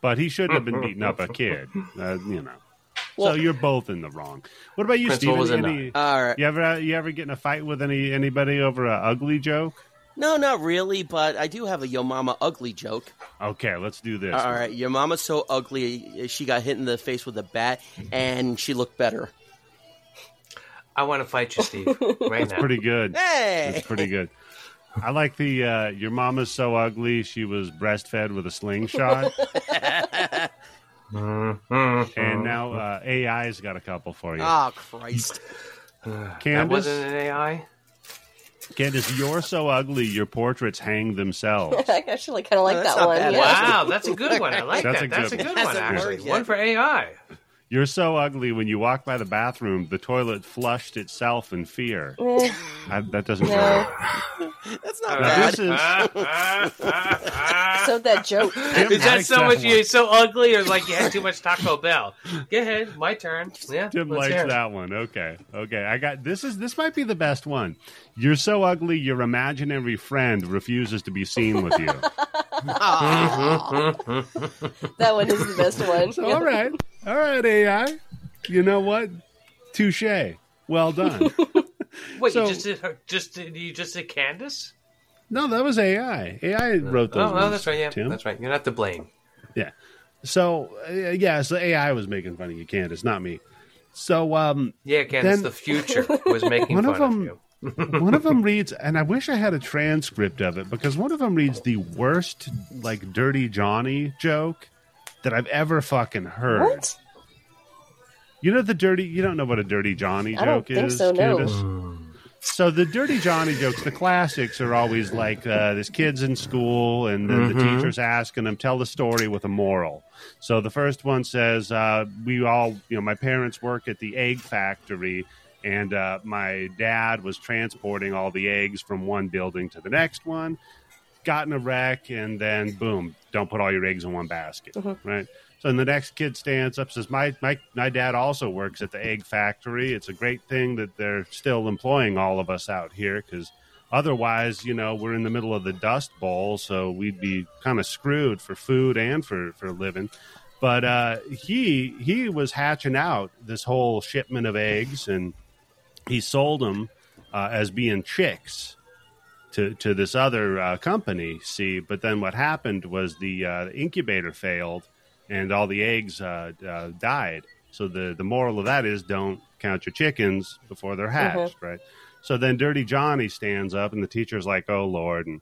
[SPEAKER 1] but he shouldn't have been beating up a kid. Uh, you know. so
[SPEAKER 4] Well-
[SPEAKER 1] you're both in the wrong. What about you,
[SPEAKER 3] Principal was a
[SPEAKER 1] Steven?
[SPEAKER 3] nut.
[SPEAKER 1] Any,
[SPEAKER 4] All right.
[SPEAKER 1] you ever you ever get in a fight with any anybody over a ugly joke?
[SPEAKER 4] No, not really, but I do have a yo mama ugly joke.
[SPEAKER 1] Okay, let's do this.
[SPEAKER 4] All right, your mama's so ugly, she got hit in the face with a bat, and she looked better.
[SPEAKER 3] I want to fight you, Steve, right now.
[SPEAKER 1] Pretty good.
[SPEAKER 4] Hey,
[SPEAKER 1] That's pretty good. I like the uh, your mama's so ugly she was breastfed with a slingshot, and now uh, AI's got a couple for you.
[SPEAKER 4] oh Christ!
[SPEAKER 3] that
[SPEAKER 1] Candace,
[SPEAKER 3] wasn't an AI.
[SPEAKER 1] Candace, you're so ugly your portraits hang themselves.
[SPEAKER 2] I actually kind of like
[SPEAKER 4] that's
[SPEAKER 2] that
[SPEAKER 4] not
[SPEAKER 2] one.
[SPEAKER 4] bad.
[SPEAKER 2] yeah.
[SPEAKER 3] Wow, that's a good one. I like
[SPEAKER 1] That's
[SPEAKER 3] that.
[SPEAKER 1] a
[SPEAKER 3] that's
[SPEAKER 1] good
[SPEAKER 3] a good
[SPEAKER 4] one.
[SPEAKER 3] one,
[SPEAKER 4] Hasn't
[SPEAKER 3] actually.
[SPEAKER 4] worked yet.
[SPEAKER 3] One for AI.
[SPEAKER 1] You're so ugly when you walk by the bathroom, the toilet flushed itself in fear.
[SPEAKER 2] Eh,
[SPEAKER 1] I, that doesn't.
[SPEAKER 2] No.
[SPEAKER 1] go.
[SPEAKER 4] That's not
[SPEAKER 1] Now,
[SPEAKER 4] bad.
[SPEAKER 1] this is
[SPEAKER 3] is
[SPEAKER 2] so that joke.
[SPEAKER 1] Tim
[SPEAKER 3] that
[SPEAKER 1] likes
[SPEAKER 3] so much?
[SPEAKER 1] one.
[SPEAKER 3] You're so ugly, or like you had too much Taco Bell? Go ahead, my turn. Yeah,
[SPEAKER 1] Tim
[SPEAKER 3] let's hear
[SPEAKER 1] likes
[SPEAKER 3] it.
[SPEAKER 1] that one. Okay. Okay. I got this is this might be the best one. You're so ugly your imaginary friend refuses to be seen with you.
[SPEAKER 4] Ah,
[SPEAKER 2] That one is the best one.
[SPEAKER 1] So, all right. All right, AI. You know what? Touche. Well done.
[SPEAKER 3] Wait,
[SPEAKER 1] So-
[SPEAKER 3] you just did her, just did- you just did Candace?
[SPEAKER 1] no, that was AI. AI wrote those.
[SPEAKER 3] Oh, oh,
[SPEAKER 1] ones,
[SPEAKER 3] that's right. Yeah,
[SPEAKER 1] Tim.
[SPEAKER 3] that's right. You're not to blame.
[SPEAKER 1] Yeah. So, uh, yeah, so AI was making fun of you, Candace, not me. So, um,
[SPEAKER 3] Yeah, Candace,
[SPEAKER 1] Then-
[SPEAKER 3] the future was making
[SPEAKER 1] one
[SPEAKER 3] fun
[SPEAKER 1] of
[SPEAKER 3] of,
[SPEAKER 1] them
[SPEAKER 3] you.
[SPEAKER 1] one of them reads, and I wish I had a transcript of it because one of them reads the worst, like, dirty Johnny joke that I've ever fucking heard.
[SPEAKER 2] What?
[SPEAKER 1] You know the dirty. You don't know what a dirty Johnny
[SPEAKER 2] I don't
[SPEAKER 1] joke
[SPEAKER 2] think
[SPEAKER 1] is,
[SPEAKER 2] so, no.
[SPEAKER 1] Candace? So the dirty Johnny jokes, the classics, are always like uh, this kid's in school, and then the teacher's asking him tell the story with a moral. So the first one says, uh, "We all, you know, my parents work at the egg factory." And uh, my dad was transporting all the eggs from one building to the next one got in a wreck and then boom don't put all your eggs in one basket right so then the next kid stands up says my, my my dad also works at the egg factory it's a great thing that they're still employing all of us out here because otherwise you know we're in the middle of the dust bowl so we'd be kind of screwed for food and for for a living but uh he he was hatching out this whole shipment of eggs and he sold them uh, as being chicks to to this other uh, company. See, but then what happened was the uh, incubator failed, and all the eggs uh, uh, died. So the the moral of that is don't count your chickens before they're hatched, right? So then Dirty Johnny stands up, and the teacher's like, "Oh Lord," and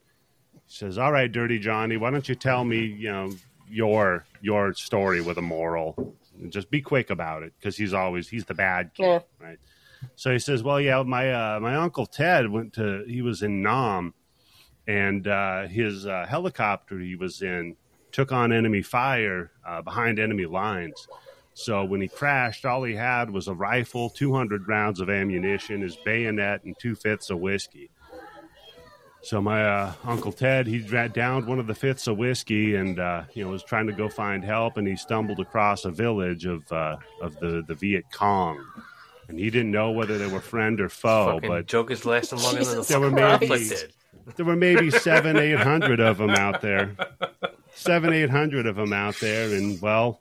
[SPEAKER 1] he says, "All right, Dirty Johnny, why don't you tell me, you know, your your story with a moral? Just be quick about it, because he's always he's the bad kid,
[SPEAKER 2] Yeah.
[SPEAKER 1] right?" So he says, "Well, yeah, my uh, my uncle Ted went to he was in Nam, and uh, his uh, helicopter he was in took on enemy fire uh, behind enemy lines. So when he crashed, all he had was a rifle, two hundred rounds of ammunition, his bayonet, and two fifths of whiskey." So my uh, uncle Ted, he dra- downed one of the fifths of whiskey, and uh, you know was trying to go find help, and he stumbled across a village of uh, of the, the Viet Cong, and he didn't know whether they were friend or foe,
[SPEAKER 3] Fucking
[SPEAKER 1] Oh, but
[SPEAKER 3] joke is lasting longer
[SPEAKER 2] Jesus
[SPEAKER 3] than
[SPEAKER 1] there
[SPEAKER 3] the
[SPEAKER 1] were
[SPEAKER 3] fucking
[SPEAKER 2] Christ.
[SPEAKER 1] maybe
[SPEAKER 3] conflict did.
[SPEAKER 1] there were maybe seven, eight hundred of them out there, seven, eight hundred of them out there, and well,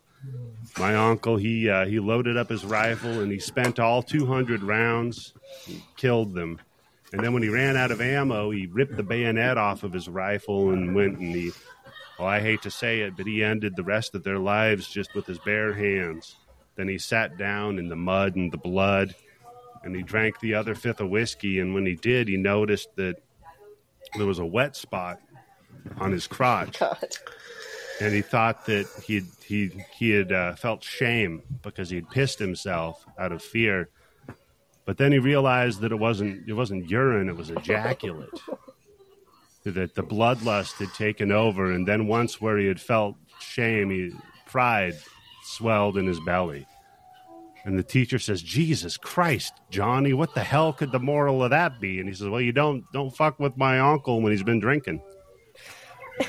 [SPEAKER 1] my uncle he uh, he loaded up his rifle and he spent all two hundred rounds, he killed them, and then when he ran out of ammo, he ripped the bayonet off of his rifle and went and he, well, I hate to say it, but he ended the rest of their lives just with his bare hands. Then he sat down in the mud and the blood. And he drank the other fifth of whiskey, and when he did, he noticed that there was a wet spot on his crotch,
[SPEAKER 2] God.
[SPEAKER 1] and he thought that he he he had uh, felt shame because he'd pissed himself out of fear. But then he realized that it wasn't it wasn't urine; it was ejaculate. that the bloodlust had taken over, and then once where he had felt shame, he, pride swelled in his belly. And the teacher says, "Jesus Christ, Johnny, what the hell could the moral of that be?" And he says, "Well, you don't don't fuck with my uncle when he's been drinking."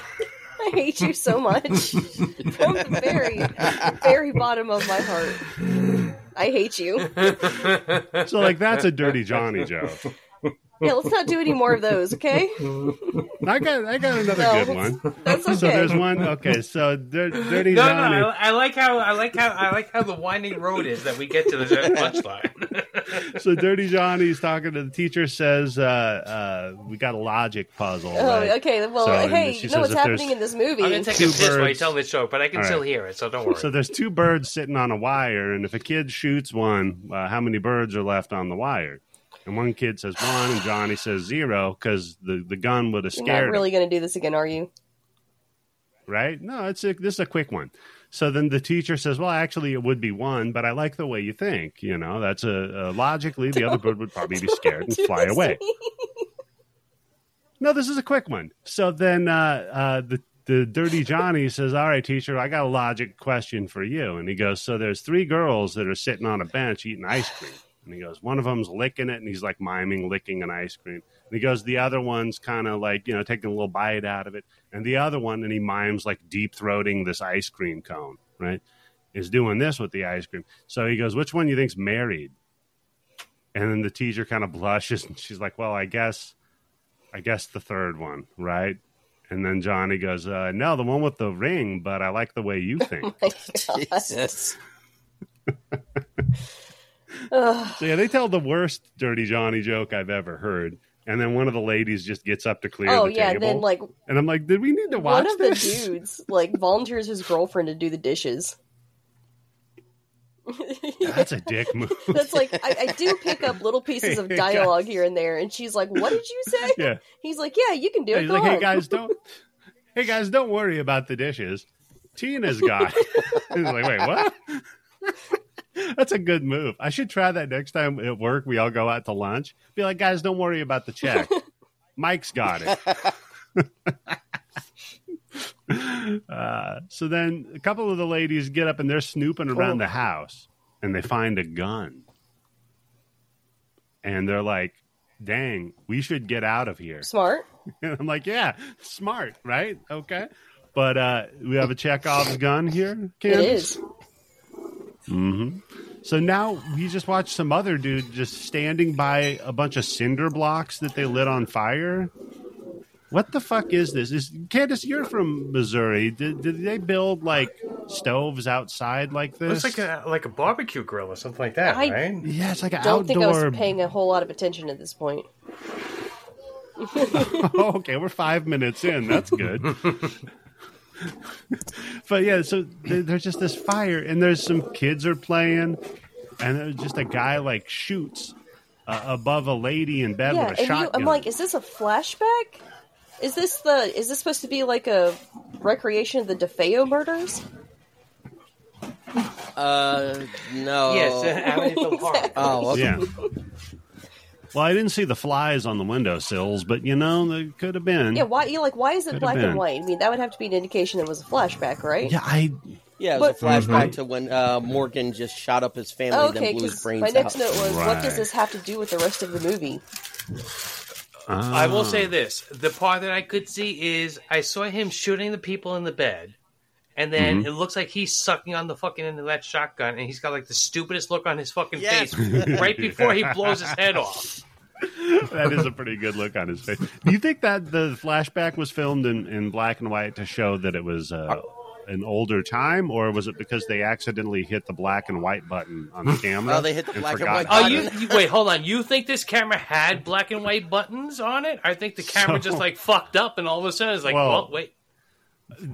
[SPEAKER 2] I hate you so much. From the very, very bottom of my heart. I hate you.
[SPEAKER 1] So like that's a dirty Johnny joke.
[SPEAKER 2] Yeah, let's not do any more of those, okay?
[SPEAKER 1] I got I got another
[SPEAKER 2] No.
[SPEAKER 1] good one.
[SPEAKER 2] That's okay.
[SPEAKER 1] So there's one. Okay, so dir- dirty
[SPEAKER 3] No,
[SPEAKER 1] Johnny.
[SPEAKER 3] no, I, I like how I like how I like how the winding road is that we get to the punchline.
[SPEAKER 1] So dirty Johnny's talking to the teacher. Says uh, uh, we got a logic puzzle. right?
[SPEAKER 2] Oh, okay. Well,
[SPEAKER 1] So, and
[SPEAKER 2] hey,
[SPEAKER 1] she
[SPEAKER 2] you
[SPEAKER 1] says
[SPEAKER 2] know what's
[SPEAKER 1] if there's-
[SPEAKER 2] happening in this movie?
[SPEAKER 3] I'm gonna take
[SPEAKER 1] Two
[SPEAKER 3] a piss while you
[SPEAKER 1] birds.
[SPEAKER 3] tell this joke, but I can
[SPEAKER 1] All
[SPEAKER 3] still
[SPEAKER 1] right.
[SPEAKER 3] hear it, so don't worry.
[SPEAKER 1] So there's two birds sitting on a wire, and if a kid shoots one, uh, how many birds are left on the wire? And one kid says one, and Johnny says zero because the, the gun would have
[SPEAKER 2] You're
[SPEAKER 1] scared
[SPEAKER 2] not
[SPEAKER 1] him.
[SPEAKER 2] really going to do this again, are you?
[SPEAKER 1] right? No, it's a, this is a quick one. So then the teacher says, "Well, actually, it would be one, but I like the way you think. You know, that's a, a logically the other bird would probably be scared and
[SPEAKER 2] Do
[SPEAKER 1] fly
[SPEAKER 2] this
[SPEAKER 1] away."
[SPEAKER 2] again.
[SPEAKER 1] No, this is a quick one. So then uh, uh, the the dirty Johnny says, "All right, teacher, I got a logic question for you." And he goes, "So there's three girls that are sitting on a bench eating ice cream." And he goes, "One of them's licking it," and he's like miming licking an ice cream. And he goes, "The other one's kind of like you know taking a little bite out of it." And the other one, and he mimes like deep throating this ice cream cone, right? Is doing this with the ice cream. So he goes, "Which one you think's married?" And then the teacher kind of blushes, and she's like, "Well, I guess." I guess the third one, right? And then Johnny goes, uh, "No, the one with the ring." But I like the way you think.
[SPEAKER 2] Oh, My God.
[SPEAKER 4] Jesus.
[SPEAKER 2] Ugh.
[SPEAKER 1] so yeah, they tell the worst dirty Johnny joke I've ever heard. And then one of the ladies just gets up to clear
[SPEAKER 2] Oh
[SPEAKER 1] the
[SPEAKER 2] yeah,
[SPEAKER 1] table,
[SPEAKER 2] then like
[SPEAKER 1] and I'm like, "Did we need to watch
[SPEAKER 2] one of
[SPEAKER 1] this?"
[SPEAKER 2] the dudes like volunteers his girlfriend to do the dishes.
[SPEAKER 1] That's a dick move.
[SPEAKER 2] That's like I, I do pick up little pieces of
[SPEAKER 1] Hey,
[SPEAKER 2] dialogue here and there, and she's like, "What did you say?"
[SPEAKER 1] yeah.
[SPEAKER 2] He's like, "Yeah, you can do it."
[SPEAKER 1] He's
[SPEAKER 2] Go
[SPEAKER 1] like, hey
[SPEAKER 2] on."
[SPEAKER 1] guys, don't, hey guys, don't worry about the dishes. Tina's got. it." He's like, wait, what? That's a good move. I should try that next time at work. We all go out to lunch. Be like, guys, don't worry about the check. Mike's got it. uh, so then a couple of the ladies get up and they're snooping around the house and they find a gun. And they're like, dang, we should get out of here.
[SPEAKER 2] Smart.
[SPEAKER 1] And I'm like, yeah, smart, right? Okay. But uh, we have a Chekhov's gun here, Kim.
[SPEAKER 2] It is.
[SPEAKER 1] So now we just watched some other dude just standing by a bunch of cinder blocks that they lit on fire. What the fuck is this? Is Candace? You're from Missouri. Did, did they build like stoves outside like this?
[SPEAKER 3] Looks like a like a barbecue grill or something like that,
[SPEAKER 2] I-
[SPEAKER 3] right?
[SPEAKER 1] yeah, it's like an
[SPEAKER 2] Don't think I
[SPEAKER 1] outdoor.
[SPEAKER 2] was paying a whole lot of attention at this point.
[SPEAKER 1] oh, okay, we're five minutes in. That's good. but yeah, so there- there's just this fire, and there's some kids are playing, and there's just a guy like shoots uh, above a lady in bed
[SPEAKER 2] yeah,
[SPEAKER 1] with
[SPEAKER 2] and
[SPEAKER 1] a
[SPEAKER 2] you,
[SPEAKER 1] shotgun.
[SPEAKER 2] I'm like, is this a flashback? Is this the? Is this supposed to be like a recreation of the DeFeo murders?
[SPEAKER 4] Uh, no.
[SPEAKER 3] Yes, uh, Amityville Horror.
[SPEAKER 4] Oh, okay.
[SPEAKER 1] yeah. Well, I didn't see the flies on the windowsills, but you know, there could have been.
[SPEAKER 2] Yeah, why? You like, why is it
[SPEAKER 1] Could have
[SPEAKER 2] black
[SPEAKER 1] been.
[SPEAKER 2] and white? I mean, that would have to be an indication it was a flashback, right?
[SPEAKER 1] Yeah, I
[SPEAKER 4] Yeah, it was
[SPEAKER 2] But-
[SPEAKER 4] a flashback
[SPEAKER 1] Mm-hmm.
[SPEAKER 4] to when uh, Morgan just shot up his family,
[SPEAKER 2] Oh,
[SPEAKER 4] then
[SPEAKER 2] okay,
[SPEAKER 4] blew his
[SPEAKER 2] because
[SPEAKER 4] brains
[SPEAKER 2] my next
[SPEAKER 4] out.
[SPEAKER 2] note was, what
[SPEAKER 1] Right.
[SPEAKER 2] does this have to do with the rest of the movie?
[SPEAKER 3] I
[SPEAKER 1] Ah.
[SPEAKER 3] will say this: the part that I could see is I saw him shooting the people in the bed, and then
[SPEAKER 1] Mm-hmm.
[SPEAKER 3] it looks like he's sucking on the fucking end of that shotgun, and he's got like the stupidest look on his fucking
[SPEAKER 4] Yes.
[SPEAKER 3] face right before he blows his head off.
[SPEAKER 1] that is a pretty good look on his face. Do you think that the flashback was filmed in, in black and white to show that it was uh, an older time, or was it because they accidentally hit the black and white button on the camera?
[SPEAKER 4] Oh, they hit the black and
[SPEAKER 1] forgot
[SPEAKER 4] white
[SPEAKER 1] about
[SPEAKER 3] Oh,
[SPEAKER 4] I
[SPEAKER 3] you,
[SPEAKER 1] it?
[SPEAKER 3] you wait, hold on. You think this camera had black and white buttons on it? I think the camera
[SPEAKER 1] So-
[SPEAKER 3] just like fucked up, and all of a sudden it's like,
[SPEAKER 1] Well-
[SPEAKER 3] well, wait.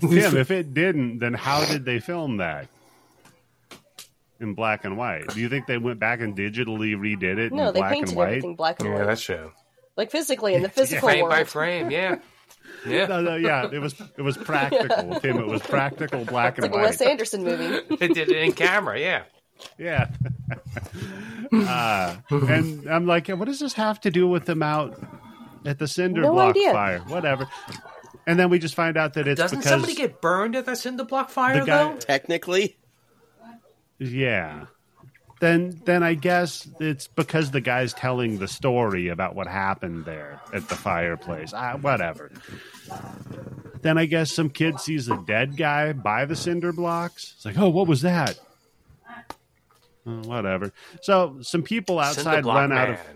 [SPEAKER 1] Tim, if it didn't, then how did they film that? In black and white. Do you think they went back and digitally redid it
[SPEAKER 2] No,
[SPEAKER 1] in Mm, black
[SPEAKER 2] they
[SPEAKER 1] and
[SPEAKER 2] painted
[SPEAKER 1] white?
[SPEAKER 2] everything black and white,
[SPEAKER 3] true.
[SPEAKER 2] like physically in the physical
[SPEAKER 3] Frame
[SPEAKER 2] world.
[SPEAKER 3] by frame, yeah, yeah.
[SPEAKER 1] No, no, yeah, it was it was practical, Tim. It was practical black and
[SPEAKER 2] Like a
[SPEAKER 1] white.
[SPEAKER 2] Wes Anderson movie.
[SPEAKER 3] They did it in camera, yeah.
[SPEAKER 1] Yeah. uh, and I'm like, what does this have to do with them out at the cinder
[SPEAKER 2] No
[SPEAKER 1] block
[SPEAKER 2] idea.
[SPEAKER 1] fire? Whatever. And then we just find out that it's
[SPEAKER 3] Doesn't
[SPEAKER 1] because
[SPEAKER 3] somebody get burned at that cinder block fire
[SPEAKER 1] the guy.
[SPEAKER 3] though?
[SPEAKER 4] Technically,
[SPEAKER 1] Yeah. Then, then I guess it's because the guy's telling the story about what happened there at the fireplace. I, whatever. Then I guess some kid sees a dead guy by the cinder blocks. It's like, oh, what was that? Uh, whatever. So some people outside run out of
[SPEAKER 3] man.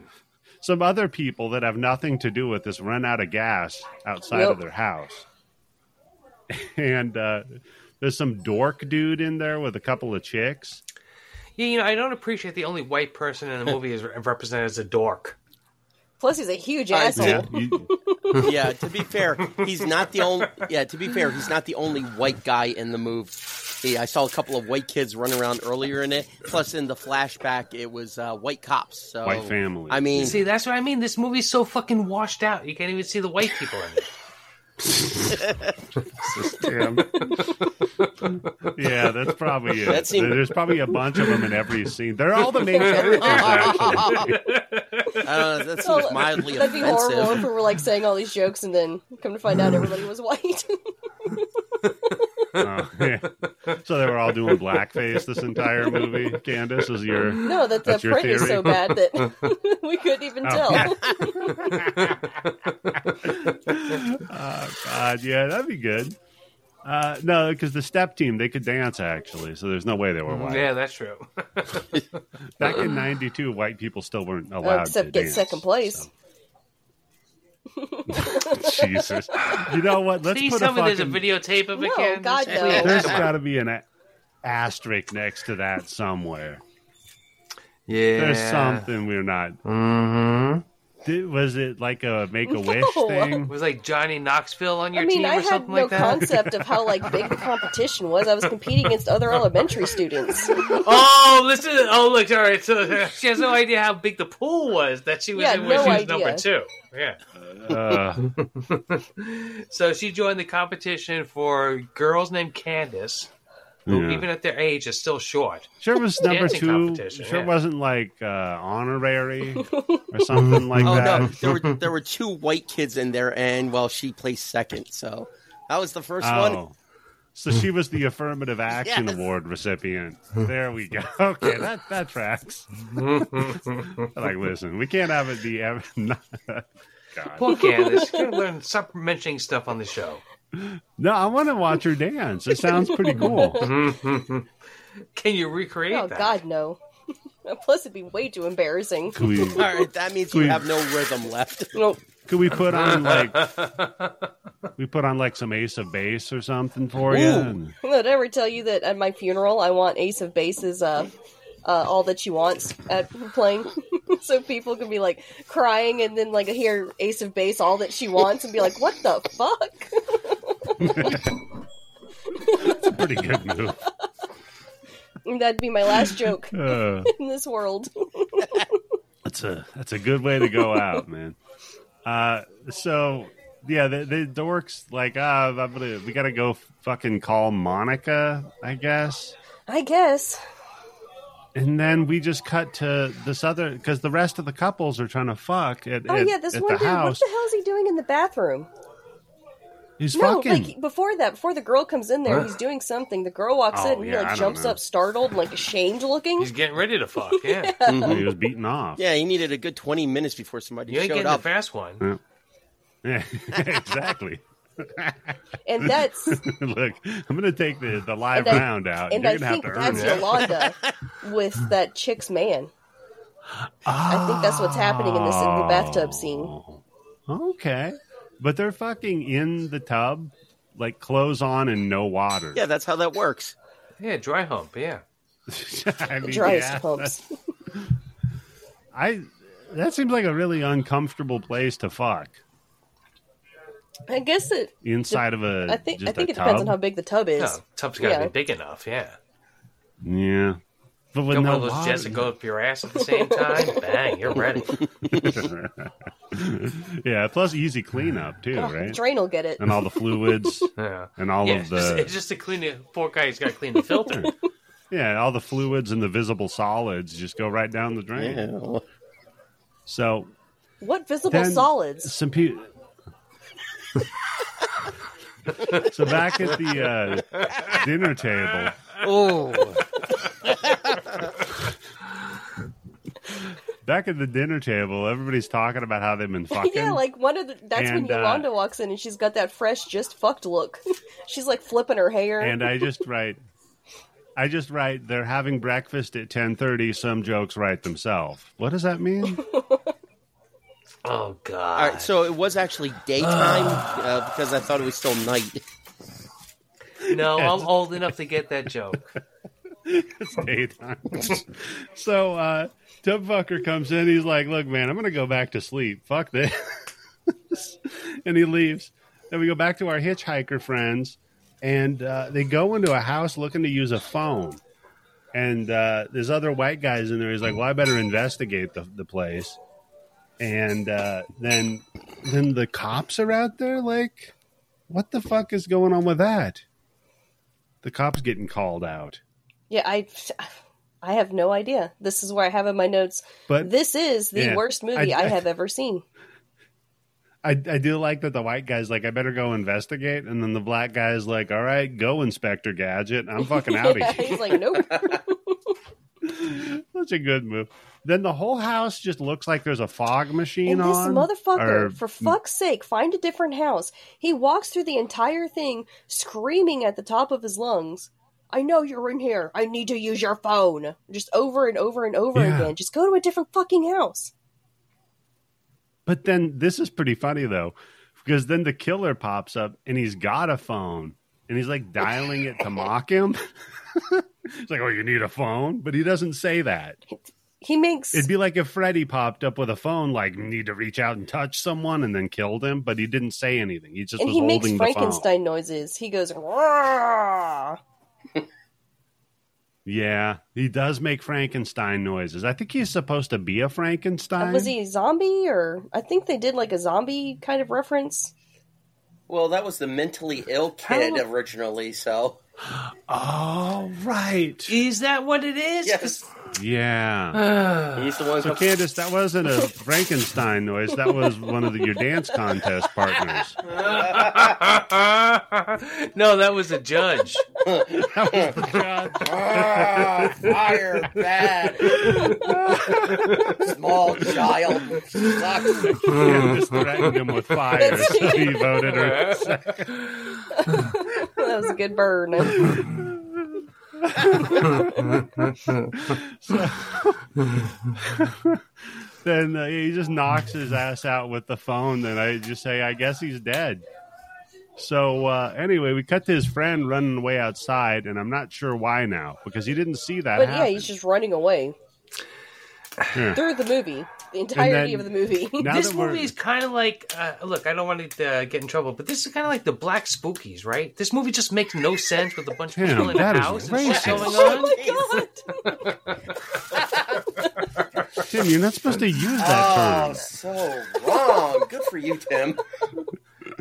[SPEAKER 1] some other people that have nothing to do with this run out of gas outside
[SPEAKER 2] Yep.
[SPEAKER 1] of their house. And uh, there's some dork dude in there with a couple of chicks.
[SPEAKER 3] Yeah, you know, I don't appreciate the only white person in the movie is re- represented as a dork.
[SPEAKER 2] Plus, he's a huge
[SPEAKER 4] I-
[SPEAKER 2] asshole.
[SPEAKER 1] Yeah, you-
[SPEAKER 4] yeah. To be fair, he's not the only. Yeah, to be fair, he's not the only white guy in the movie. Yeah, I saw a couple of white kids run around earlier in it. Plus, in the flashback, it was uh, white cops. So
[SPEAKER 1] White family.
[SPEAKER 4] I mean,
[SPEAKER 3] See, that's what I mean. This movie's so fucking washed out. You can't even see the white people in it.
[SPEAKER 1] Tim. yeah, that's probably it.
[SPEAKER 4] That seemed-
[SPEAKER 1] There's probably a bunch of them in every scene. They're all the main characters, actually.
[SPEAKER 4] I don't know, uh, that
[SPEAKER 2] Well,
[SPEAKER 4] seems mildly
[SPEAKER 2] That'd be horrible if
[SPEAKER 4] offensive.
[SPEAKER 2] we were like saying all these jokes and then come to find out everybody was white.
[SPEAKER 1] Oh, yeah. So they were all doing blackface this entire movie. Candace is your
[SPEAKER 2] no, that the
[SPEAKER 1] That's your
[SPEAKER 2] print is so
[SPEAKER 1] theory?
[SPEAKER 2] bad that we couldn't even tell.
[SPEAKER 1] yeah. oh God, yeah, that'd be good. Uh, no, because the step team they could dance actually, so there's no way they were white.
[SPEAKER 3] Yeah, that's true.
[SPEAKER 1] Back in '92, white people still weren't allowed
[SPEAKER 2] Oh, except
[SPEAKER 1] to
[SPEAKER 2] get
[SPEAKER 1] dance,
[SPEAKER 2] second place.
[SPEAKER 1] so. Jesus, you know what? Let's
[SPEAKER 3] Please
[SPEAKER 1] put a
[SPEAKER 3] tell me
[SPEAKER 1] fucking.
[SPEAKER 3] there's a videotape of it.
[SPEAKER 2] No,
[SPEAKER 3] Candace,
[SPEAKER 2] God, no.
[SPEAKER 3] please.
[SPEAKER 1] There's got to be an a- asterisk next to that somewhere.
[SPEAKER 3] Yeah.
[SPEAKER 1] There's something we're not.
[SPEAKER 3] Mm-hmm.
[SPEAKER 1] Did, was it like a make a wish
[SPEAKER 2] No.
[SPEAKER 1] thing?
[SPEAKER 3] Was like Johnny Knoxville on your
[SPEAKER 2] I mean,
[SPEAKER 3] team
[SPEAKER 2] I
[SPEAKER 3] or
[SPEAKER 2] had
[SPEAKER 3] something
[SPEAKER 2] no
[SPEAKER 3] like that?
[SPEAKER 2] concept of how like big the competition was. I was competing against other elementary students.
[SPEAKER 3] Oh, listen! Oh, look! All right, so she has no idea how big the pool was that she was
[SPEAKER 2] Yeah,
[SPEAKER 3] in when
[SPEAKER 2] no
[SPEAKER 3] she was
[SPEAKER 2] idea.
[SPEAKER 3] number two. Yeah.
[SPEAKER 1] Uh,
[SPEAKER 3] so she joined the competition for girls named Candace, who
[SPEAKER 1] yeah.
[SPEAKER 3] even at their age is still short.
[SPEAKER 1] Sure was number
[SPEAKER 3] Dancing
[SPEAKER 1] two.
[SPEAKER 3] competition,
[SPEAKER 1] Sure
[SPEAKER 3] yeah.
[SPEAKER 1] wasn't like uh, honorary or something like
[SPEAKER 4] Oh
[SPEAKER 1] that.
[SPEAKER 4] no, there were there were two white kids in there, and well, she placed second, so that was the first one.
[SPEAKER 1] Oh. So she was the affirmative action
[SPEAKER 4] Yes.
[SPEAKER 1] award recipient. There we go. Okay, that that tracks. like, listen, we can't have it be ev- God.
[SPEAKER 3] Poor Candace. You're gonna learn stop mentioning stuff on the show.
[SPEAKER 1] No, I want to watch her dance. It sounds pretty cool.
[SPEAKER 3] Can you recreate
[SPEAKER 2] oh
[SPEAKER 3] that?
[SPEAKER 2] God, no. Plus, it'd be way too embarrassing.
[SPEAKER 1] Could we,
[SPEAKER 4] All right, that means you
[SPEAKER 1] Queen.
[SPEAKER 4] have no rhythm left.
[SPEAKER 2] Nope.
[SPEAKER 1] could we put on like we put on like some Ace of Base or something for you?
[SPEAKER 4] Ooh.
[SPEAKER 1] And-
[SPEAKER 2] Did I ever tell you that at my funeral I want Ace of Base's uh, uh, "All That You Want" at playing, so people can be like crying and then like hear Ace of Base "All That She Wants" and be like, "What the fuck?"
[SPEAKER 1] It's a pretty good move.
[SPEAKER 2] And that'd be my last joke
[SPEAKER 1] Uh,
[SPEAKER 2] in this world.
[SPEAKER 1] That's a that's a good way to go out, man. Uh, so yeah, the, the dorks like ah, I'm gonna, we gotta go fucking call Monica, I guess,
[SPEAKER 2] I guess.
[SPEAKER 1] and then we just cut to this other because the rest of the couples are trying to fuck at,
[SPEAKER 2] Oh
[SPEAKER 1] at,
[SPEAKER 2] yeah, this
[SPEAKER 1] at
[SPEAKER 2] one
[SPEAKER 1] the
[SPEAKER 2] dude. What
[SPEAKER 1] house.
[SPEAKER 2] the hell's he doing in the bathroom?
[SPEAKER 1] He's
[SPEAKER 2] No,
[SPEAKER 1] fucking.
[SPEAKER 2] like before that, before the girl comes in there, he's doing something. The girl walks
[SPEAKER 1] Oh,
[SPEAKER 2] in and he
[SPEAKER 1] yeah, I
[SPEAKER 2] like
[SPEAKER 1] don't
[SPEAKER 2] jumps
[SPEAKER 1] know.
[SPEAKER 2] up, startled, and, like ashamed looking.
[SPEAKER 3] He's getting ready to fuck. Yeah,
[SPEAKER 1] he was beaten off.
[SPEAKER 4] Yeah, he needed a good twenty minutes before somebody
[SPEAKER 3] you ain't
[SPEAKER 4] showed
[SPEAKER 3] getting
[SPEAKER 4] up.
[SPEAKER 3] the fast one.
[SPEAKER 1] Yeah, exactly.
[SPEAKER 2] and that's
[SPEAKER 1] Look, I'm gonna take the, the live
[SPEAKER 2] And I-
[SPEAKER 1] round out.
[SPEAKER 2] and
[SPEAKER 1] You're
[SPEAKER 2] I
[SPEAKER 1] gonna have
[SPEAKER 2] think
[SPEAKER 1] to earn
[SPEAKER 2] that's
[SPEAKER 1] it.
[SPEAKER 2] Yolanda with that chick's man. I think that's what's happening in this in the bathtub scene.
[SPEAKER 1] Oh. Okay. But they're fucking in the tub, like clothes on and no water.
[SPEAKER 4] Yeah, that's how that works.
[SPEAKER 3] Yeah, dry hump. Yeah.
[SPEAKER 1] I mean,
[SPEAKER 2] Driest
[SPEAKER 1] yeah,
[SPEAKER 2] pumps.
[SPEAKER 1] I that seems like a really uncomfortable place to fuck.
[SPEAKER 2] I guess it.
[SPEAKER 1] Inside of a
[SPEAKER 2] I think.
[SPEAKER 1] just
[SPEAKER 2] I think
[SPEAKER 1] a
[SPEAKER 2] it depends
[SPEAKER 1] tub.
[SPEAKER 2] on how big the tub is.
[SPEAKER 3] No, tub's got to
[SPEAKER 2] Yeah.
[SPEAKER 3] be big enough. Yeah.
[SPEAKER 1] Yeah. But with
[SPEAKER 3] Got
[SPEAKER 1] no
[SPEAKER 3] one of those jets
[SPEAKER 1] water.
[SPEAKER 3] that go up your ass at the same time. Bang, you're ready.
[SPEAKER 1] yeah, plus easy cleanup too, right?
[SPEAKER 2] Drain will get it.
[SPEAKER 1] And all the fluids
[SPEAKER 3] Yeah.
[SPEAKER 1] and all
[SPEAKER 3] yeah,
[SPEAKER 1] of
[SPEAKER 3] it's
[SPEAKER 1] the
[SPEAKER 3] just, it's just to clean the poor guy's got to clean the filter.
[SPEAKER 1] Yeah, all the fluids and the visible solids just go right down the drain.
[SPEAKER 4] Yeah.
[SPEAKER 1] So
[SPEAKER 2] What visible
[SPEAKER 1] Then-
[SPEAKER 2] solids?
[SPEAKER 1] some people. so back at the uh, dinner table,
[SPEAKER 4] Oh,
[SPEAKER 1] back at the dinner table, everybody's talking about how they've been fucking.
[SPEAKER 2] Yeah, like one of the. That's when
[SPEAKER 1] And, uh,
[SPEAKER 2] Yolanda walks in and she's got that fresh, just fucked look. she's like flipping her hair.
[SPEAKER 1] and I just write, I just write. They're having breakfast at ten thirty. Some jokes write themselves. What does that mean?
[SPEAKER 3] Oh
[SPEAKER 4] all
[SPEAKER 3] God.
[SPEAKER 4] right. So it was actually daytime uh, because I thought it was still night.
[SPEAKER 3] No, I'm old enough to get that joke.
[SPEAKER 1] It's daytime. so uh, Tubfucker comes in. He's like, "Look, man, I'm gonna go back to sleep. Fuck this," and he leaves. Then we go back to our hitchhiker friends, and uh, they go into a house looking to use a phone. And uh, there's other white guys in there. He's like, "Well, I better investigate the, the place." And uh, then, then the cops are out there. Like, what the fuck is going on with that? The cops getting called out.
[SPEAKER 2] yeah, I. I have no idea. This is where I have in my notes.
[SPEAKER 1] But
[SPEAKER 2] This is the
[SPEAKER 1] Yeah,
[SPEAKER 2] worst movie
[SPEAKER 1] I-
[SPEAKER 2] I have ever seen.
[SPEAKER 1] I, I do like that the white guy's like, I better go investigate. And then the black guy's like, all right, go, Inspector Gadget. I'm fucking out
[SPEAKER 2] Yeah,
[SPEAKER 1] of here.
[SPEAKER 2] he's like, nope.
[SPEAKER 1] Such a good move. Then the whole house just looks like there's a fog machine
[SPEAKER 2] And this
[SPEAKER 1] on.
[SPEAKER 2] motherfucker,
[SPEAKER 1] or-
[SPEAKER 2] for fuck's sake, find a different house. He walks through the entire thing screaming at the top of his lungs, I know you're in here. I need to use your phone. Just over and over and over
[SPEAKER 1] Yeah.
[SPEAKER 2] again. Just go to a different fucking house.
[SPEAKER 1] But then this is pretty funny, though, because then the killer pops up and he's got a phone and he's like dialing it to mock him. He's like, oh, you need a phone? But he doesn't say that.
[SPEAKER 2] He makes
[SPEAKER 1] It'd be like if Freddy popped up with a phone, like need to reach out and touch someone, and then killed him, but he didn't say anything. He just
[SPEAKER 2] and
[SPEAKER 1] was
[SPEAKER 2] he makes
[SPEAKER 1] holding the phone.
[SPEAKER 2] Frankenstein noises. He goes, "Rawr."
[SPEAKER 1] Yeah, he does make Frankenstein noises. I think he's supposed to be a Frankenstein.
[SPEAKER 2] was e- he a zombie or I think they did like a zombie kind of reference.
[SPEAKER 4] Well, that was the mentally ill kid
[SPEAKER 3] How-
[SPEAKER 4] originally, so
[SPEAKER 1] Oh, right.
[SPEAKER 2] E-
[SPEAKER 3] Is that what it is?
[SPEAKER 4] yes,
[SPEAKER 1] Yeah.
[SPEAKER 2] Oh.
[SPEAKER 3] Uh,
[SPEAKER 4] he's the one.
[SPEAKER 1] So, Candace, that wasn't a Frankenstein noise. That was one of the, your dance contest partners.
[SPEAKER 3] no, that was a judge.
[SPEAKER 1] That was the judge.
[SPEAKER 4] Ah, fire bad. Small child sucks.
[SPEAKER 1] Candace threatened him with fire,
[SPEAKER 2] That's-
[SPEAKER 1] so he voted her.
[SPEAKER 2] that was a good burn.
[SPEAKER 1] Then uh, he just knocks his ass out with the phone. Then I just say, I guess he's dead. So uh, anyway, we cut to his friend running away outside, and I'm not sure why now because he didn't see that.
[SPEAKER 2] but yeah,
[SPEAKER 1] happen.
[SPEAKER 2] he's just running away
[SPEAKER 1] Yeah.
[SPEAKER 2] through the movie, the entirety
[SPEAKER 1] then-
[SPEAKER 2] of the movie.
[SPEAKER 1] Now
[SPEAKER 3] this
[SPEAKER 1] that we're-
[SPEAKER 3] movie is kind of like uh, look i don't want to uh, get in trouble but this is kind of like the black spookies right this movie just makes no sense with a bunch of
[SPEAKER 1] Damn,
[SPEAKER 3] people in a
[SPEAKER 1] that is
[SPEAKER 3] house and shit
[SPEAKER 1] racist.
[SPEAKER 3] going
[SPEAKER 2] oh
[SPEAKER 3] on
[SPEAKER 2] my god!
[SPEAKER 1] Tim, you're not supposed to use that
[SPEAKER 4] Oh,
[SPEAKER 1] term.
[SPEAKER 4] so wrong. Good for you, Tim.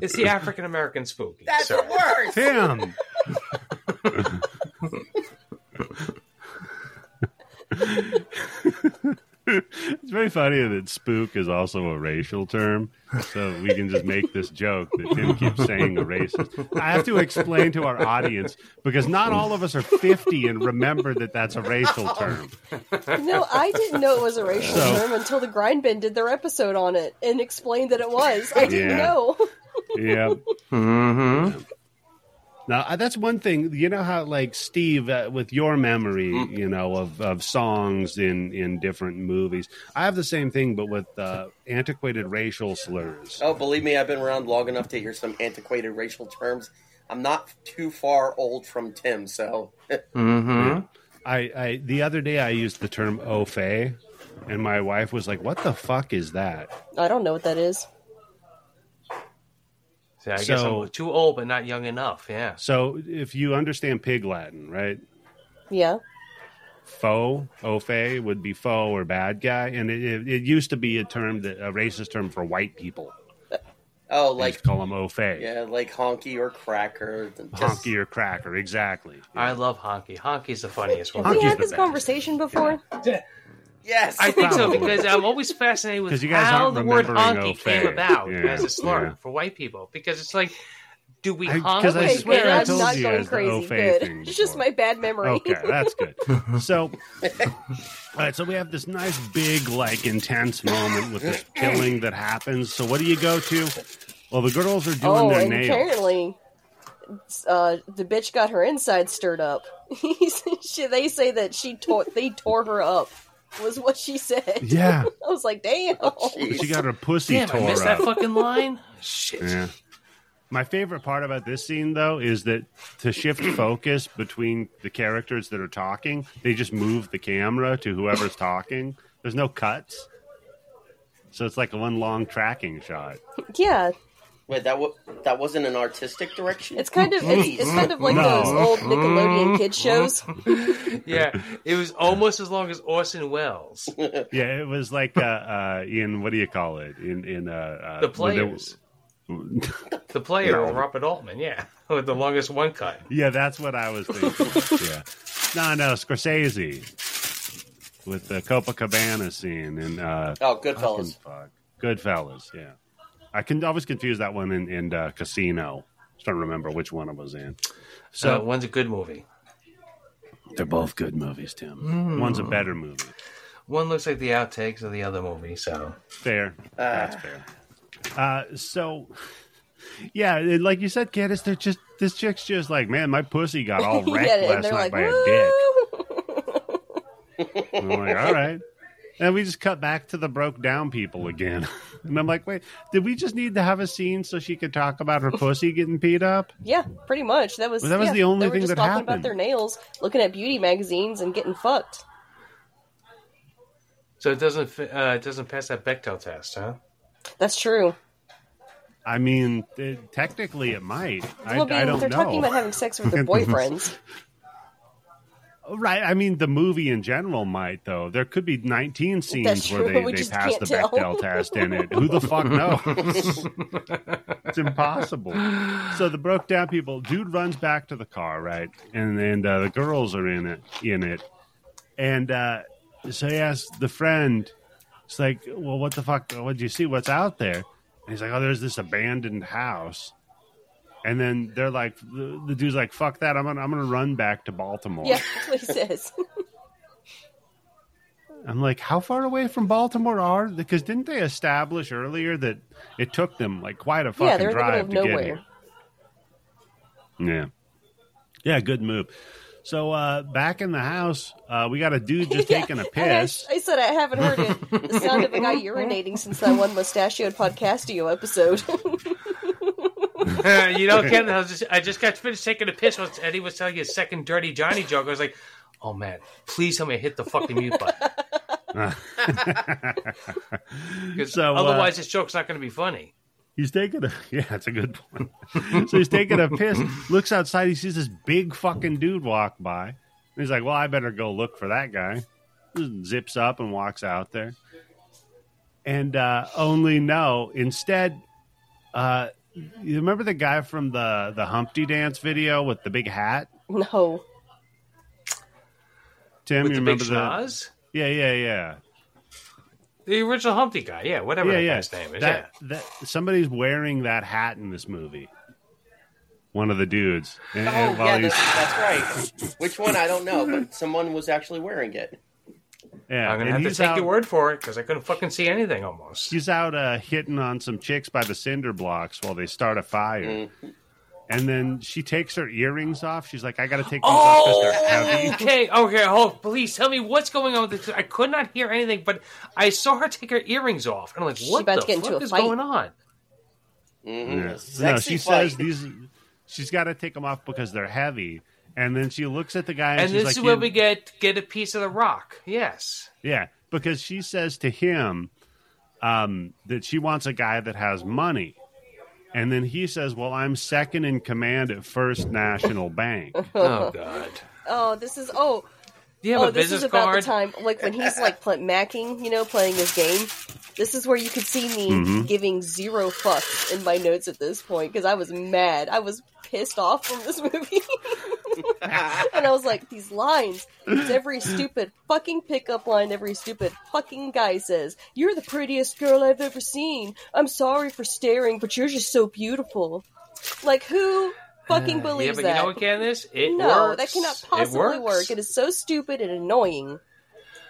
[SPEAKER 3] it's the african-american spooky
[SPEAKER 4] That's
[SPEAKER 3] Sorry.
[SPEAKER 4] the worst.
[SPEAKER 1] Tim. it's very funny that spook is also a racial term, so we can just make this joke that Tim keeps saying a racist. I have to explain to our audience because not all of us are 50 and remember that that's a racial term.
[SPEAKER 2] No, I didn't know it was a racial
[SPEAKER 1] So-
[SPEAKER 2] term until the Grind Bin did their episode on it and explained that it was. I didn't
[SPEAKER 1] Yeah.
[SPEAKER 2] know.
[SPEAKER 1] Yeah. Now I- that's one thing. You know how, like Steve, uh, with your memory, you know of, of songs in in different movies. I have the same thing, but with uh, antiquated racial slurs.
[SPEAKER 4] Oh, believe me, I've been around long enough to hear some antiquated racial terms. I'm not too far old from Tim, so
[SPEAKER 1] I, I the other day I used the term "au fait," and my wife was like, "What the fuck is that?"
[SPEAKER 2] I don't know what that is.
[SPEAKER 3] See, i guess
[SPEAKER 1] So-
[SPEAKER 3] i'm too old but not young enough yeah
[SPEAKER 1] So if you understand Pig Latin, right?
[SPEAKER 2] Yeah.
[SPEAKER 1] Foe, au fait would be foe or bad guy, and it, it, it used to be a term that a racist term for white people.
[SPEAKER 4] oh,
[SPEAKER 1] Like
[SPEAKER 4] like
[SPEAKER 1] call them au fait.
[SPEAKER 4] yeah, like honky or cracker. Just-
[SPEAKER 1] honky or cracker. Exactly.
[SPEAKER 3] i love honky honky's the funniest one
[SPEAKER 2] Have we
[SPEAKER 1] Honky's
[SPEAKER 2] had
[SPEAKER 1] the
[SPEAKER 2] this
[SPEAKER 1] best.
[SPEAKER 2] conversation before?
[SPEAKER 4] Yes,
[SPEAKER 3] I think so
[SPEAKER 1] Probably.
[SPEAKER 3] because I'm always fascinated with
[SPEAKER 1] 'Cause you guys
[SPEAKER 3] how
[SPEAKER 1] aren't
[SPEAKER 3] the word
[SPEAKER 1] remembering
[SPEAKER 3] honky
[SPEAKER 1] au fait.
[SPEAKER 3] came about
[SPEAKER 1] Yeah,
[SPEAKER 3] as a slur
[SPEAKER 1] yeah.
[SPEAKER 3] for white people. Because it's like, do we
[SPEAKER 1] I-
[SPEAKER 3] honk?
[SPEAKER 1] 'cause I
[SPEAKER 2] Okay,
[SPEAKER 1] swear
[SPEAKER 2] good.
[SPEAKER 1] I
[SPEAKER 2] I'm
[SPEAKER 1] told
[SPEAKER 2] not
[SPEAKER 1] you
[SPEAKER 2] going
[SPEAKER 1] as the au
[SPEAKER 2] crazy.
[SPEAKER 1] fait
[SPEAKER 2] Good.
[SPEAKER 1] thing
[SPEAKER 2] It's just
[SPEAKER 1] before. Oh,
[SPEAKER 2] my bad memory.
[SPEAKER 1] Okay, that's good. So, all right, so we have this nice, big, like, intense moment with this killing that happens. So, what do you go to? Well, the girls are doing
[SPEAKER 2] oh,
[SPEAKER 1] their
[SPEAKER 2] and
[SPEAKER 1] nails.
[SPEAKER 2] apparently, uh, the bitch got her insides stirred up. she, they say that she tore, they tore her up. Was what she said.
[SPEAKER 1] Yeah,
[SPEAKER 2] I was like, damn.
[SPEAKER 4] Jeez.
[SPEAKER 1] she got her pussy
[SPEAKER 3] Damn, I
[SPEAKER 1] tore
[SPEAKER 3] missed
[SPEAKER 1] up.
[SPEAKER 3] that fucking line. Shit.
[SPEAKER 1] Yeah. My favorite part about this scene, though, is that to shift focus between the characters that are talking, they just move the camera to whoever's talking. There's no cuts. So it's like one long tracking shot.
[SPEAKER 2] Yeah,
[SPEAKER 4] Wait, that w- that wasn't an artistic direction.
[SPEAKER 2] it's kind of it's, it's kind of like
[SPEAKER 1] No.
[SPEAKER 2] those old Nickelodeon kid shows.
[SPEAKER 3] Yeah, it was almost as long as Orson Welles.
[SPEAKER 1] Yeah, it was like uh, uh, in what do you call it? In in uh, uh,
[SPEAKER 3] The
[SPEAKER 1] when there-
[SPEAKER 3] players. The player,
[SPEAKER 1] No.
[SPEAKER 3] Robert Altman, yeah. With the longest one cut.
[SPEAKER 1] yeah, that's what I was thinking. yeah, no, no, Scorsese with the Copacabana scene and uh,
[SPEAKER 4] oh,
[SPEAKER 1] Fucking
[SPEAKER 4] Goodfellas.
[SPEAKER 1] fuck. Goodfellas, yeah. I can always confuse that one in, in uh, Casino. Just trying to remember which one I was in.
[SPEAKER 3] So
[SPEAKER 1] So
[SPEAKER 3] one's a good movie. Uh,
[SPEAKER 1] they're both good movies, Tim. One's
[SPEAKER 3] Hmm.
[SPEAKER 1] a better movie.
[SPEAKER 3] One looks like the outtakes of the other movie, so
[SPEAKER 1] Fair.
[SPEAKER 2] Ah.
[SPEAKER 1] That's fair. Uh, so, yeah, it- like you said, Candice, they're just this chick's just like, man, my pussy got all wrecked
[SPEAKER 2] yeah, and
[SPEAKER 1] last
[SPEAKER 2] they're
[SPEAKER 1] night
[SPEAKER 2] like,
[SPEAKER 1] by a dick.
[SPEAKER 2] "Woo!"
[SPEAKER 1] And I'm like, all right. And we just cut back to the broke down people again. And I'm like, wait, did we just need to have a scene so she could talk about her pussy getting peed up?
[SPEAKER 2] yeah, pretty much. That was
[SPEAKER 1] Well, that was
[SPEAKER 2] yeah,
[SPEAKER 1] the only
[SPEAKER 2] they were
[SPEAKER 1] thing
[SPEAKER 2] just
[SPEAKER 1] that
[SPEAKER 2] talking
[SPEAKER 1] happened.
[SPEAKER 2] about their nails, looking at beauty magazines, and getting fucked.
[SPEAKER 3] So it doesn't fi- uh, it doesn't pass that Bechtel test, huh?
[SPEAKER 2] That's true.
[SPEAKER 1] I mean, it, technically it might. I,
[SPEAKER 2] Well, I mean,
[SPEAKER 1] I
[SPEAKER 2] they're
[SPEAKER 1] don't
[SPEAKER 2] talking about
[SPEAKER 1] know.
[SPEAKER 2] having sex with their boyfriends.
[SPEAKER 1] Right. I mean, the movie in general might though. There could be 19 scenes
[SPEAKER 2] That's
[SPEAKER 1] where
[SPEAKER 2] true,
[SPEAKER 1] they,
[SPEAKER 2] we
[SPEAKER 1] they
[SPEAKER 2] just
[SPEAKER 1] pass
[SPEAKER 2] can't
[SPEAKER 1] the
[SPEAKER 2] tell.
[SPEAKER 1] Bechdel test in it. Who the fuck knows? it's impossible. So the broke down people. Dude runs back to the car, right? And and uh, the girls are in it. In it. And uh, so he asks the friend. It's like, well, what the fuck? What did you see? What's out there? And he's like, oh, there's this abandoned house. And then they're like, the, the dude's like, fuck that. I'm gonna, I'm gonna run back to Baltimore.
[SPEAKER 2] Yeah, that's what he says.
[SPEAKER 1] I'm like, how far away from Baltimore are? Because didn't they establish earlier that it took them like quite a fucking
[SPEAKER 2] yeah, they're in the middle
[SPEAKER 1] drive
[SPEAKER 2] of
[SPEAKER 1] to
[SPEAKER 2] nowhere.
[SPEAKER 1] get here? Yeah, yeah, good move. So uh, back in the house, uh, we got a dude just
[SPEAKER 2] Yeah,
[SPEAKER 1] taking a
[SPEAKER 2] and I-
[SPEAKER 1] piss.
[SPEAKER 2] I, said I haven't heard it, the sound of a guy urinating since that one mustachioed podcastio episode.
[SPEAKER 3] you know, Ken, I, was just, I just got finished taking a piss once Eddie was telling you a second dirty Johnny joke. I was like, oh man, please tell me I hit the fucking mute button. 'Cause
[SPEAKER 1] So, uh,
[SPEAKER 3] otherwise, this joke's not going to be funny.
[SPEAKER 1] He's taking a yeah, that's a good point. so he's taking a piss. Looks outside. He sees this big fucking dude walk by. And he's like, "Well, I better go look for that guy." Zips up and walks out there. And uh, only no, instead, uh, you remember the guy from the the Humpty Dance video with the big hat?
[SPEAKER 2] no.
[SPEAKER 1] Tim,
[SPEAKER 3] With
[SPEAKER 1] you
[SPEAKER 3] the big
[SPEAKER 1] remember
[SPEAKER 3] schnoz?
[SPEAKER 1] Yeah, yeah, yeah.
[SPEAKER 3] The original Humpty guy, yeah, whatever that guy's name is.
[SPEAKER 1] That, that somebody's wearing that hat in this movie. One of the dudes. And-
[SPEAKER 4] Oh,
[SPEAKER 1] and while
[SPEAKER 4] yeah,
[SPEAKER 1] he's-
[SPEAKER 4] that's, that's right. Which one I don't know, but someone was actually wearing it.
[SPEAKER 1] yeah,
[SPEAKER 3] yeah. I'm
[SPEAKER 1] and
[SPEAKER 3] going to have to
[SPEAKER 1] he's
[SPEAKER 3] take
[SPEAKER 1] out-
[SPEAKER 3] your word for it because I couldn't fucking see anything almost.
[SPEAKER 1] She's out uh, hitting on some chicks by the cinder blocks while they start a fire.
[SPEAKER 4] Mm.
[SPEAKER 3] Mm-hmm.
[SPEAKER 1] And then she takes her earrings off. She's like, I got to take these off
[SPEAKER 3] Oh,
[SPEAKER 1] because they're heavy.
[SPEAKER 3] okay, okay. Hold, please tell me what's going on with this. I could not hear anything, but I saw her take her earrings off, and I'm like,
[SPEAKER 2] She's
[SPEAKER 3] what
[SPEAKER 2] about
[SPEAKER 3] the
[SPEAKER 2] to get into
[SPEAKER 3] fuck
[SPEAKER 2] a
[SPEAKER 3] is
[SPEAKER 2] fight.
[SPEAKER 3] going on?
[SPEAKER 4] Mm-hmm.
[SPEAKER 1] Yeah. No,
[SPEAKER 4] Sexy
[SPEAKER 1] she
[SPEAKER 4] fight.
[SPEAKER 1] says these. she's got to take them off because they're heavy. And then she looks at the guy and,
[SPEAKER 3] And
[SPEAKER 1] she's
[SPEAKER 3] this
[SPEAKER 1] like,
[SPEAKER 3] is where
[SPEAKER 1] "You-
[SPEAKER 3] we get get a piece of the rock. Yes.
[SPEAKER 1] Yeah, because she says to him um, that she wants a guy that has money. And then he says, Well, I'm second in command at First National Bank.
[SPEAKER 3] Oh God.
[SPEAKER 2] Oh, this is oh
[SPEAKER 3] Do you have
[SPEAKER 2] oh
[SPEAKER 3] a
[SPEAKER 2] this is
[SPEAKER 3] business
[SPEAKER 2] about
[SPEAKER 3] card?
[SPEAKER 2] the time like when he's like pl- macking, you know, playing his game. This is where you could see me giving zero fucks in my notes at this point because I was mad. I was pissed off from this movie. and I was like, these lines, it's every stupid fucking pickup line every stupid fucking guy says. You're the prettiest girl I've ever seen. I'm sorry for staring, but you're just so beautiful. Like, who fucking
[SPEAKER 3] Uh, yeah,
[SPEAKER 2] believes
[SPEAKER 3] but
[SPEAKER 2] that?
[SPEAKER 3] you know what, Candace? It
[SPEAKER 2] no,
[SPEAKER 3] works.
[SPEAKER 2] that cannot
[SPEAKER 3] It
[SPEAKER 2] possibly
[SPEAKER 3] works.
[SPEAKER 2] work. It is so stupid and annoying.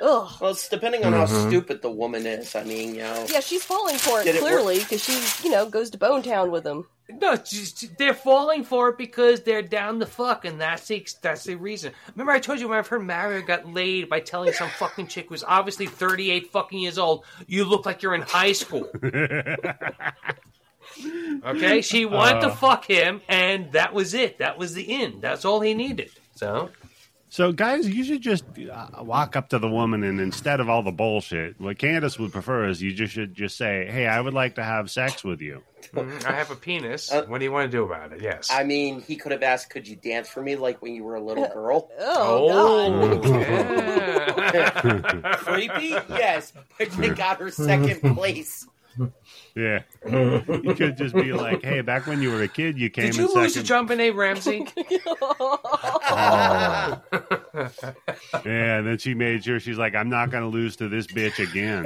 [SPEAKER 2] Ugh.
[SPEAKER 4] Well, it's depending on
[SPEAKER 1] Uh-huh.
[SPEAKER 4] how stupid the woman is. I mean, you know.
[SPEAKER 2] Yeah, she's falling for it,
[SPEAKER 4] Did it work?
[SPEAKER 2] clearly because she, you know, goes to Bone Town with him.
[SPEAKER 3] No, it's just, they're falling for it because they're down the fuck, and that's the that's the reason. Remember, I told you when I've heard Mario got laid by telling some fucking chick who's obviously thirty eight fucking years old, "You look like you're in high school." okay, she wanted
[SPEAKER 1] Uh.
[SPEAKER 3] to fuck him, and that was it. That was the end. That's all he needed. So
[SPEAKER 1] So, guys, you should just uh, walk up to the woman and instead of all the bullshit, what Candace would prefer is you just should just say, "Hey, I would like to have sex with you."
[SPEAKER 3] mm, I have a penis.
[SPEAKER 4] Uh,
[SPEAKER 3] what do you want to do about it? Yes.
[SPEAKER 4] I mean, he could have asked, "Could you dance for me like when you were a little
[SPEAKER 2] Uh,
[SPEAKER 4] girl?"
[SPEAKER 2] Oh, God.
[SPEAKER 3] yeah.
[SPEAKER 4] Creepy, yes, but they got her second place.
[SPEAKER 1] Yeah, you could just be like, "Hey, back when you were a kid, you came
[SPEAKER 3] Did
[SPEAKER 1] in
[SPEAKER 3] you lose to
[SPEAKER 1] second.
[SPEAKER 3] John Benet Ramsey?
[SPEAKER 4] Oh.
[SPEAKER 1] Yeah, and then she made sure she's like, "I'm not going to lose to this bitch again."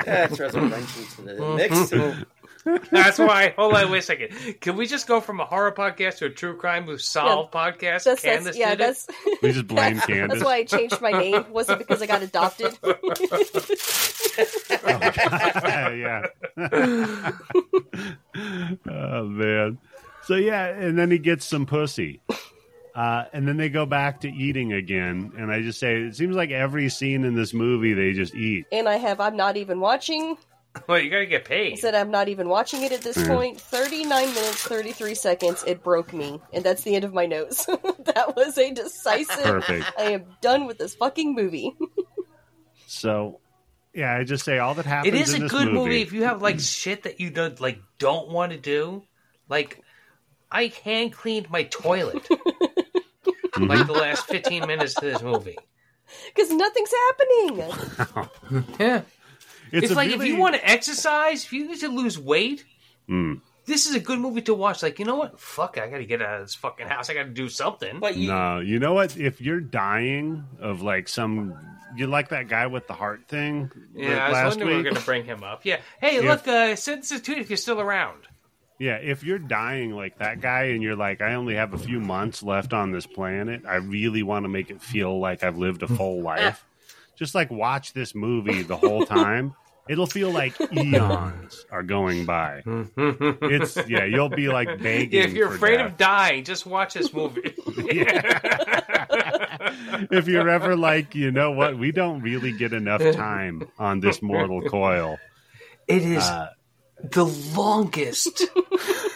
[SPEAKER 4] That's resurrection to the mix.
[SPEAKER 3] That's why. Hold on, wait a second. Can we just go from a horror podcast to a true crime with solve podcast?
[SPEAKER 2] That's,
[SPEAKER 3] Candace
[SPEAKER 2] that's yeah,
[SPEAKER 3] did
[SPEAKER 2] that's
[SPEAKER 1] We just blame Candace.
[SPEAKER 2] that's why I changed my name. Was it because I got adopted?
[SPEAKER 1] yeah. oh man. So yeah, and then he gets some pussy. Uh, and then they go back to eating again, and I just say it seems like every scene in this movie they just eat.
[SPEAKER 2] and I have I'm not even watching.
[SPEAKER 3] it. Well, you gotta get paid.
[SPEAKER 2] I said I'm not even watching it at this
[SPEAKER 4] Mm.
[SPEAKER 2] point. 39 minutes 33 seconds. It broke me, and that's the end of my notes. that was a decisive.
[SPEAKER 1] Perfect.
[SPEAKER 2] I am done with this fucking movie.
[SPEAKER 1] So, yeah, I just say all that happens.
[SPEAKER 3] It is
[SPEAKER 1] in
[SPEAKER 3] a
[SPEAKER 1] this
[SPEAKER 3] good movie.
[SPEAKER 1] movie
[SPEAKER 3] if you have like shit that you don't like don't want to do. Like I hand cleaned my toilet like the last fifteen minutes to this movie.
[SPEAKER 2] because nothing's happening.
[SPEAKER 3] Yeah. It's,
[SPEAKER 1] a
[SPEAKER 3] like if
[SPEAKER 1] really-
[SPEAKER 3] you want to exercise, if you need to lose weight,
[SPEAKER 1] Hmm.
[SPEAKER 3] this is a good movie to watch. Like, you know what? Fuck, I got to get out of this fucking house. I got to do something.
[SPEAKER 4] But you,
[SPEAKER 1] No, you know what? If you're dying of like some, you like that guy with the heart thing
[SPEAKER 3] yeah, I was
[SPEAKER 1] last
[SPEAKER 3] wondering we were
[SPEAKER 1] week.
[SPEAKER 3] going to bring him up. Yeah. Hey,
[SPEAKER 1] Yeah.
[SPEAKER 3] look, uh, send this to if you're still around.
[SPEAKER 1] Yeah, if you're dying like that guy, and you're like, I only have a few months left on this planet. I really want to make it feel like I've lived a full life. Just like watch this movie the whole time. It'll feel like eons are going by. It's yeah, you'll be like begging.
[SPEAKER 3] If you're
[SPEAKER 1] for
[SPEAKER 3] afraid
[SPEAKER 1] death.
[SPEAKER 3] of dying, just watch this movie.
[SPEAKER 1] if you're ever like, you know what, we don't really get enough time on this mortal coil.
[SPEAKER 3] It is
[SPEAKER 4] Uh,
[SPEAKER 3] the longest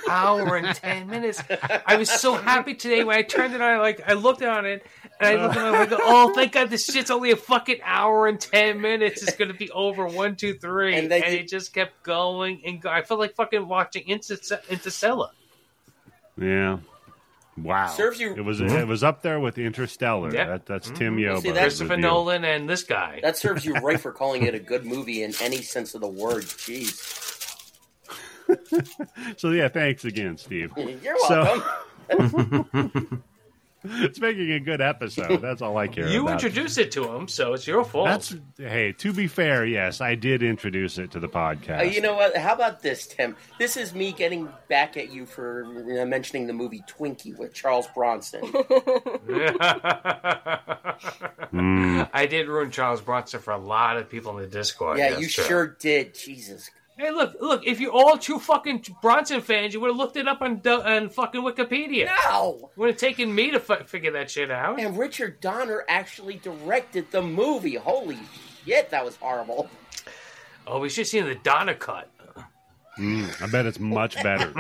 [SPEAKER 3] hour and ten minutes. I was so happy today when I turned it on. Like I looked on it and I looked at my I go, "Oh, thank God! This shit's only a fucking hour and ten minutes. It's gonna be over one, two, three,
[SPEAKER 4] And
[SPEAKER 3] and,
[SPEAKER 4] they did-
[SPEAKER 3] it just kept going and go. I felt like fucking watching Interse- Interstellar.
[SPEAKER 1] Yeah. Wow.
[SPEAKER 4] Serves you- Mm-hmm.
[SPEAKER 1] It was it was up there with Interstellar.
[SPEAKER 3] Yeah.
[SPEAKER 1] That, that's Tim Yo.
[SPEAKER 4] see, that's-
[SPEAKER 3] Christopher Nolan and this guy.
[SPEAKER 4] that serves you right for calling it a good movie in any sense of the word. Jeez,
[SPEAKER 1] So yeah, thanks again, Steve.
[SPEAKER 4] you're
[SPEAKER 1] So-
[SPEAKER 4] welcome.
[SPEAKER 1] it's making a good episode. That's all I care
[SPEAKER 3] You
[SPEAKER 1] about.
[SPEAKER 3] introduced it to him, so it's your fault.
[SPEAKER 1] that's hey. To be fair, yes, I did introduce it to the podcast.
[SPEAKER 4] Uh, you know what? How about this, Tim? This is me getting back at you for uh, mentioning the movie Twinkie with Charles Bronson.
[SPEAKER 3] I did ruin Charles Bronson for a lot of people in the Discord.
[SPEAKER 4] yeah,
[SPEAKER 3] That's
[SPEAKER 4] you
[SPEAKER 3] true.
[SPEAKER 4] sure did. Jesus.
[SPEAKER 3] Hey, look, look! If you're all true fucking Bronson fans, you would have looked it up on Du- on fucking Wikipedia.
[SPEAKER 4] Ow!
[SPEAKER 3] Would have taken me to f- figure that shit out.
[SPEAKER 4] And Richard Donner actually directed the movie. Holy shit, that was horrible.
[SPEAKER 3] Oh, we should have seen the Donna cut.
[SPEAKER 1] I bet it's much better.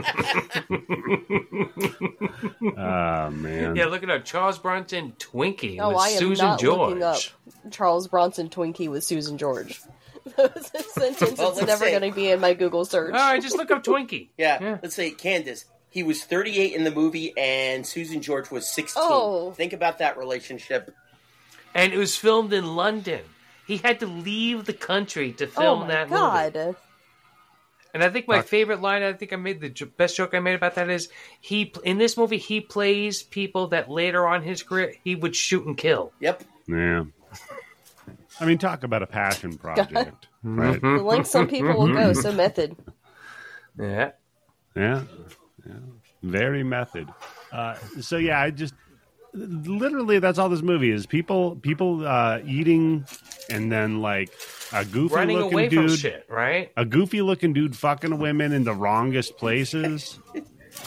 [SPEAKER 1] oh man.
[SPEAKER 3] Yeah, look at that. Charles Bronson Twinkie
[SPEAKER 2] No,
[SPEAKER 3] with
[SPEAKER 2] I am
[SPEAKER 3] Susan
[SPEAKER 2] not
[SPEAKER 3] George.
[SPEAKER 2] looking up Charles Bronson Twinkie with Susan George. That's a sentence
[SPEAKER 4] Well,
[SPEAKER 2] that's
[SPEAKER 4] let's
[SPEAKER 2] never
[SPEAKER 4] see.
[SPEAKER 2] going to be in my Google search.
[SPEAKER 3] All right, just look up Twinkie.
[SPEAKER 4] Yeah, let's say Candace. He was 38 in the movie, and Susan George was 16.
[SPEAKER 2] Oh.
[SPEAKER 4] Think about that relationship.
[SPEAKER 3] And it was filmed in London. He had to leave the country to
[SPEAKER 2] oh
[SPEAKER 3] film
[SPEAKER 2] my
[SPEAKER 3] that
[SPEAKER 2] god!
[SPEAKER 3] movie. And I think my favorite line, I think I made the j- best joke I made about that is he pl- in this movie he plays people that later on in his career he would shoot and kill.
[SPEAKER 4] Yep.
[SPEAKER 1] Yeah. I mean, talk about a passion project,
[SPEAKER 4] Mm-hmm.
[SPEAKER 1] right?
[SPEAKER 2] The link some people will go. So method.
[SPEAKER 3] Yeah.
[SPEAKER 1] Yeah. Yeah. Very method. Uh, so yeah, I just literally that's all this movie is. People people uh, eating and then like a goofy
[SPEAKER 3] Running
[SPEAKER 1] looking
[SPEAKER 3] away
[SPEAKER 1] dude
[SPEAKER 3] from shit, right?
[SPEAKER 1] a goofy looking dude fucking women in the wrongest places.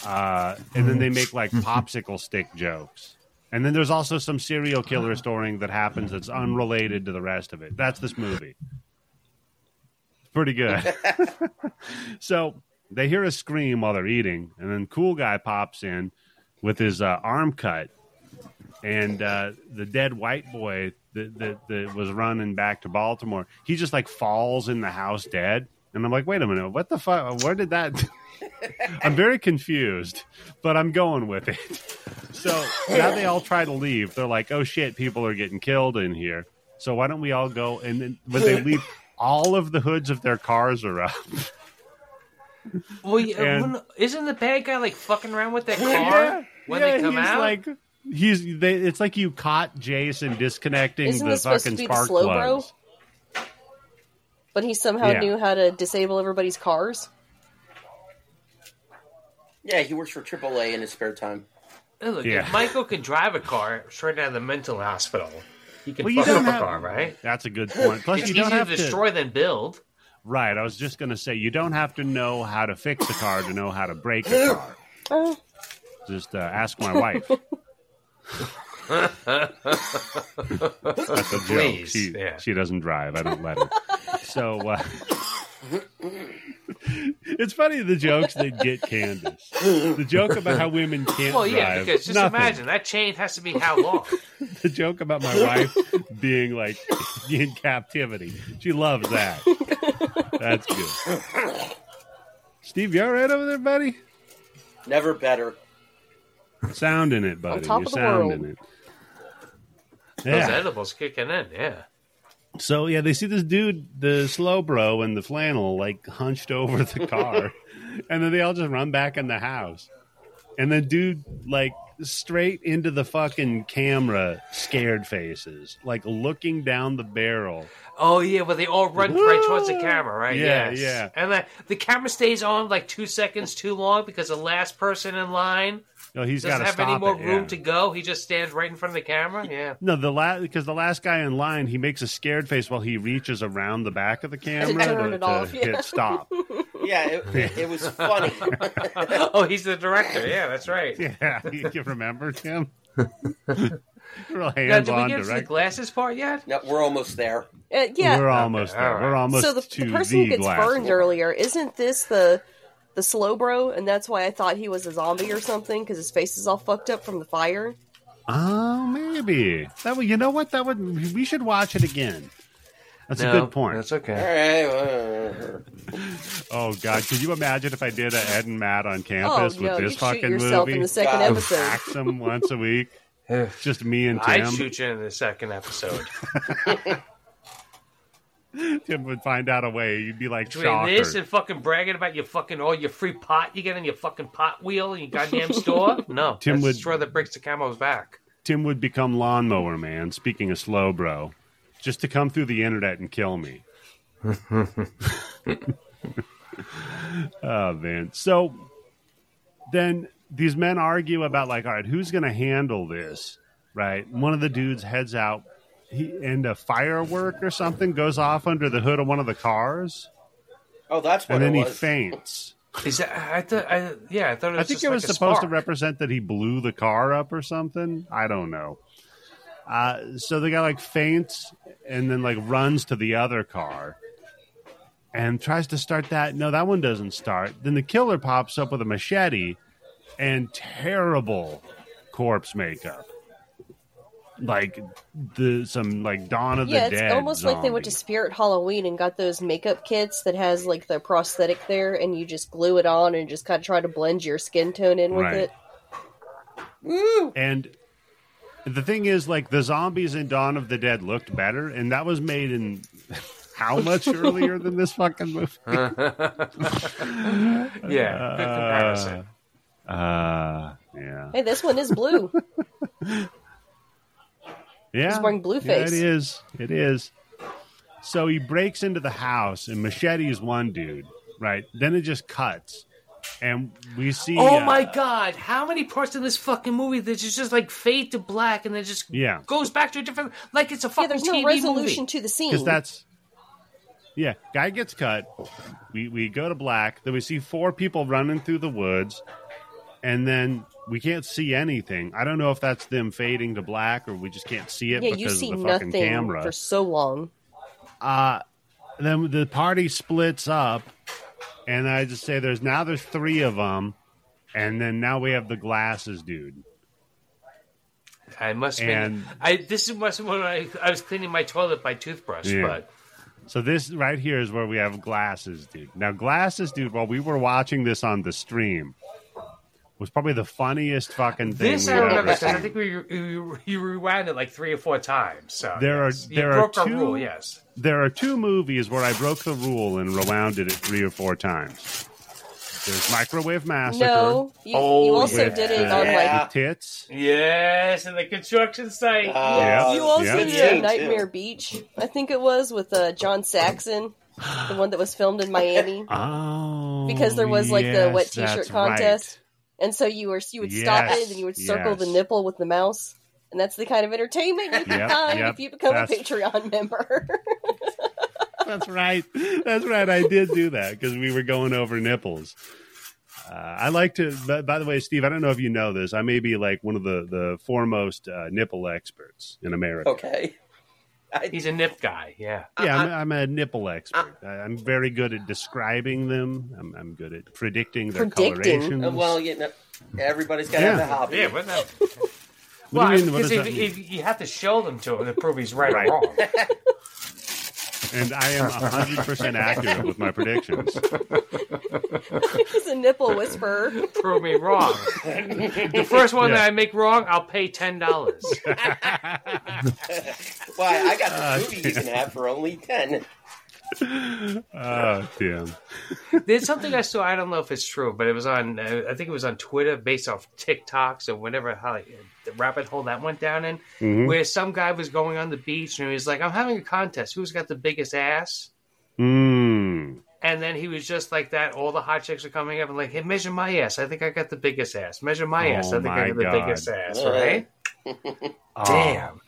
[SPEAKER 1] Uh, and then they make like popsicle stick jokes. And then there's also some serial killer storying that happens that's unrelated to the rest of it. That's this movie. It's pretty good. so they hear a scream while they're eating, and then cool guy pops in with his uh, arm cut, and uh, the dead white boy that, that that was running back to Baltimore, he just like falls in the house dead, and I'm like, wait a minute, what the fuck? Where did that? I'm very confused, but I'm going with it. So now they all try to leave. They're like, oh shit, people are getting killed in here. So why don't we all go? And then when they leave, all of the hoods of their cars are up.
[SPEAKER 3] Well, yeah,
[SPEAKER 1] And-
[SPEAKER 3] wouldn't- isn't the bad guy like fucking around with that car when
[SPEAKER 1] Yeah,
[SPEAKER 3] they come
[SPEAKER 1] he's
[SPEAKER 3] out?
[SPEAKER 1] Like he's, they, it's like you caught Jason disconnecting
[SPEAKER 2] Isn't
[SPEAKER 1] the
[SPEAKER 2] this supposed to
[SPEAKER 1] fucking
[SPEAKER 2] be the
[SPEAKER 1] spark
[SPEAKER 2] slow bro?
[SPEAKER 1] plugs.
[SPEAKER 2] But he somehow
[SPEAKER 1] Yeah.
[SPEAKER 2] knew how to disable everybody's cars.
[SPEAKER 4] Yeah, he works for AAA in his spare time.
[SPEAKER 3] Hey, Look,
[SPEAKER 1] Yeah.
[SPEAKER 3] if Michael can drive a car straight out of the mental hospital, he can
[SPEAKER 1] Well, you
[SPEAKER 3] fuck
[SPEAKER 1] don't
[SPEAKER 3] up
[SPEAKER 1] have-
[SPEAKER 3] a car, right?
[SPEAKER 1] That's a good point. Plus,
[SPEAKER 3] It's
[SPEAKER 1] you
[SPEAKER 3] easier
[SPEAKER 1] don't have
[SPEAKER 3] to destroy than build.
[SPEAKER 1] Right. I was just going to say you don't have to know how to fix a car to know how to break a car.
[SPEAKER 2] Oh.
[SPEAKER 1] Just uh, ask my wife. That's a joke.
[SPEAKER 3] Please,
[SPEAKER 1] She,
[SPEAKER 3] yeah.
[SPEAKER 1] she doesn't drive. I don't let her. So, uh, it's funny the jokes that get Candace. The joke about how women can't
[SPEAKER 3] Well,
[SPEAKER 1] drive.
[SPEAKER 3] yeah, because just
[SPEAKER 1] nothing.
[SPEAKER 3] imagine that chain has to be how long?
[SPEAKER 1] the joke about my wife being like in captivity. She loves that. That's good. Steve, you all right over there, buddy?
[SPEAKER 4] Never better.
[SPEAKER 1] Sounding it, buddy.
[SPEAKER 2] top
[SPEAKER 1] You're
[SPEAKER 2] of the
[SPEAKER 1] sounding
[SPEAKER 2] world.
[SPEAKER 1] it.
[SPEAKER 3] Those
[SPEAKER 1] Yeah.
[SPEAKER 3] edibles kicking in, yeah.
[SPEAKER 1] So yeah, they see this dude, the slow bro in the flannel, like hunched over the car, and then they all just run back in the house, and then dude like straight into the fucking camera, scared faces, like looking down the barrel.
[SPEAKER 3] Oh yeah, well they all run right towards the camera, right?
[SPEAKER 1] Yeah,
[SPEAKER 3] yes.
[SPEAKER 1] yeah.
[SPEAKER 3] And the, the camera stays on like two seconds too long because the last person in line
[SPEAKER 1] No, he's got
[SPEAKER 3] doesn't
[SPEAKER 1] to
[SPEAKER 3] have
[SPEAKER 1] stop
[SPEAKER 3] any more
[SPEAKER 1] it,
[SPEAKER 3] room
[SPEAKER 1] yeah.
[SPEAKER 3] to go. He just stands right in front of the camera. Yeah.
[SPEAKER 1] No, the last because the last guy in line, he makes a scared face while he reaches around the back of the camera
[SPEAKER 2] turn
[SPEAKER 1] to,
[SPEAKER 2] it off,
[SPEAKER 1] to
[SPEAKER 2] yeah.
[SPEAKER 1] hit stop.
[SPEAKER 4] Yeah, it, it, it was funny.
[SPEAKER 3] oh, he's the director. Yeah, that's right.
[SPEAKER 1] Yeah, you, you remember Tim? Real
[SPEAKER 3] Now, did we
[SPEAKER 1] hands-on
[SPEAKER 3] get to the
[SPEAKER 1] direct.
[SPEAKER 3] glasses part yet?
[SPEAKER 4] no, we're almost there.
[SPEAKER 2] Uh, yeah.
[SPEAKER 1] We're almost
[SPEAKER 3] Okay,
[SPEAKER 1] there.
[SPEAKER 3] all
[SPEAKER 1] We're
[SPEAKER 3] right.
[SPEAKER 1] almost
[SPEAKER 2] so the,
[SPEAKER 1] to
[SPEAKER 2] the person who gets
[SPEAKER 1] glasses.
[SPEAKER 2] burned earlier isn't this the the slow bro and that's why i thought he was a zombie or something because his face is all fucked up from the fire
[SPEAKER 1] Oh, maybe that would. You know what? That would. We should watch it again. That's a good point.
[SPEAKER 3] That's
[SPEAKER 4] All
[SPEAKER 3] okay.
[SPEAKER 4] right. uh,
[SPEAKER 1] oh God, could you imagine if I did a Ed and Matt on campus
[SPEAKER 2] oh no
[SPEAKER 1] with
[SPEAKER 2] you
[SPEAKER 1] this
[SPEAKER 2] shoot
[SPEAKER 1] fucking
[SPEAKER 2] yourself
[SPEAKER 1] movie?
[SPEAKER 2] in the second
[SPEAKER 4] God.
[SPEAKER 2] episode
[SPEAKER 1] Axe 'em once a week. Just me and Tim.
[SPEAKER 3] I shoot you in the second episode.
[SPEAKER 1] Tim would find out a way. You'd be like
[SPEAKER 3] Between
[SPEAKER 1] shocked.
[SPEAKER 3] this and fucking bragging about your fucking all your free pot you get in your fucking pot wheel in your goddamn store. No,
[SPEAKER 1] Tim
[SPEAKER 3] that's
[SPEAKER 1] would-
[SPEAKER 3] the straw that breaks the camel's back.
[SPEAKER 1] Tim would become lawnmower man. Speaking of slow, bro, just to come through the internet and kill me. oh man! So then these men argue about like, all right, who's going to handle this? Right? One of the dudes heads out, he, and a firework or something goes off under the hood of one of the cars,
[SPEAKER 4] oh, that's what
[SPEAKER 1] and then
[SPEAKER 4] it
[SPEAKER 1] he
[SPEAKER 4] was.
[SPEAKER 1] faints.
[SPEAKER 3] Is that? I thought. I, yeah, I thought it was.
[SPEAKER 1] I think
[SPEAKER 3] just
[SPEAKER 1] it
[SPEAKER 3] like
[SPEAKER 1] was
[SPEAKER 3] a
[SPEAKER 1] supposed to
[SPEAKER 3] spark.
[SPEAKER 1] represent that he blew the car up or something. I don't know. Uh, so the guy like faints and then like runs to the other car and tries to start that. No, that one doesn't start. Then the killer pops up with a machete and terrible corpse makeup. Like the some like Dawn of
[SPEAKER 2] yeah
[SPEAKER 1] the
[SPEAKER 2] it's
[SPEAKER 1] Dead.
[SPEAKER 2] almost like they went to
[SPEAKER 1] zombie.
[SPEAKER 2] spirit halloween and got those makeup kits that has like the prosthetic there and you just glue it on and just kind of try to blend your skin tone in with
[SPEAKER 1] Right.
[SPEAKER 2] it
[SPEAKER 1] And the thing is, like the zombies in Dawn of the Dead looked better, and that was made in how much earlier than this fucking movie?
[SPEAKER 3] Yeah, good comparison.
[SPEAKER 1] Uh, yeah,
[SPEAKER 2] hey this one is blue
[SPEAKER 1] yeah.
[SPEAKER 2] He's wearing blue
[SPEAKER 1] Yeah,
[SPEAKER 2] face.
[SPEAKER 1] it is. It is. So he breaks into the house and machetes one dude, right? Then it just cuts, and we see.
[SPEAKER 3] Oh
[SPEAKER 1] uh,
[SPEAKER 3] my god! How many parts in this fucking movie that just just like fade to black and then just
[SPEAKER 1] Yeah.
[SPEAKER 3] goes back to a different like it's a
[SPEAKER 2] yeah
[SPEAKER 3] fucking
[SPEAKER 2] there's no
[SPEAKER 3] TV
[SPEAKER 2] resolution
[SPEAKER 3] movie.
[SPEAKER 2] to the scene
[SPEAKER 1] because that's yeah guy gets cut we we go to black then we see four people running through the woods and then we can't see anything i don't know if that's them fading to black or we just can't see it
[SPEAKER 2] yeah
[SPEAKER 1] because
[SPEAKER 2] you see
[SPEAKER 1] of the fucking
[SPEAKER 2] nothing
[SPEAKER 1] camera
[SPEAKER 2] for so long
[SPEAKER 1] then the party splits up and i just say there's now there's three of them and then now we have the glasses dude
[SPEAKER 3] I must
[SPEAKER 1] And-
[SPEAKER 3] and... I this is must when I, I was cleaning my toilet by toothbrush,
[SPEAKER 1] Yeah.
[SPEAKER 3] but
[SPEAKER 1] So this right here is where we have glasses, dude. Now, glasses, dude. While we were watching this on the stream, was probably the funniest fucking thing
[SPEAKER 3] this
[SPEAKER 1] we've
[SPEAKER 3] I remember
[SPEAKER 1] ever
[SPEAKER 3] because I
[SPEAKER 1] seen.
[SPEAKER 3] think we you, you rewound it like three or four times. So
[SPEAKER 1] There are-
[SPEAKER 3] yes. you
[SPEAKER 1] there are
[SPEAKER 3] broke our
[SPEAKER 1] two-
[SPEAKER 3] rule, yes.
[SPEAKER 1] There are two movies where I broke the rule and rewound it three or four times. There's Microwave Massacre.
[SPEAKER 2] No, you, you
[SPEAKER 3] Oh,
[SPEAKER 2] also
[SPEAKER 1] with
[SPEAKER 2] did it
[SPEAKER 1] the-
[SPEAKER 2] on
[SPEAKER 4] Yeah.
[SPEAKER 2] like.
[SPEAKER 1] The tits.
[SPEAKER 3] Yes, and the construction site.
[SPEAKER 4] Uh,
[SPEAKER 1] Yeah.
[SPEAKER 2] You also
[SPEAKER 1] Yeah.
[SPEAKER 2] did it on Nightmare Beach, I think it was with uh, John Saxon, the one that was filmed in Miami,
[SPEAKER 1] Oh,
[SPEAKER 2] because there was like the wet
[SPEAKER 1] yes, that's
[SPEAKER 2] T-shirt
[SPEAKER 1] right.
[SPEAKER 2] contest, and so you were you would stop
[SPEAKER 1] Yes,
[SPEAKER 2] it and you would circle the
[SPEAKER 1] yes.
[SPEAKER 2] nipple with the mouse. And that's the kind of entertainment you can
[SPEAKER 1] Yep,
[SPEAKER 2] find
[SPEAKER 1] yep,
[SPEAKER 2] if you become a
[SPEAKER 1] that's-
[SPEAKER 2] Patreon member.
[SPEAKER 1] That's right. That's right. I did do that because we were going over nipples. Uh, I like to. By, by the way, Steve, I don't know if you know this. I may be like one of the the foremost uh, nipple experts in America.
[SPEAKER 4] Okay.
[SPEAKER 3] He's a nip guy. Yeah.
[SPEAKER 1] Yeah, I'm, I'm a nipple expert. I, I'm very good at describing them. I'm, I'm good at predicting their
[SPEAKER 2] Predicting?
[SPEAKER 1] colorations.
[SPEAKER 4] Uh, well, you know, everybody's got to have
[SPEAKER 1] Yeah.
[SPEAKER 4] a hobby.
[SPEAKER 3] Yeah. What the-
[SPEAKER 1] What
[SPEAKER 3] well,
[SPEAKER 1] do you mean, what
[SPEAKER 3] because
[SPEAKER 1] does
[SPEAKER 3] if,
[SPEAKER 1] that mean?
[SPEAKER 3] if you have to show them to him to prove he's right,
[SPEAKER 1] Right.
[SPEAKER 3] or wrong.
[SPEAKER 1] and I am 100% accurate with my predictions.
[SPEAKER 2] He's a nipple whisperer.
[SPEAKER 3] prove me wrong. the first one
[SPEAKER 1] Yeah.
[SPEAKER 3] that I make wrong, I'll pay ten dollars.
[SPEAKER 4] Why? I got
[SPEAKER 1] Uh,
[SPEAKER 4] this movie you can have for only ten.
[SPEAKER 1] Oh, damn.
[SPEAKER 3] There's something I saw. I don't know if it's true, but it was on. Uh, I think it was on Twitter, based off TikToks or whatever. How like, the rabbit hole that went down in,
[SPEAKER 1] Mhm.
[SPEAKER 3] where some guy was going on the beach and he was like, "I'm having a contest. Who's got the biggest ass?"
[SPEAKER 1] Mm.
[SPEAKER 3] And then he was just like that. All the hot chicks are coming up and like, "Hey, measure my ass. I think I got the biggest ass. Measure my
[SPEAKER 1] Oh
[SPEAKER 3] ass. I think
[SPEAKER 1] my
[SPEAKER 3] I got the
[SPEAKER 1] God.
[SPEAKER 3] biggest ass."
[SPEAKER 4] Yeah.
[SPEAKER 3] Right? Damn.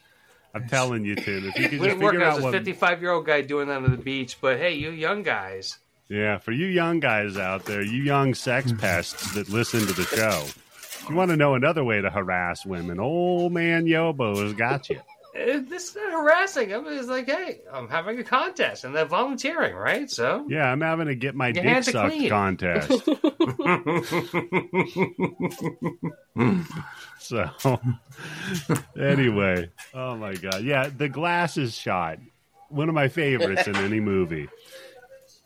[SPEAKER 1] I'm telling you, Tim, if you can
[SPEAKER 3] We
[SPEAKER 1] just
[SPEAKER 3] didn't work
[SPEAKER 1] figure
[SPEAKER 3] out
[SPEAKER 1] out
[SPEAKER 3] as a
[SPEAKER 1] what.
[SPEAKER 3] 55 year old guy doing that on the beach, but hey, you young guys,
[SPEAKER 1] Yeah, for you young guys out there, you young sex pests that listen to the show, if you want to know another way to harass women, old man Yobo has got you.
[SPEAKER 3] eh, this is not harassing. I was like, hey, I'm having a contest and they're volunteering, right? So,
[SPEAKER 1] Yeah, I'm having to get my
[SPEAKER 3] Your
[SPEAKER 1] dick
[SPEAKER 3] hands are
[SPEAKER 1] sucked
[SPEAKER 3] clean.
[SPEAKER 1] contest. so, anyway, oh my god, yeah, the glasses shot, one of my favorites in any movie.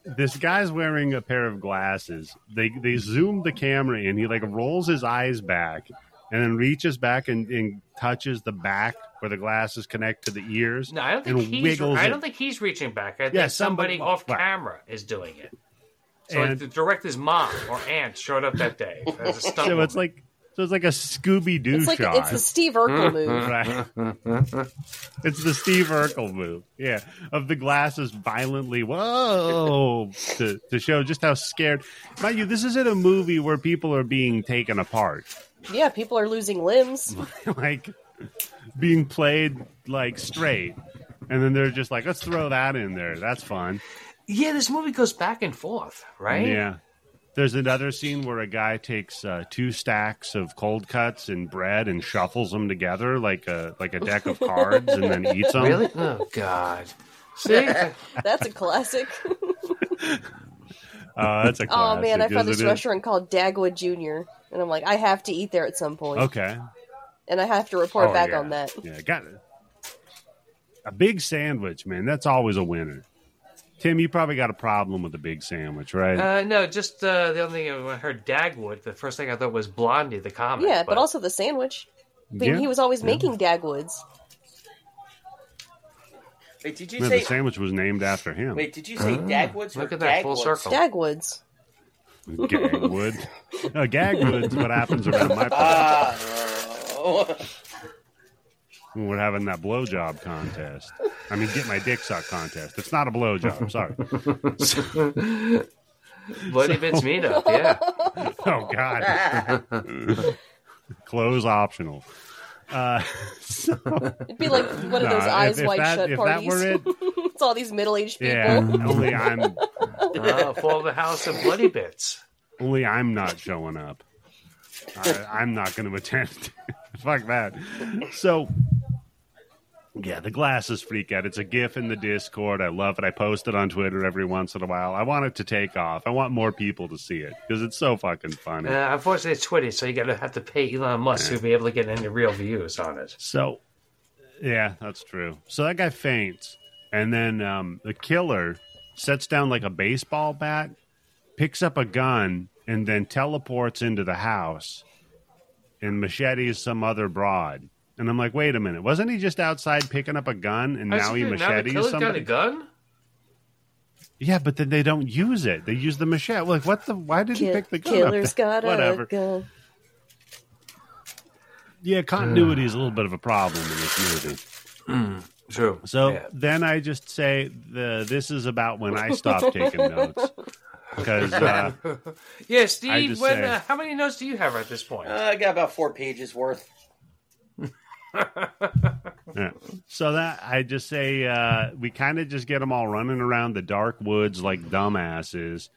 [SPEAKER 1] This guy's wearing a pair of glasses. They they zoom the camera in. He like rolls his eyes back and then reaches back and, and touches the back where the glasses connect to the ears.
[SPEAKER 3] no, I don't think
[SPEAKER 1] And
[SPEAKER 3] he's,
[SPEAKER 1] wiggles
[SPEAKER 3] I
[SPEAKER 1] it.
[SPEAKER 3] don't think he's reaching back. I think
[SPEAKER 1] Yeah,
[SPEAKER 3] somebody,
[SPEAKER 1] somebody-
[SPEAKER 3] off
[SPEAKER 1] right.
[SPEAKER 3] camera is doing it. So,
[SPEAKER 1] And-
[SPEAKER 3] like, the director's mom or aunt showed up that day as a stunt
[SPEAKER 1] So it's
[SPEAKER 3] woman.
[SPEAKER 1] like so it's like a Scooby Doo
[SPEAKER 2] It's like
[SPEAKER 1] shot.
[SPEAKER 2] it's the Steve Urkel move.
[SPEAKER 1] Right. it's the Steve Urkel move. Yeah. Of the glasses violently, whoa, to, to show just how scared. Mind you, this isn't a movie where people are being taken apart,
[SPEAKER 2] Yeah, people are losing limbs.
[SPEAKER 1] like being played like straight. And then they're just like, let's throw that in there. That's fun.
[SPEAKER 3] yeah, this movie goes back and forth, right?
[SPEAKER 1] Yeah. There's another scene where a guy takes uh, two stacks of cold cuts and bread and shuffles them together like a like a deck of cards and then eats them.
[SPEAKER 3] Really? Oh, God. See?
[SPEAKER 2] That's a classic.
[SPEAKER 1] Uh, that's a
[SPEAKER 2] oh
[SPEAKER 1] classic.
[SPEAKER 2] man, I found
[SPEAKER 1] isn't
[SPEAKER 2] this
[SPEAKER 1] it?
[SPEAKER 2] restaurant called Dagwood Junior, and I'm like, I have to eat there at some point,
[SPEAKER 1] Okay.
[SPEAKER 2] and I have to report
[SPEAKER 3] Oh,
[SPEAKER 2] back
[SPEAKER 3] yeah.
[SPEAKER 2] on that.
[SPEAKER 1] Yeah, got it. A big sandwich, man. That's always a winner. Tim, you probably got a problem with a big sandwich, right?
[SPEAKER 3] Uh, no, just uh, the only thing when I heard Dagwood, the first thing I thought was Blondie, the comic.
[SPEAKER 2] Yeah, but, also the sandwich. I mean,
[SPEAKER 1] Yeah,
[SPEAKER 2] he was always
[SPEAKER 1] yeah.
[SPEAKER 2] making Dagwoods.
[SPEAKER 4] Wait, did you
[SPEAKER 1] No,
[SPEAKER 4] say?
[SPEAKER 1] the Uh, sandwich was named after him.
[SPEAKER 4] Wait, did you say Dagwoods or
[SPEAKER 3] look at that, full
[SPEAKER 4] Dagwoods?
[SPEAKER 1] Oh.
[SPEAKER 3] circle.
[SPEAKER 2] Dagwoods.
[SPEAKER 1] Gagwood. no, Gagwood's what happens around my place
[SPEAKER 5] Uh,
[SPEAKER 4] Ah.
[SPEAKER 1] when we're having that blowjob contest. I mean, get my dick sucked contest. It's not a blowjob. Sorry.
[SPEAKER 3] Bloody Bits meetup, yeah.
[SPEAKER 1] Oh God. Clothes optional. Uh, so-
[SPEAKER 2] It'd be like one of
[SPEAKER 1] Nah,
[SPEAKER 2] those
[SPEAKER 1] if-
[SPEAKER 2] eyes
[SPEAKER 1] if
[SPEAKER 2] wide
[SPEAKER 1] that-
[SPEAKER 2] shut
[SPEAKER 1] if that
[SPEAKER 2] parties.
[SPEAKER 1] were it-
[SPEAKER 2] it's all these middle aged people.
[SPEAKER 1] yeah. Only I'm
[SPEAKER 3] Oh, for the house of Bloody Bits.
[SPEAKER 1] Only I'm not showing up. I, I'm not going to attend. Fuck that. So, yeah, the glasses freak out. It's a GIF in the Discord. I love it. I post it on Twitter every once in a while. I want it to take off. I want more people to see it because it's so fucking funny.
[SPEAKER 3] Uh, unfortunately, it's Twitter, so you got to have to pay Elon Musk to be able to get any real views on it.
[SPEAKER 1] So, yeah, that's true. So that guy faints, and then um, the killer sets down like a baseball bat, picks up a gun, and then teleports into the house and machetes some other broad. And I'm like, wait a minute, wasn't he just outside picking up a gun and now he
[SPEAKER 3] Actually, now the
[SPEAKER 1] machetes
[SPEAKER 3] killer's got a
[SPEAKER 1] somebody?
[SPEAKER 3] gun?
[SPEAKER 1] Yeah, but then they don't use it. They use the machete. Like, what the? Why did he
[SPEAKER 2] Ki-
[SPEAKER 1] pick the gun? up?
[SPEAKER 2] killer's got
[SPEAKER 1] Whatever.
[SPEAKER 2] a gun.
[SPEAKER 1] Yeah, continuity is a little bit of a problem in this movie.
[SPEAKER 3] True.
[SPEAKER 1] So
[SPEAKER 3] Yeah.
[SPEAKER 1] then I just say the this is about when I stopped taking notes because uh,
[SPEAKER 3] Yeah,
[SPEAKER 1] I
[SPEAKER 3] Steve,
[SPEAKER 1] just
[SPEAKER 3] when,
[SPEAKER 1] say-
[SPEAKER 3] uh, how many notes do you have at this point?
[SPEAKER 4] Uh, I got about four pages worth.
[SPEAKER 1] yeah. so that I just say uh, we kind of just get them all running around the dark woods like dumbasses,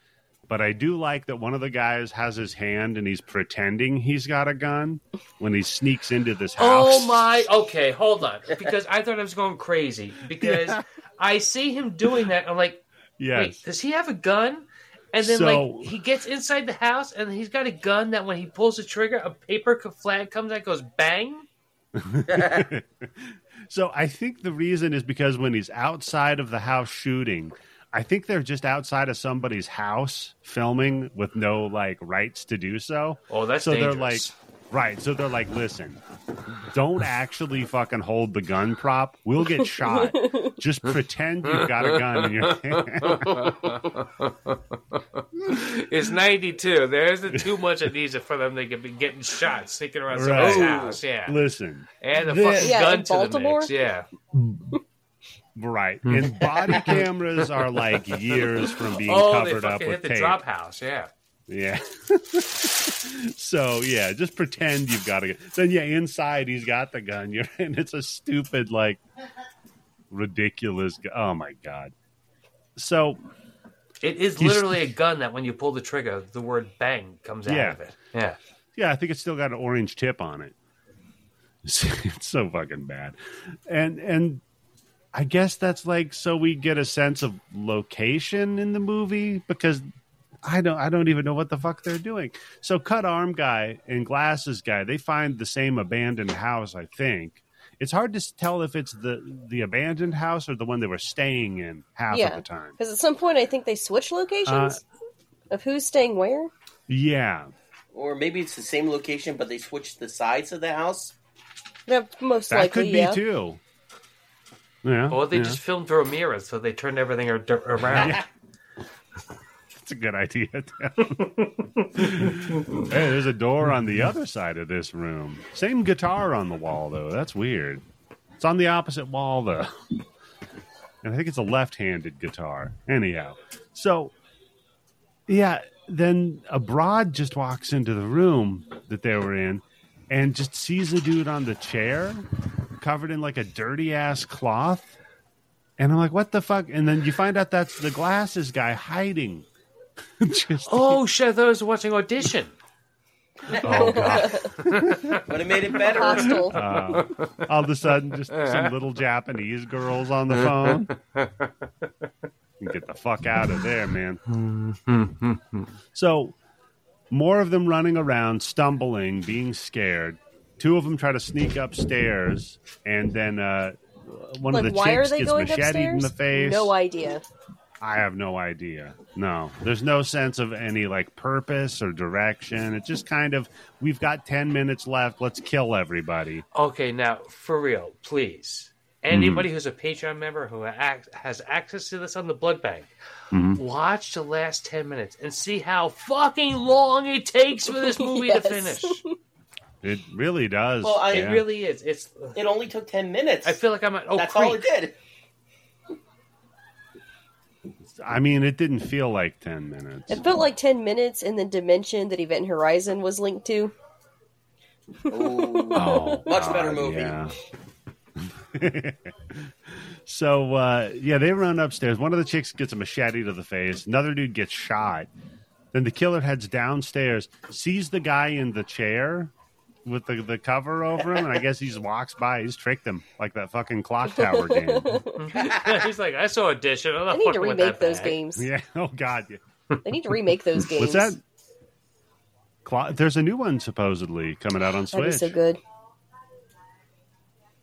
[SPEAKER 1] But I do like that one of the guys has his hand and he's pretending he's got a gun when he sneaks into this house.
[SPEAKER 3] Oh my! Okay, hold on, because I thought I was going crazy because I see him doing that. I'm like,
[SPEAKER 1] Yes.
[SPEAKER 3] wait, does he have a gun? And then
[SPEAKER 1] So-
[SPEAKER 3] like he gets inside the house and he's got a gun that when he pulls the trigger, a paper c- flag comes out, goes bang.
[SPEAKER 1] So I think the reason is because when he's outside of the house shooting, I think they're just outside of somebody's house filming with no like rights to do so.
[SPEAKER 3] Oh, that's
[SPEAKER 1] so they're like
[SPEAKER 3] dangerous.
[SPEAKER 1] right, so they're like listen, don't actually fucking hold the gun prop. We'll get shot. just pretend you've got a gun in your hand.
[SPEAKER 3] It's 92. There isn't too much of these for them to be getting shot, sneaking around
[SPEAKER 1] Right.
[SPEAKER 3] somebody's house. Yeah.
[SPEAKER 1] listen.
[SPEAKER 3] And a
[SPEAKER 1] This-
[SPEAKER 3] fucking
[SPEAKER 2] Yeah,
[SPEAKER 3] gun
[SPEAKER 2] in
[SPEAKER 3] to the
[SPEAKER 2] Baltimore?
[SPEAKER 3] mix. Yeah.
[SPEAKER 1] Right. And body cameras are like years from being
[SPEAKER 3] Oh, they
[SPEAKER 1] covered up
[SPEAKER 3] fucking
[SPEAKER 1] with
[SPEAKER 3] hit the
[SPEAKER 1] tape.
[SPEAKER 3] drop house. Yeah.
[SPEAKER 1] Yeah. so yeah, just pretend you've got a gun. Then yeah, inside he's got the gun. You're and it's a stupid, like ridiculous gu- oh my god. So
[SPEAKER 3] It is
[SPEAKER 1] He's-
[SPEAKER 3] literally a gun that when you pull the trigger, the word bang comes out
[SPEAKER 1] Yeah.
[SPEAKER 3] of it. Yeah.
[SPEAKER 1] yeah, I think it's still got an orange tip on it. it's so fucking bad. And and I guess that's like so we get a sense of location in the movie because I don't I don't even know what the fuck they're doing. So cut arm guy and glasses guy, they find the same abandoned house, I think. It's hard to s- tell if it's the the abandoned house or the one they were staying in half
[SPEAKER 2] Yeah.
[SPEAKER 1] of the time.
[SPEAKER 2] Because at some point, I think they switch
[SPEAKER 1] Uh,
[SPEAKER 2] locations of who's staying where.
[SPEAKER 1] Yeah.
[SPEAKER 4] Or maybe it's the same location, but they switched the sides of the house.
[SPEAKER 2] Yeah, most
[SPEAKER 1] That
[SPEAKER 2] likely,
[SPEAKER 1] could be
[SPEAKER 2] yeah.
[SPEAKER 1] too. Yeah.
[SPEAKER 3] Or they
[SPEAKER 1] yeah.
[SPEAKER 3] just filmed through a mirror, so they turned everything ar- around.
[SPEAKER 1] Yeah. That's a good idea. hey, there's a door on the other side of this room. Same guitar on the wall, though. That's weird. It's on the opposite wall, though. And I think it's a left handed guitar. Anyhow, so yeah, then Abroad just walks into the room that they were in and just sees a dude on the chair covered in like a dirty ass cloth. And I'm like, what the fuck? And then you find out that's the glasses guy hiding. Just-
[SPEAKER 3] Oh, shit. I thought I was watching Audition.
[SPEAKER 1] oh, God.
[SPEAKER 4] Would have made it better.
[SPEAKER 3] Uh-huh.
[SPEAKER 2] Hostile.
[SPEAKER 1] Um, All of a sudden, just some little Japanese girls on the phone. Get the fuck out of there, man. So, more of them running around, stumbling, being scared. Two of them try to sneak upstairs, and then uh, one
[SPEAKER 2] like,
[SPEAKER 1] of the
[SPEAKER 2] why are
[SPEAKER 1] chicks
[SPEAKER 2] they
[SPEAKER 1] gets
[SPEAKER 2] going
[SPEAKER 1] macheted in
[SPEAKER 2] upstairs?
[SPEAKER 1] the face.
[SPEAKER 2] No idea.
[SPEAKER 1] I have no idea. No, there's no sense of any like purpose or direction. It's just kind of we've got 10 minutes left. Let's kill everybody.
[SPEAKER 3] Okay, now for real, please. Anybody
[SPEAKER 1] Mm-hmm.
[SPEAKER 3] who's a Patreon member who ac- has access to this on the Blood Bank,
[SPEAKER 1] Mm-hmm.
[SPEAKER 3] watch the last ten minutes and see how fucking long it takes for this movie
[SPEAKER 2] Yes.
[SPEAKER 3] to finish.
[SPEAKER 1] It really does.
[SPEAKER 4] Well, I
[SPEAKER 3] It really is. It's.
[SPEAKER 4] It only took ten minutes.
[SPEAKER 3] I feel like I'm oh, at Oak
[SPEAKER 4] that's
[SPEAKER 3] Creek.
[SPEAKER 4] all it did.
[SPEAKER 1] I mean, it didn't feel like 10 minutes.
[SPEAKER 2] It felt like 10 minutes in the dimension that Event Horizon was linked to.
[SPEAKER 4] Ooh.
[SPEAKER 1] Oh,
[SPEAKER 4] Much better movie.
[SPEAKER 1] Yeah. so uh, yeah, they run upstairs. One of the chicks gets a machete to the face. Another dude gets shot. Then the killer heads downstairs, sees the guy in the chair with the, the cover over him, and I guess he just walks by. He's tricked him like that fucking clock tower game.
[SPEAKER 3] He's like, I saw Audition. I'm
[SPEAKER 2] They
[SPEAKER 3] not
[SPEAKER 2] need to
[SPEAKER 3] fucking with
[SPEAKER 2] remake
[SPEAKER 3] that
[SPEAKER 2] those
[SPEAKER 3] bag."
[SPEAKER 2] games.
[SPEAKER 1] Yeah. Oh God. Yeah.
[SPEAKER 2] They need to remake those
[SPEAKER 1] What's
[SPEAKER 2] games.
[SPEAKER 1] that? Clo- There's a new one supposedly coming out on
[SPEAKER 2] That'd
[SPEAKER 1] Switch.
[SPEAKER 2] be so good.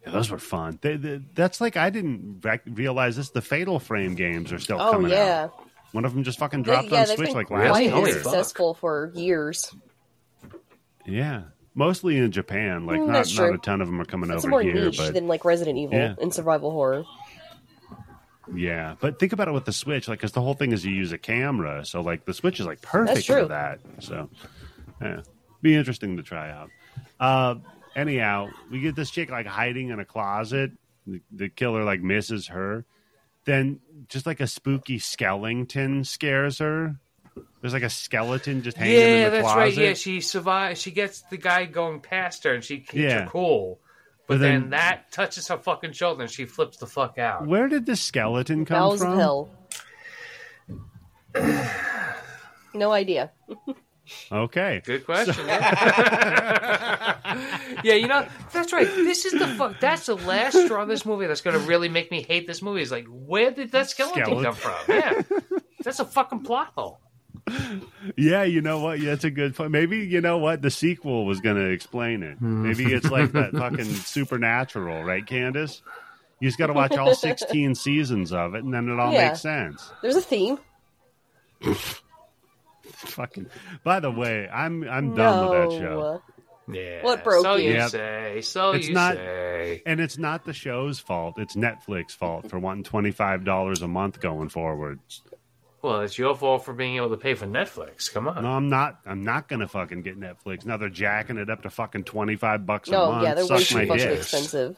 [SPEAKER 1] Yeah, those were fun. They, they, that's like I didn't rec- realize this. The Fatal Frame games are still
[SPEAKER 2] Oh,
[SPEAKER 1] coming
[SPEAKER 2] yeah.
[SPEAKER 1] out. One of them just fucking
[SPEAKER 2] They,
[SPEAKER 1] dropped
[SPEAKER 2] yeah,
[SPEAKER 1] on
[SPEAKER 2] they've
[SPEAKER 1] Switch
[SPEAKER 2] been
[SPEAKER 1] like last
[SPEAKER 2] quite
[SPEAKER 3] year. Holy fuck.
[SPEAKER 2] successful for years.
[SPEAKER 1] Yeah, mostly in Japan. Like
[SPEAKER 2] Mm,
[SPEAKER 1] not
[SPEAKER 2] that's
[SPEAKER 1] not
[SPEAKER 2] true.
[SPEAKER 1] a ton of them are coming
[SPEAKER 2] It's
[SPEAKER 1] over
[SPEAKER 2] more
[SPEAKER 1] here,
[SPEAKER 2] niche
[SPEAKER 1] but
[SPEAKER 2] than like Resident Evil
[SPEAKER 1] Yeah.
[SPEAKER 2] and survival horror.
[SPEAKER 1] yeah. But think about it with the Switch, like because the whole thing is you use a camera, so like the Switch is like perfect for
[SPEAKER 2] true.
[SPEAKER 1] that. So yeah, be interesting to try out. Uh, anyhow, we get this chick like hiding in a closet. The, the killer like misses her. Then just like a spooky skeleton scares her. There's like a skeleton just hanging in
[SPEAKER 3] Yeah,
[SPEAKER 1] the
[SPEAKER 3] that's
[SPEAKER 1] closet.
[SPEAKER 3] right. Yeah, she survives. She gets the guy going past her, and she keeps
[SPEAKER 1] Yeah.
[SPEAKER 3] her cool. But,
[SPEAKER 1] But
[SPEAKER 3] then,
[SPEAKER 1] then-
[SPEAKER 3] that touches her fucking shoulder, and she flips the fuck out.
[SPEAKER 1] Where did the skeleton come
[SPEAKER 2] Bowels
[SPEAKER 1] from?
[SPEAKER 2] of Hell. No idea.
[SPEAKER 1] Okay.
[SPEAKER 3] Good question. yeah. Yeah, you know that's right. This is the fuck. That's the last straw in this movie that's going to really make me hate this movie. Is like, where did that skeleton,
[SPEAKER 1] Skeleton.
[SPEAKER 3] come from? Yeah, that's a fucking plot hole.
[SPEAKER 1] Yeah, you know what? Yeah, that's a good point. Maybe you know what the sequel was going to explain it.
[SPEAKER 2] Hmm.
[SPEAKER 1] Maybe it's like that fucking supernatural, right, Candace? You just got to watch all sixteen seasons of it, and then it all
[SPEAKER 2] Yeah.
[SPEAKER 1] makes sense.
[SPEAKER 2] There's a theme.
[SPEAKER 1] Fucking. By the way, I'm I'm done with that show,
[SPEAKER 2] No.
[SPEAKER 3] Yeah.
[SPEAKER 2] What broke
[SPEAKER 3] so
[SPEAKER 2] you?
[SPEAKER 3] you?
[SPEAKER 1] Yep.
[SPEAKER 3] say? So
[SPEAKER 1] It's
[SPEAKER 3] you
[SPEAKER 1] not-
[SPEAKER 3] say?
[SPEAKER 1] and it's not the show's fault. It's Netflix' fault for wanting twenty five dollars a month going forward.
[SPEAKER 3] Well, it's your fault for being able to pay for Netflix. Come on.
[SPEAKER 1] No, I'm not. I'm not gonna fucking get Netflix. Now they're jacking it up to fucking twenty five bucks a
[SPEAKER 2] No,
[SPEAKER 1] month.
[SPEAKER 2] yeah, they're way
[SPEAKER 1] Suck
[SPEAKER 2] too
[SPEAKER 1] my
[SPEAKER 2] fucking
[SPEAKER 1] dick.
[SPEAKER 2] expensive.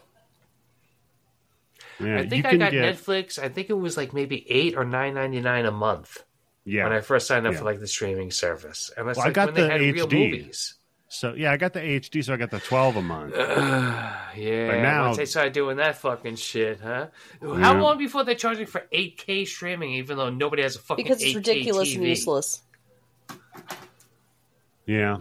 [SPEAKER 1] Yeah,
[SPEAKER 3] I
[SPEAKER 1] you
[SPEAKER 3] think I
[SPEAKER 1] can
[SPEAKER 3] got
[SPEAKER 1] get,
[SPEAKER 3] Netflix. I think it was like maybe eight or nine ninety nine a month
[SPEAKER 1] Yeah,
[SPEAKER 3] when I first signed up
[SPEAKER 1] Yeah.
[SPEAKER 3] for like the streaming service. And that's
[SPEAKER 1] Well, I
[SPEAKER 3] like
[SPEAKER 1] got
[SPEAKER 3] when they
[SPEAKER 1] the
[SPEAKER 3] had real
[SPEAKER 1] HD.
[SPEAKER 3] movies.
[SPEAKER 1] So yeah, I got the HD, so I got the twelve a month.
[SPEAKER 3] Yeah.
[SPEAKER 1] But now-
[SPEAKER 3] once they started doing that fucking shit, huh?
[SPEAKER 1] Yeah.
[SPEAKER 3] How long before they're charging for eight K streaming, even though nobody has a fucking
[SPEAKER 2] Because it's
[SPEAKER 3] 8K
[SPEAKER 2] ridiculous
[SPEAKER 3] TV?
[SPEAKER 2] and useless.
[SPEAKER 1] Yeah,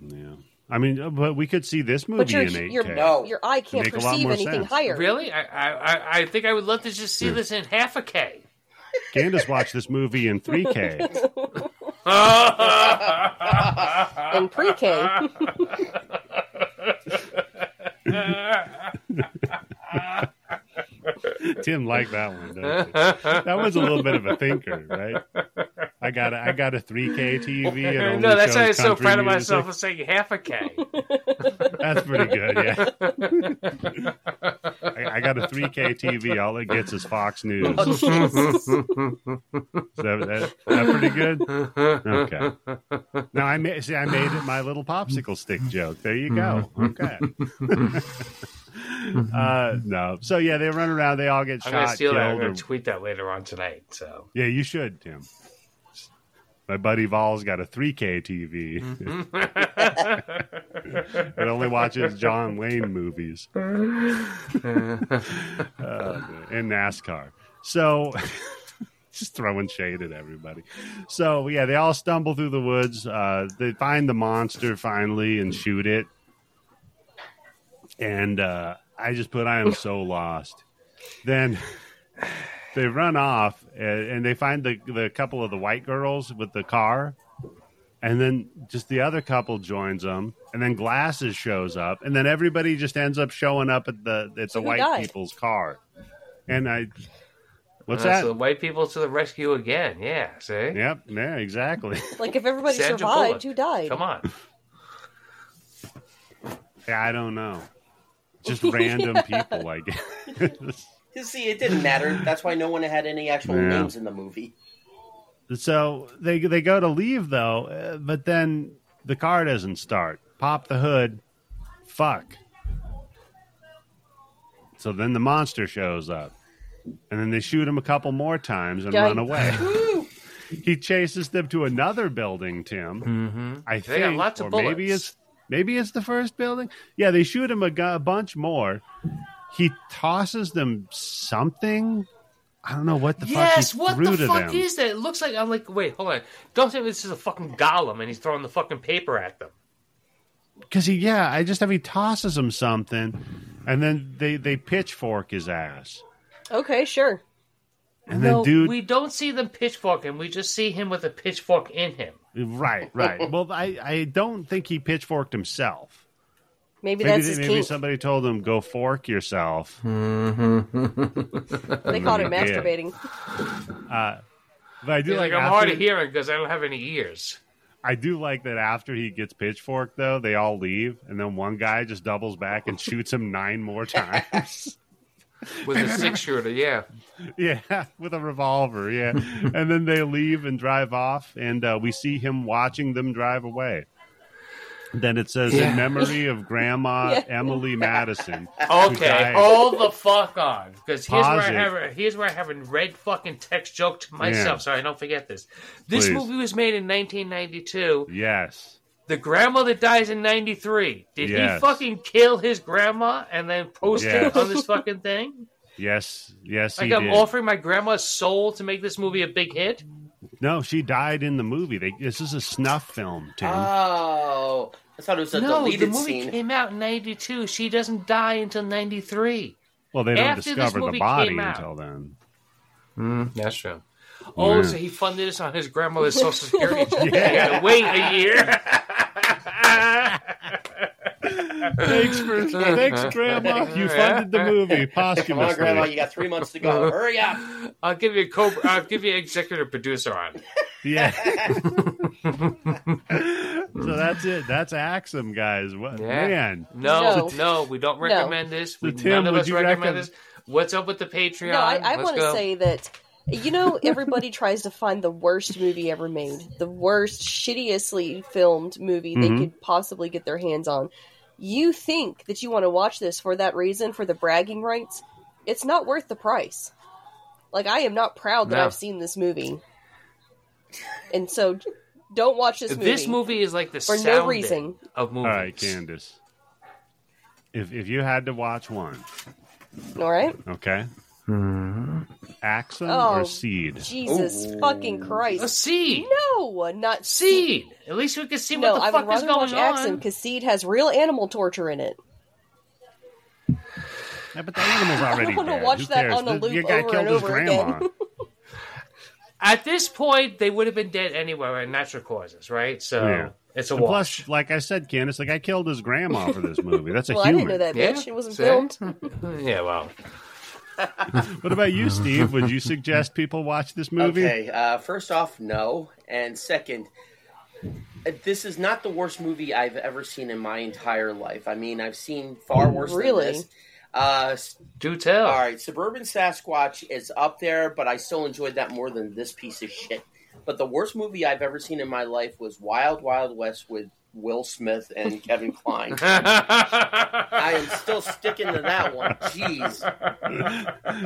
[SPEAKER 1] yeah. I mean, uh, but we could see this movie
[SPEAKER 2] But your,
[SPEAKER 1] in eight
[SPEAKER 2] your,
[SPEAKER 1] K.
[SPEAKER 5] No.
[SPEAKER 2] your eye can't
[SPEAKER 1] Make a lot
[SPEAKER 2] perceive
[SPEAKER 1] more
[SPEAKER 2] anything
[SPEAKER 1] sense.
[SPEAKER 2] higher.
[SPEAKER 3] Really? I, I I- I think I would love to just see this in half a K.
[SPEAKER 1] Candace watched this movie in three K.
[SPEAKER 2] In pre-K,
[SPEAKER 1] Tim liked that one. Didn't he? That was a little bit of a thinker, right? I got a, I got a three K TV. It only
[SPEAKER 3] no, that's
[SPEAKER 1] shows
[SPEAKER 3] why I'm so
[SPEAKER 1] country
[SPEAKER 3] proud of
[SPEAKER 1] music.
[SPEAKER 3] myself for saying half a K.
[SPEAKER 1] That's pretty good. Yeah, I, I got a three K TV. All it gets is Fox News. Is that, that- that pretty good? Okay. Now I made see I made it my little popsicle stick joke. There you go. Okay. uh, no. So yeah, they run around. They all get
[SPEAKER 3] I'm gonna
[SPEAKER 1] shot,
[SPEAKER 3] steal
[SPEAKER 1] killed.
[SPEAKER 3] that. I'm gonna
[SPEAKER 1] or-
[SPEAKER 3] tweet that later on tonight. So
[SPEAKER 1] yeah, you should, Tim. My buddy Vol's got a 3K TV.
[SPEAKER 3] Mm-hmm.
[SPEAKER 1] it only watches John Wayne movies Uh, and Oh, NASCAR. So just throwing shade at everybody. So yeah, they all stumble through the woods. Uh, they find the monster finally and shoot it. And uh, I just put, I am so lost. Then they run off and, and they find the the couple of the white girls with the car and then just the other couple joins them and then glasses shows up and then everybody just ends up showing up at the at
[SPEAKER 2] So
[SPEAKER 1] the
[SPEAKER 2] who
[SPEAKER 1] white
[SPEAKER 2] died?
[SPEAKER 1] people's car and i what's
[SPEAKER 3] Uh,
[SPEAKER 1] that
[SPEAKER 3] so the white people to the rescue again. Yeah. See.
[SPEAKER 1] yep yeah exactly
[SPEAKER 2] like if everybody
[SPEAKER 3] Sandra Bullock.
[SPEAKER 2] survived, who died?
[SPEAKER 3] Come on.
[SPEAKER 1] yeah, i don't know just random people like
[SPEAKER 5] You see, it didn't matter. That's why no one had any actual
[SPEAKER 1] Yeah.
[SPEAKER 5] names in the movie.
[SPEAKER 1] so they they go to leave though uh, but then the car doesn't start pop the hood fuck so then the monster shows up and then they shoot him a couple more times and
[SPEAKER 2] Yeah,
[SPEAKER 1] run
[SPEAKER 2] I-
[SPEAKER 1] away he chases them to another building tim i
[SPEAKER 3] They
[SPEAKER 1] think
[SPEAKER 3] got lots of
[SPEAKER 1] or maybe
[SPEAKER 3] bullets.
[SPEAKER 1] it's maybe it's the first building yeah they shoot him a, gu- a bunch more he tosses them something i don't know what the
[SPEAKER 3] Yes,
[SPEAKER 1] fuck he
[SPEAKER 3] what
[SPEAKER 1] threw to
[SPEAKER 3] the fuck
[SPEAKER 1] them
[SPEAKER 3] is that? It looks like I'm like, wait, hold on. Don't say this is a fucking golem and he's throwing the fucking paper at them.
[SPEAKER 1] because he yeah i just have he tosses him something and then they they pitchfork his ass
[SPEAKER 2] Okay, sure.
[SPEAKER 1] and then
[SPEAKER 3] No,
[SPEAKER 1] dude
[SPEAKER 3] we don't see them pitchforking. We just see him with a pitchfork in him.
[SPEAKER 1] right right well i i don't think he pitchforked himself
[SPEAKER 2] Maybe,
[SPEAKER 1] maybe
[SPEAKER 2] that's his
[SPEAKER 1] maybe
[SPEAKER 2] kink.
[SPEAKER 1] somebody told him go fork yourself
[SPEAKER 3] Hmm.
[SPEAKER 2] They caught him
[SPEAKER 1] Yeah.
[SPEAKER 2] masturbating.
[SPEAKER 1] but i do
[SPEAKER 3] He's
[SPEAKER 1] like,
[SPEAKER 3] like, I'm
[SPEAKER 1] after-
[SPEAKER 3] hard of hearing because I don't have any ears.
[SPEAKER 1] i do like that after he gets pitchforked though they all leave and then one guy just doubles back and shoots him nine more times
[SPEAKER 3] With a six shooter, yeah.
[SPEAKER 1] Yeah, with a revolver. Yeah, and then they leave and drive off, and uh, we see him watching them drive away. Then it says, "In memory of Grandma
[SPEAKER 2] Yeah.
[SPEAKER 1] Emily Madison."
[SPEAKER 3] Okay,
[SPEAKER 1] died.
[SPEAKER 3] hold the fuck on. Because here's
[SPEAKER 1] Pause it.
[SPEAKER 3] where I have here's where I have a red fucking text joke to myself,
[SPEAKER 1] Yeah.
[SPEAKER 3] so I don't forget this. This
[SPEAKER 1] Please.
[SPEAKER 3] movie was made in 1992.
[SPEAKER 1] Yes,
[SPEAKER 3] The grandmother dies in '93. Did
[SPEAKER 1] Yes.
[SPEAKER 3] he fucking kill his grandma and then post
[SPEAKER 1] Yes.
[SPEAKER 3] it on this fucking thing?
[SPEAKER 1] yes, yes.
[SPEAKER 3] Like
[SPEAKER 1] he
[SPEAKER 3] I'm
[SPEAKER 1] did.
[SPEAKER 3] offering my grandma's soul to make this movie a big hit?
[SPEAKER 1] No, she died in the movie. They, this is a snuff film, Tim.
[SPEAKER 3] Uh,
[SPEAKER 5] Oh, I thought it was a
[SPEAKER 3] no, the
[SPEAKER 5] deleted
[SPEAKER 3] movie
[SPEAKER 5] scene.
[SPEAKER 3] came out in '92. She doesn't die until '93.
[SPEAKER 1] well, they don't
[SPEAKER 3] after this
[SPEAKER 1] discover the
[SPEAKER 3] movie
[SPEAKER 1] body
[SPEAKER 3] came out.
[SPEAKER 1] until then.
[SPEAKER 3] that's true. Oh,
[SPEAKER 1] Yeah.
[SPEAKER 3] so he funded this on his grandmother's social security. yeah, gotta wait a year.
[SPEAKER 1] Thanks for thanks, Grandma. You funded the movie
[SPEAKER 5] Come on,
[SPEAKER 1] posthumously.
[SPEAKER 5] Grandma, you got three months to go. Hurry up.
[SPEAKER 3] I'll give you a co. I'll give you an executive producer on. it.
[SPEAKER 1] Yeah. so that's it. That's Axum, guys. What
[SPEAKER 3] Yeah.
[SPEAKER 1] man?
[SPEAKER 3] No, no,
[SPEAKER 2] No.
[SPEAKER 3] we don't recommend this. We,
[SPEAKER 1] Tim,
[SPEAKER 3] none of
[SPEAKER 1] would
[SPEAKER 3] us
[SPEAKER 1] you
[SPEAKER 3] recommend
[SPEAKER 1] reckon-
[SPEAKER 3] this. What's up with the Patreon?
[SPEAKER 2] No, I, I
[SPEAKER 3] Let's
[SPEAKER 2] want to
[SPEAKER 3] go.
[SPEAKER 2] say that you know everybody tries to find the worst movie ever made, the worst, shittiestly filmed movie
[SPEAKER 1] Mhm.
[SPEAKER 3] Mm-hmm.
[SPEAKER 2] they could possibly get their hands on. You think that you want to watch this for that reason, for the bragging rights? It's not worth the price. Like I am not proud that
[SPEAKER 3] No.
[SPEAKER 2] I've seen this movie, and so don't watch this movie.
[SPEAKER 3] this movie is like the
[SPEAKER 2] For no
[SPEAKER 3] sounding
[SPEAKER 2] reason.
[SPEAKER 3] of movies.
[SPEAKER 1] All right, Candace. If if you had to watch one,
[SPEAKER 2] all right?
[SPEAKER 1] okay, Axum
[SPEAKER 2] Oh.
[SPEAKER 1] or Seed?
[SPEAKER 2] Jesus fucking
[SPEAKER 3] A
[SPEAKER 2] Christ!
[SPEAKER 3] seed,
[SPEAKER 2] No, not
[SPEAKER 3] seed. At least we can see
[SPEAKER 2] No,
[SPEAKER 3] what
[SPEAKER 2] I
[SPEAKER 3] the
[SPEAKER 2] would
[SPEAKER 3] fuck is
[SPEAKER 2] rather watch
[SPEAKER 3] going
[SPEAKER 2] Axum
[SPEAKER 3] on.
[SPEAKER 2] because Seed has real animal torture in it.
[SPEAKER 1] Yeah, but the animal's already
[SPEAKER 2] wanna
[SPEAKER 1] dead.
[SPEAKER 2] watch
[SPEAKER 1] Who
[SPEAKER 2] that
[SPEAKER 1] cares?
[SPEAKER 2] on a
[SPEAKER 1] This-
[SPEAKER 2] loop
[SPEAKER 1] Your guy
[SPEAKER 2] over
[SPEAKER 1] killed
[SPEAKER 2] and
[SPEAKER 1] his
[SPEAKER 2] over
[SPEAKER 1] grandma.
[SPEAKER 2] again.
[SPEAKER 3] At this point, they would have been dead anyway, right? natural causes, right? So
[SPEAKER 1] Yeah.
[SPEAKER 3] it's a
[SPEAKER 1] And
[SPEAKER 3] wash.
[SPEAKER 1] plus, like I said, Candace, the guy killed his grandma for this movie. That's a
[SPEAKER 2] Well,
[SPEAKER 1] human.
[SPEAKER 2] I didn't know that,
[SPEAKER 3] Yeah,
[SPEAKER 2] bitch. It wasn't
[SPEAKER 3] see?
[SPEAKER 2] filmed.
[SPEAKER 3] yeah, well,
[SPEAKER 1] What about you, Steve? Would you suggest people watch this movie?
[SPEAKER 5] Okay, uh, first off, no. And second, uh, this is not the worst movie I've ever seen in my entire life. I mean, I've seen
[SPEAKER 1] Oh,
[SPEAKER 5] far worse
[SPEAKER 2] Really?
[SPEAKER 5] than this. Uh, s-
[SPEAKER 3] do tell.
[SPEAKER 5] all right, Suburban Sasquatch is up there, but I still enjoyed that more than this piece of shit. But the worst movie I've ever seen in my life was Wild Wild West with Will Smith and Kevin Kline. I am still sticking to that one. Jeez.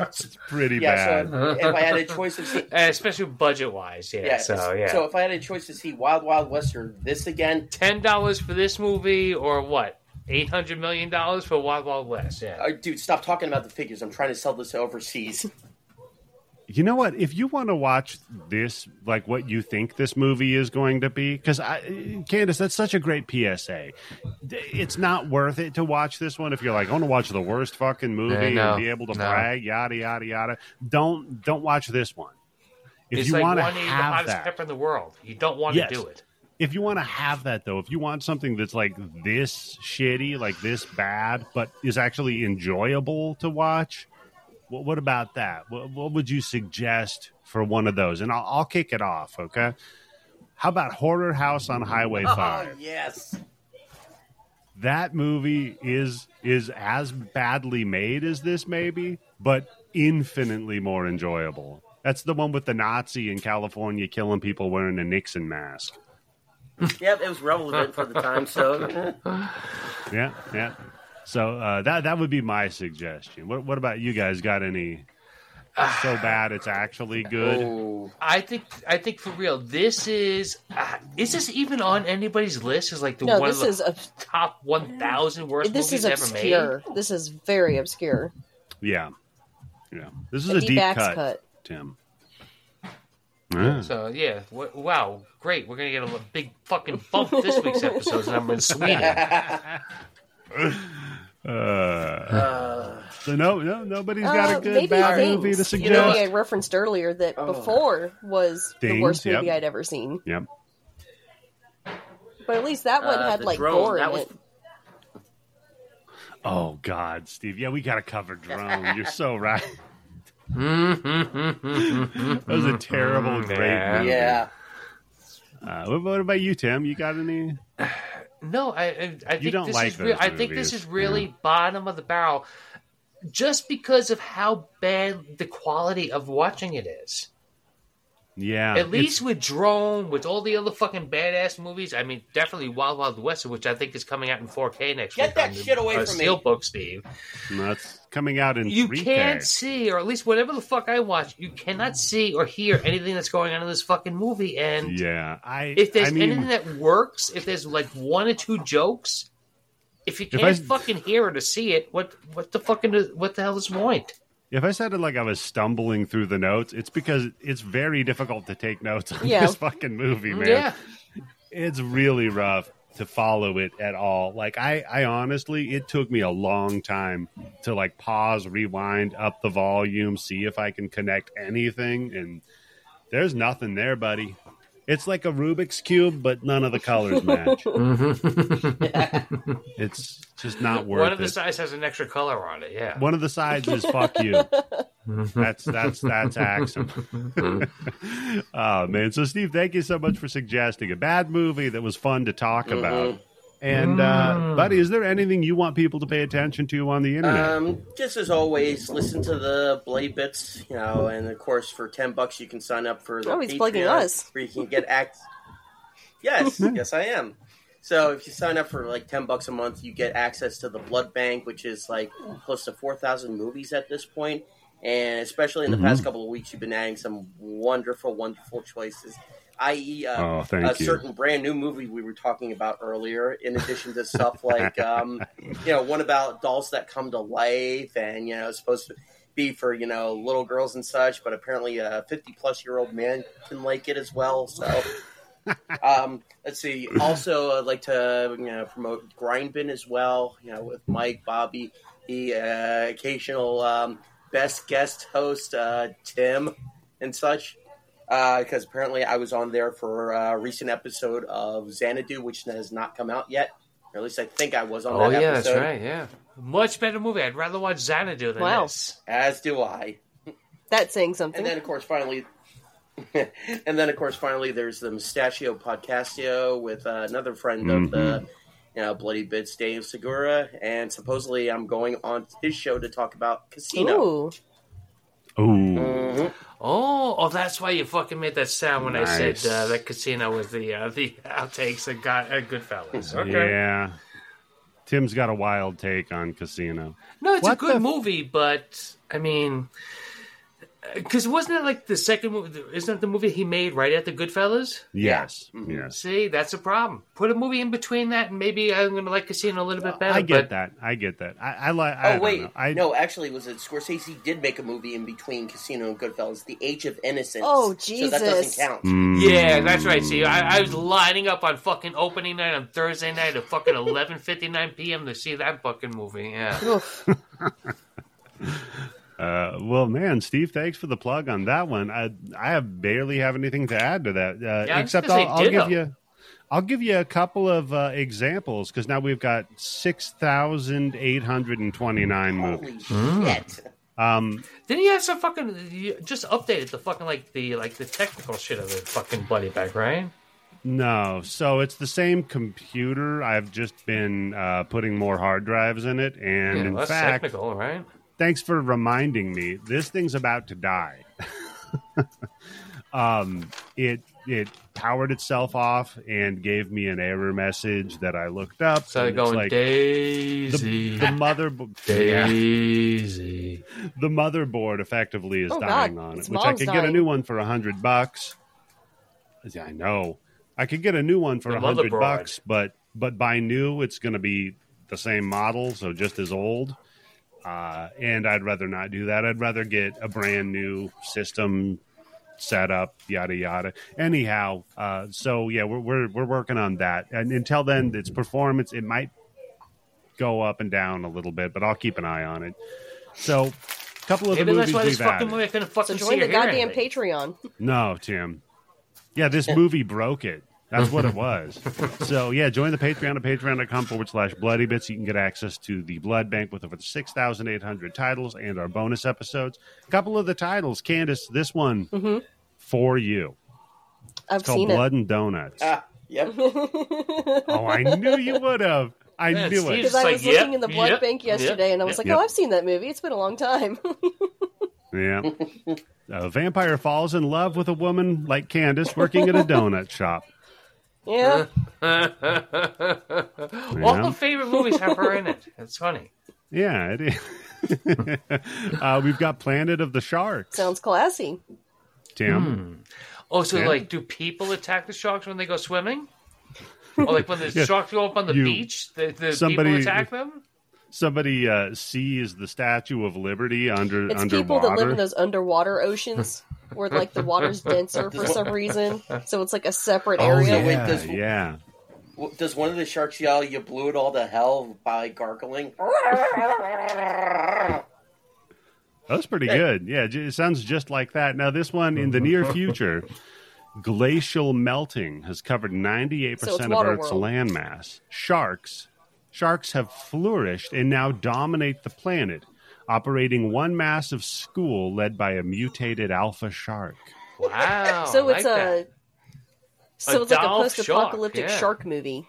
[SPEAKER 1] It's pretty
[SPEAKER 5] Yeah,
[SPEAKER 1] bad.
[SPEAKER 5] so if, if I had a choice of seeing
[SPEAKER 3] Uh, especially budget wise, yeah.
[SPEAKER 5] Yeah.
[SPEAKER 3] So yeah,
[SPEAKER 5] if I had a choice to see Wild Wild West or this again,
[SPEAKER 3] ten dollars for this movie, or what? Eight hundred million dollars for Wild Wild West. Yeah.
[SPEAKER 5] uh, dude, stop talking about the figures. I'm trying to sell this overseas.
[SPEAKER 1] You know what? If you want to watch this, like what you think this movie is going to be, because I, Candace, that's such a great PSA. D- It's not worth it to watch this one if you're like, I want to watch the worst fucking movie
[SPEAKER 3] Yeah, no,
[SPEAKER 1] and be able to
[SPEAKER 3] no.
[SPEAKER 1] brag, yada yada yada. Don't don't watch this one. If
[SPEAKER 3] it's
[SPEAKER 1] you
[SPEAKER 3] like
[SPEAKER 1] want to
[SPEAKER 3] wanting to eat the
[SPEAKER 1] have
[SPEAKER 3] hottest
[SPEAKER 1] that,
[SPEAKER 3] pepper in the world. You don't want
[SPEAKER 1] Yes.
[SPEAKER 3] to do it.
[SPEAKER 1] if you want to have that though, if you want something that's like this shitty, like this bad, but is actually enjoyable to watch, what, what about that? What, what would you suggest for one of those? And I'll, I'll kick it off, okay? How about Horror House on Highway
[SPEAKER 5] Oh,
[SPEAKER 1] Five?
[SPEAKER 5] yes.
[SPEAKER 1] That movie is is as badly made as this, maybe, but infinitely more enjoyable. That's the one with the Nazi in California killing people wearing a Nixon mask.
[SPEAKER 5] Yep, it was relevant for the time, so.
[SPEAKER 1] Yeah, yeah. So uh, that that would be my suggestion. What what about you guys? Got any so bad it's actually
[SPEAKER 3] Oh.
[SPEAKER 1] good?
[SPEAKER 5] Ooh.
[SPEAKER 3] I think. I think for real. This is. Uh, is this even on anybody's list? Is like the
[SPEAKER 2] No,
[SPEAKER 3] one
[SPEAKER 2] this
[SPEAKER 3] of the
[SPEAKER 2] is obs-
[SPEAKER 3] top one thousand worst
[SPEAKER 2] this is
[SPEAKER 3] movies ever made.
[SPEAKER 2] obscure. This is very obscure.
[SPEAKER 1] Yeah, yeah. This is
[SPEAKER 2] A
[SPEAKER 1] a
[SPEAKER 2] deep
[SPEAKER 1] deep
[SPEAKER 2] axe
[SPEAKER 1] cut,
[SPEAKER 2] cut.
[SPEAKER 1] Tim. Yeah.
[SPEAKER 3] So yeah, w- wow, great. We're gonna get a l- big fucking bump this week's episode's number in Sweden.
[SPEAKER 1] Uh, so no, no, nobody's got a
[SPEAKER 2] Uh,
[SPEAKER 1] good
[SPEAKER 2] maybe
[SPEAKER 1] bad
[SPEAKER 2] Things,
[SPEAKER 1] movie to suggest.
[SPEAKER 2] The movie I referenced earlier that before was the
[SPEAKER 1] Things,
[SPEAKER 2] worst
[SPEAKER 1] yep.
[SPEAKER 2] movie I'd ever seen,
[SPEAKER 1] Yep.
[SPEAKER 2] but at least that one
[SPEAKER 5] Uh,
[SPEAKER 2] had
[SPEAKER 5] the
[SPEAKER 2] like
[SPEAKER 5] drone,
[SPEAKER 2] gore in
[SPEAKER 5] that was-
[SPEAKER 2] it.
[SPEAKER 1] Oh God, Steve. Yeah, we got to cover drone. You're so right. that was a terrible, great
[SPEAKER 3] Mm-hmm. Yeah.
[SPEAKER 1] movie.
[SPEAKER 5] Yeah.
[SPEAKER 1] Uh, what, what about you, Tim? You got any?
[SPEAKER 3] No, I, I, I think
[SPEAKER 1] don't
[SPEAKER 3] this
[SPEAKER 1] like
[SPEAKER 3] is real
[SPEAKER 1] those
[SPEAKER 3] I think
[SPEAKER 1] movies,
[SPEAKER 3] this is really bottom of the barrel, just because of how bad the quality of watching it is.
[SPEAKER 1] Yeah.
[SPEAKER 3] At least with Drone, with all the other fucking badass movies. I mean, definitely Wild Wild West, which I think is coming out in 4K next
[SPEAKER 5] Get
[SPEAKER 3] week.
[SPEAKER 5] that
[SPEAKER 3] on
[SPEAKER 5] shit away
[SPEAKER 3] uh,
[SPEAKER 5] from me.
[SPEAKER 3] Steelbook, Steve.
[SPEAKER 1] that's coming out in
[SPEAKER 3] You
[SPEAKER 1] 3K.
[SPEAKER 3] can't see, or at least whatever the fuck I watch, you cannot see or hear anything that's going on in this fucking movie. And
[SPEAKER 1] Yeah, I.
[SPEAKER 3] if there's
[SPEAKER 1] I mean,
[SPEAKER 3] anything that works, if there's like one or two jokes, if you
[SPEAKER 1] If
[SPEAKER 3] can't
[SPEAKER 1] I-
[SPEAKER 3] fucking hear it or see it, what what the fucking what the hell is the point?
[SPEAKER 1] If I sounded like I was stumbling through the notes, it's because it's very difficult to take notes on
[SPEAKER 2] Yeah.
[SPEAKER 1] this fucking movie, man.
[SPEAKER 3] Yeah.
[SPEAKER 1] It's really rough to follow it at all. Like I, I honestly, it took me a long time to like pause, rewind, up the volume, see if I can connect anything, and there's nothing there, buddy. It's like a Rubik's cube, but none of the colors match. It's just not worth
[SPEAKER 3] One of
[SPEAKER 1] it
[SPEAKER 3] the sides has an extra color on it. Yeah.
[SPEAKER 1] one of the sides is fuck you. That's that's that's Axum. oh man. So Steve, thank you so much for suggesting a bad movie that was fun to talk
[SPEAKER 5] Mm-hmm.
[SPEAKER 1] about. And
[SPEAKER 3] Mm.
[SPEAKER 1] uh, buddy, is there anything you want people to pay attention to on the internet?
[SPEAKER 5] Um,
[SPEAKER 4] Just as always, listen to the Blade Bits, you know, and of course for ten bucks you can sign up for the
[SPEAKER 2] Oh, he's plugging
[SPEAKER 4] Patreon,
[SPEAKER 2] us.
[SPEAKER 4] where you can get act. Yes, yes, I am. So if you sign up for like ten bucks a month, you get access to the Blood Bank, which is like close to four thousand movies at this point, and especially in the past couple of weeks, you've been adding some wonderful, wonderful choices. I.e., uh,
[SPEAKER 1] oh, thank
[SPEAKER 4] a
[SPEAKER 1] you.
[SPEAKER 4] certain brand new movie we were talking about earlier, in addition to stuff like, um, you know, one about dolls that come to life and, you know, it's supposed to be for, you know, little girls and such, but apparently a 50 plus year old man can like it as well. So, um, let's see. Also, I'd like to, you know, promote Grind Bin as well, you know, with Mike, Bobby, the uh, occasional um, best guest host, uh, Tim, and such because apparently I was on there for uh, a recent episode of Xanadu, which has not come out yet. Or at least I think I was on
[SPEAKER 3] Oh
[SPEAKER 4] that
[SPEAKER 3] yeah,
[SPEAKER 4] episode.
[SPEAKER 3] that's right. Yeah. Much better movie. I'd rather watch Xanadu than
[SPEAKER 2] Wow.
[SPEAKER 3] this.
[SPEAKER 4] As do I.
[SPEAKER 2] That's saying something.
[SPEAKER 4] And then, of course, finally, and then, of course, finally, there's the Mustachio Podcastio with uh, another friend of
[SPEAKER 1] Mm-hmm.
[SPEAKER 4] the, you know, Bloody Bits, Dave Segura, and supposedly I'm going on his show to talk about Casino.
[SPEAKER 2] Ooh,
[SPEAKER 1] Ooh.
[SPEAKER 5] Mm,
[SPEAKER 3] Oh, oh, that's why you fucking made that sound when I
[SPEAKER 1] Nice.
[SPEAKER 3] said uh, that casino was the uh, the outtakes of God, uh, Goodfellas. Okay,
[SPEAKER 1] Yeah. Tim's got a wild take on casino.
[SPEAKER 3] no, it's
[SPEAKER 1] What
[SPEAKER 3] a good
[SPEAKER 1] the-
[SPEAKER 3] movie, but I mean, because wasn't it like the second movie? Isn't that the movie he made right after Goodfellas?
[SPEAKER 1] Yes.
[SPEAKER 5] Mm-hmm.
[SPEAKER 1] Yes.
[SPEAKER 3] See, that's a problem. Put a movie in between that, and maybe I'm going to like Casino a little bit better.
[SPEAKER 1] I get
[SPEAKER 3] but
[SPEAKER 1] that. I get that. I, I like I
[SPEAKER 5] oh
[SPEAKER 1] don't
[SPEAKER 5] wait,
[SPEAKER 1] know. I
[SPEAKER 5] no, actually, was it Scorsese did make a movie in between Casino and Goodfellas, The Age of Innocence.
[SPEAKER 2] Oh,
[SPEAKER 5] so that
[SPEAKER 2] Jesus.
[SPEAKER 5] doesn't count.
[SPEAKER 1] Mm.
[SPEAKER 3] Yeah, that's right. See, I, I was lining up on fucking opening night on Thursday night at fucking 11:59 p.m. to see that fucking movie. Yeah.
[SPEAKER 1] Uh, well, man, Steve, thanks for the plug on that one. I I have barely have anything to add to that, uh,
[SPEAKER 3] Yeah, I was
[SPEAKER 1] except
[SPEAKER 3] gonna
[SPEAKER 1] I'll,
[SPEAKER 3] say
[SPEAKER 1] I'll give
[SPEAKER 3] ditto.
[SPEAKER 1] you I'll give you a couple of uh, examples because now we've got six thousand eight hundred and twenty nine movies.
[SPEAKER 5] Holy
[SPEAKER 1] Mm.
[SPEAKER 5] shit!
[SPEAKER 1] Um,
[SPEAKER 3] Then he has some fucking you just updated the fucking like the like the technical shit of the fucking bloody bag, right?
[SPEAKER 1] no, so it's the same computer. I've just been uh, putting more hard drives in it, and
[SPEAKER 3] yeah,
[SPEAKER 1] in
[SPEAKER 3] less
[SPEAKER 1] fact,
[SPEAKER 3] technical, right?
[SPEAKER 1] thanks for reminding me. This thing's about to die. um, it it powered itself off and gave me an error message that I looked up.
[SPEAKER 3] So they're
[SPEAKER 1] and it's
[SPEAKER 3] going
[SPEAKER 1] like
[SPEAKER 3] Daisy,
[SPEAKER 1] the, the mother yeah,
[SPEAKER 3] Daisy.
[SPEAKER 1] the motherboard effectively is
[SPEAKER 2] Oh,
[SPEAKER 1] dying
[SPEAKER 2] God.
[SPEAKER 1] on it,
[SPEAKER 2] Its
[SPEAKER 1] which I
[SPEAKER 2] mom's
[SPEAKER 1] could get a
[SPEAKER 2] dying.
[SPEAKER 1] new one for a hundred bucks. Yeah, I know I could get a new one for
[SPEAKER 3] The
[SPEAKER 1] a hundred
[SPEAKER 3] motherboard.
[SPEAKER 1] bucks, but but by new it's going to be the same model, so just as old. Uh, and I'd rather not do that. I'd rather get a brand new system set up, yada yada. Anyhow, uh, so yeah, we're, we're we're working on that, and until then, its performance it might go up and down a little bit, but I'll keep an eye on it. So, a couple of
[SPEAKER 3] Maybe
[SPEAKER 1] the
[SPEAKER 3] that's
[SPEAKER 1] movies
[SPEAKER 3] why this
[SPEAKER 1] we've added.
[SPEAKER 3] fucking movie I couldn't
[SPEAKER 2] so
[SPEAKER 3] fucking see
[SPEAKER 2] join the
[SPEAKER 3] or hear
[SPEAKER 2] goddamn
[SPEAKER 3] anything.
[SPEAKER 2] Patreon.
[SPEAKER 1] No, Tim. Yeah, this movie broke it. That's what it was. so yeah, join the Patreon at patreon.com forward slash bloody bits. You can get access to the blood bank with over six thousand eight hundred titles and our bonus episodes. A couple of the titles, Candace, this one
[SPEAKER 3] Mm-hmm.
[SPEAKER 1] for you.
[SPEAKER 2] I've
[SPEAKER 1] It's called
[SPEAKER 2] seen
[SPEAKER 1] Blood and Donuts.
[SPEAKER 3] Uh.
[SPEAKER 5] Ah, yep.
[SPEAKER 1] oh, I knew you would have. I
[SPEAKER 3] Yeah,
[SPEAKER 1] knew
[SPEAKER 2] it
[SPEAKER 1] it.
[SPEAKER 3] Steve's-
[SPEAKER 2] because I
[SPEAKER 3] It's
[SPEAKER 2] was
[SPEAKER 3] like,
[SPEAKER 2] looking
[SPEAKER 3] yep,
[SPEAKER 2] in the blood
[SPEAKER 3] yep,
[SPEAKER 2] bank yesterday,
[SPEAKER 3] yep,
[SPEAKER 2] and I was
[SPEAKER 3] yep.
[SPEAKER 2] like,
[SPEAKER 1] Yep.
[SPEAKER 2] "Oh, I've seen that movie. It's been a long time."
[SPEAKER 1] Yeah. A vampire falls in love with a woman like Candace working at a donut shop.
[SPEAKER 2] yeah,
[SPEAKER 3] All the favorite movies have her in it. It's funny.
[SPEAKER 1] Yeah, it is. uh, we've got Planet of the Sharks.
[SPEAKER 2] sounds classy.
[SPEAKER 1] Tim.
[SPEAKER 3] Oh, so
[SPEAKER 1] Yeah.
[SPEAKER 3] like, do people attack the sharks when they go swimming? Or like when the
[SPEAKER 1] Yeah.
[SPEAKER 3] sharks go up on the
[SPEAKER 1] You-
[SPEAKER 3] beach, the, the
[SPEAKER 1] somebody-
[SPEAKER 3] people attack them.
[SPEAKER 1] somebody uh, sees the Statue of Liberty under
[SPEAKER 2] It's people
[SPEAKER 1] underwater.
[SPEAKER 2] that live in those underwater oceans where like the water's denser for some reason, so it's like a separate
[SPEAKER 1] oh,
[SPEAKER 2] area.
[SPEAKER 1] yeah,
[SPEAKER 5] Wait, does-
[SPEAKER 1] yeah.
[SPEAKER 5] Well, Does one of the sharks yell, "You blew it all to hell" by gargling?
[SPEAKER 1] That's pretty good. Yeah, ju- it sounds just like that. Now, this one in the near future, glacial melting has covered 98%
[SPEAKER 2] So it's
[SPEAKER 1] of
[SPEAKER 2] Waterworld.
[SPEAKER 1] Earth's landmass. Sharks, sharks have flourished and now dominate the planet, operating one massive school led by a mutated alpha shark.
[SPEAKER 3] Wow.
[SPEAKER 2] so
[SPEAKER 3] I
[SPEAKER 2] it's uh,
[SPEAKER 3] like
[SPEAKER 2] a
[SPEAKER 3] that.
[SPEAKER 2] so it's like a
[SPEAKER 3] Adolf Shark,
[SPEAKER 2] post-apocalyptic
[SPEAKER 3] yeah.
[SPEAKER 2] shark movie.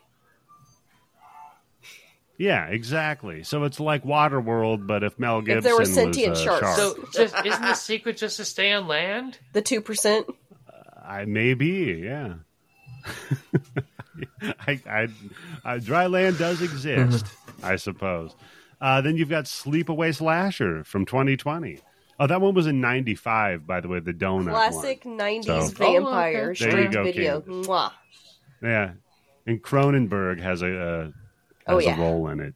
[SPEAKER 1] Yeah, exactly. So it's like Waterworld, but if Mel Gibson
[SPEAKER 2] If there were sentient
[SPEAKER 1] was a
[SPEAKER 2] sharks.
[SPEAKER 1] shark,
[SPEAKER 3] So just, isn't the secret just to stay on land?
[SPEAKER 2] The two percent.
[SPEAKER 1] I maybe, yeah. I, I, I, dry land does exist, I suppose. Uh, then you've got Sleepaway Slasher from 2020. Oh, that one was in '95, by the way. The donut one.
[SPEAKER 2] Classic nineties
[SPEAKER 1] So-
[SPEAKER 3] Oh,
[SPEAKER 2] vampire
[SPEAKER 3] okay.
[SPEAKER 1] There you
[SPEAKER 2] shark
[SPEAKER 1] go,
[SPEAKER 2] video. Mwah.
[SPEAKER 1] Yeah, and Cronenberg has a uh, has
[SPEAKER 2] Oh,
[SPEAKER 1] a
[SPEAKER 2] yeah.
[SPEAKER 1] role in it.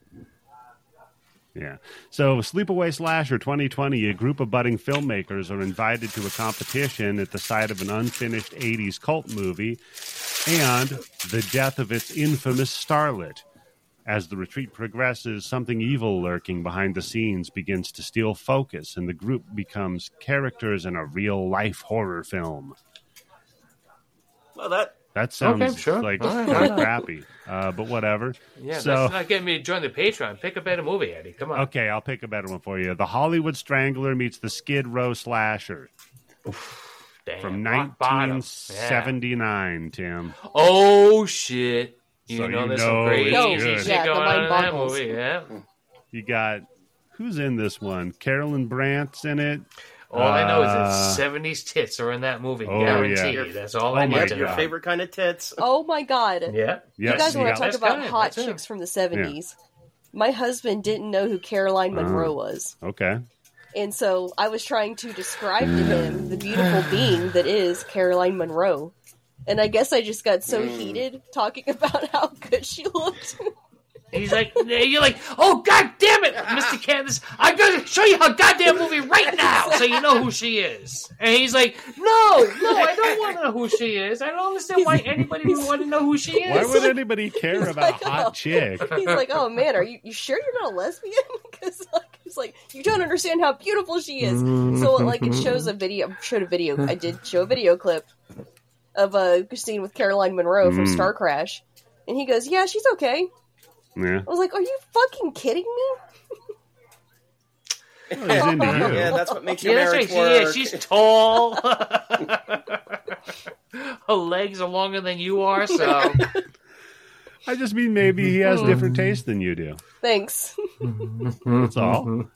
[SPEAKER 1] Yeah. So, Sleepaway Slasher 2020, a group of budding filmmakers are invited to a competition at the site of an unfinished 80s cult movie and the death of its infamous starlet. As the retreat progresses, something evil lurking behind the scenes begins to steal focus, and the group becomes characters in a real life horror film.
[SPEAKER 6] Well, that
[SPEAKER 1] That sounds
[SPEAKER 3] Okay, sure.
[SPEAKER 1] like
[SPEAKER 3] All right.
[SPEAKER 1] kind of crappy, uh, but whatever.
[SPEAKER 3] Yeah,
[SPEAKER 1] So
[SPEAKER 3] that's not getting me to join the Patreon. Pick a better movie, Eddie. Come on.
[SPEAKER 1] okay, I'll pick a better one for you. The Hollywood Strangler meets the Skid Row Slasher
[SPEAKER 3] Damn,
[SPEAKER 1] from
[SPEAKER 3] rock bottom.
[SPEAKER 1] 1979. Tim,
[SPEAKER 3] Yeah. Oh shit! You
[SPEAKER 1] So
[SPEAKER 3] know
[SPEAKER 1] you
[SPEAKER 3] there's
[SPEAKER 1] know
[SPEAKER 3] some crazy
[SPEAKER 1] it's
[SPEAKER 2] good.
[SPEAKER 3] shit
[SPEAKER 2] Yeah, the
[SPEAKER 3] going on in that
[SPEAKER 2] mind-boggles.
[SPEAKER 3] movie. Yeah.
[SPEAKER 1] you got who's in this one? Carolyn Brant's in it.
[SPEAKER 3] All I know is
[SPEAKER 1] Uh,
[SPEAKER 3] that seventies tits are in that movie.
[SPEAKER 1] oh,
[SPEAKER 3] Guarantee.
[SPEAKER 1] yeah.
[SPEAKER 3] That's all
[SPEAKER 1] Oh
[SPEAKER 3] I
[SPEAKER 1] my
[SPEAKER 3] need
[SPEAKER 1] God.
[SPEAKER 3] to
[SPEAKER 6] your
[SPEAKER 3] know.
[SPEAKER 6] favorite kind of tits.
[SPEAKER 2] Oh my god.
[SPEAKER 3] Yeah.
[SPEAKER 1] Yes,
[SPEAKER 2] you guys
[SPEAKER 1] you
[SPEAKER 2] want
[SPEAKER 1] got-
[SPEAKER 2] to talk
[SPEAKER 3] That's
[SPEAKER 2] about
[SPEAKER 3] good,
[SPEAKER 2] hot
[SPEAKER 3] that's it.
[SPEAKER 2] chicks from the 70s. My husband didn't know who Caroline
[SPEAKER 1] Uh-huh.
[SPEAKER 2] Monroe was.
[SPEAKER 1] Okay,
[SPEAKER 2] And so I was trying to describe to him the beautiful being that is Caroline Monroe. And I guess I just got so heated talking about how good she looked.
[SPEAKER 3] He's like, you're like, oh god damn it, Mr. Candace, I'm gonna show you how goddamn movie right now, so you know who she is. And he's like, no, no, I don't want to know who she is. I don't understand why anybody would want to know who she
[SPEAKER 1] why
[SPEAKER 3] is.
[SPEAKER 1] would anybody care about a hot chick?
[SPEAKER 2] He's like, "Oh man, are you, you sure you're not a lesbian?" Because like, he's like, "You don't understand how beautiful she is." So like, it shows a video. Showed a video. I did show a video clip of a scene with Caroline Monroe from
[SPEAKER 1] Mm.
[SPEAKER 2] Star Crash, and he goes, "Yeah, she's okay."
[SPEAKER 1] Yeah,
[SPEAKER 2] I was like, "Are you fucking kidding me?"
[SPEAKER 1] well, he's into you.
[SPEAKER 6] Yeah, that's what makes your
[SPEAKER 3] Yeah, that's right.
[SPEAKER 6] marriage
[SPEAKER 3] She-
[SPEAKER 6] work.
[SPEAKER 3] yeah, she's tall. Her legs are longer than you are, so
[SPEAKER 1] I just mean maybe he has different taste than you do.
[SPEAKER 2] Thanks.
[SPEAKER 1] That's
[SPEAKER 3] Mm-hmm.
[SPEAKER 1] all.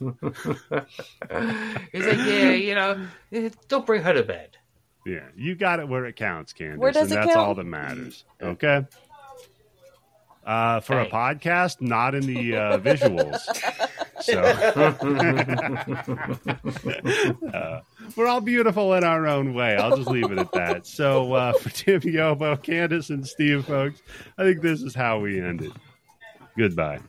[SPEAKER 3] he's like, yeah, you know, eh, don't bring her to bed.
[SPEAKER 1] Yeah, you got it where it counts, Candace.
[SPEAKER 2] Where does
[SPEAKER 1] and
[SPEAKER 2] it
[SPEAKER 1] that's
[SPEAKER 2] count?
[SPEAKER 1] all that matters. Okay. Uh, for a
[SPEAKER 3] Hey.
[SPEAKER 1] podcast, not in the uh, visuals. So Uh, we're all beautiful in our own way. I'll just leave it at that. So uh, for Tim Yobo, Candace, and Steve, folks, I think this is how we end it. Goodbye.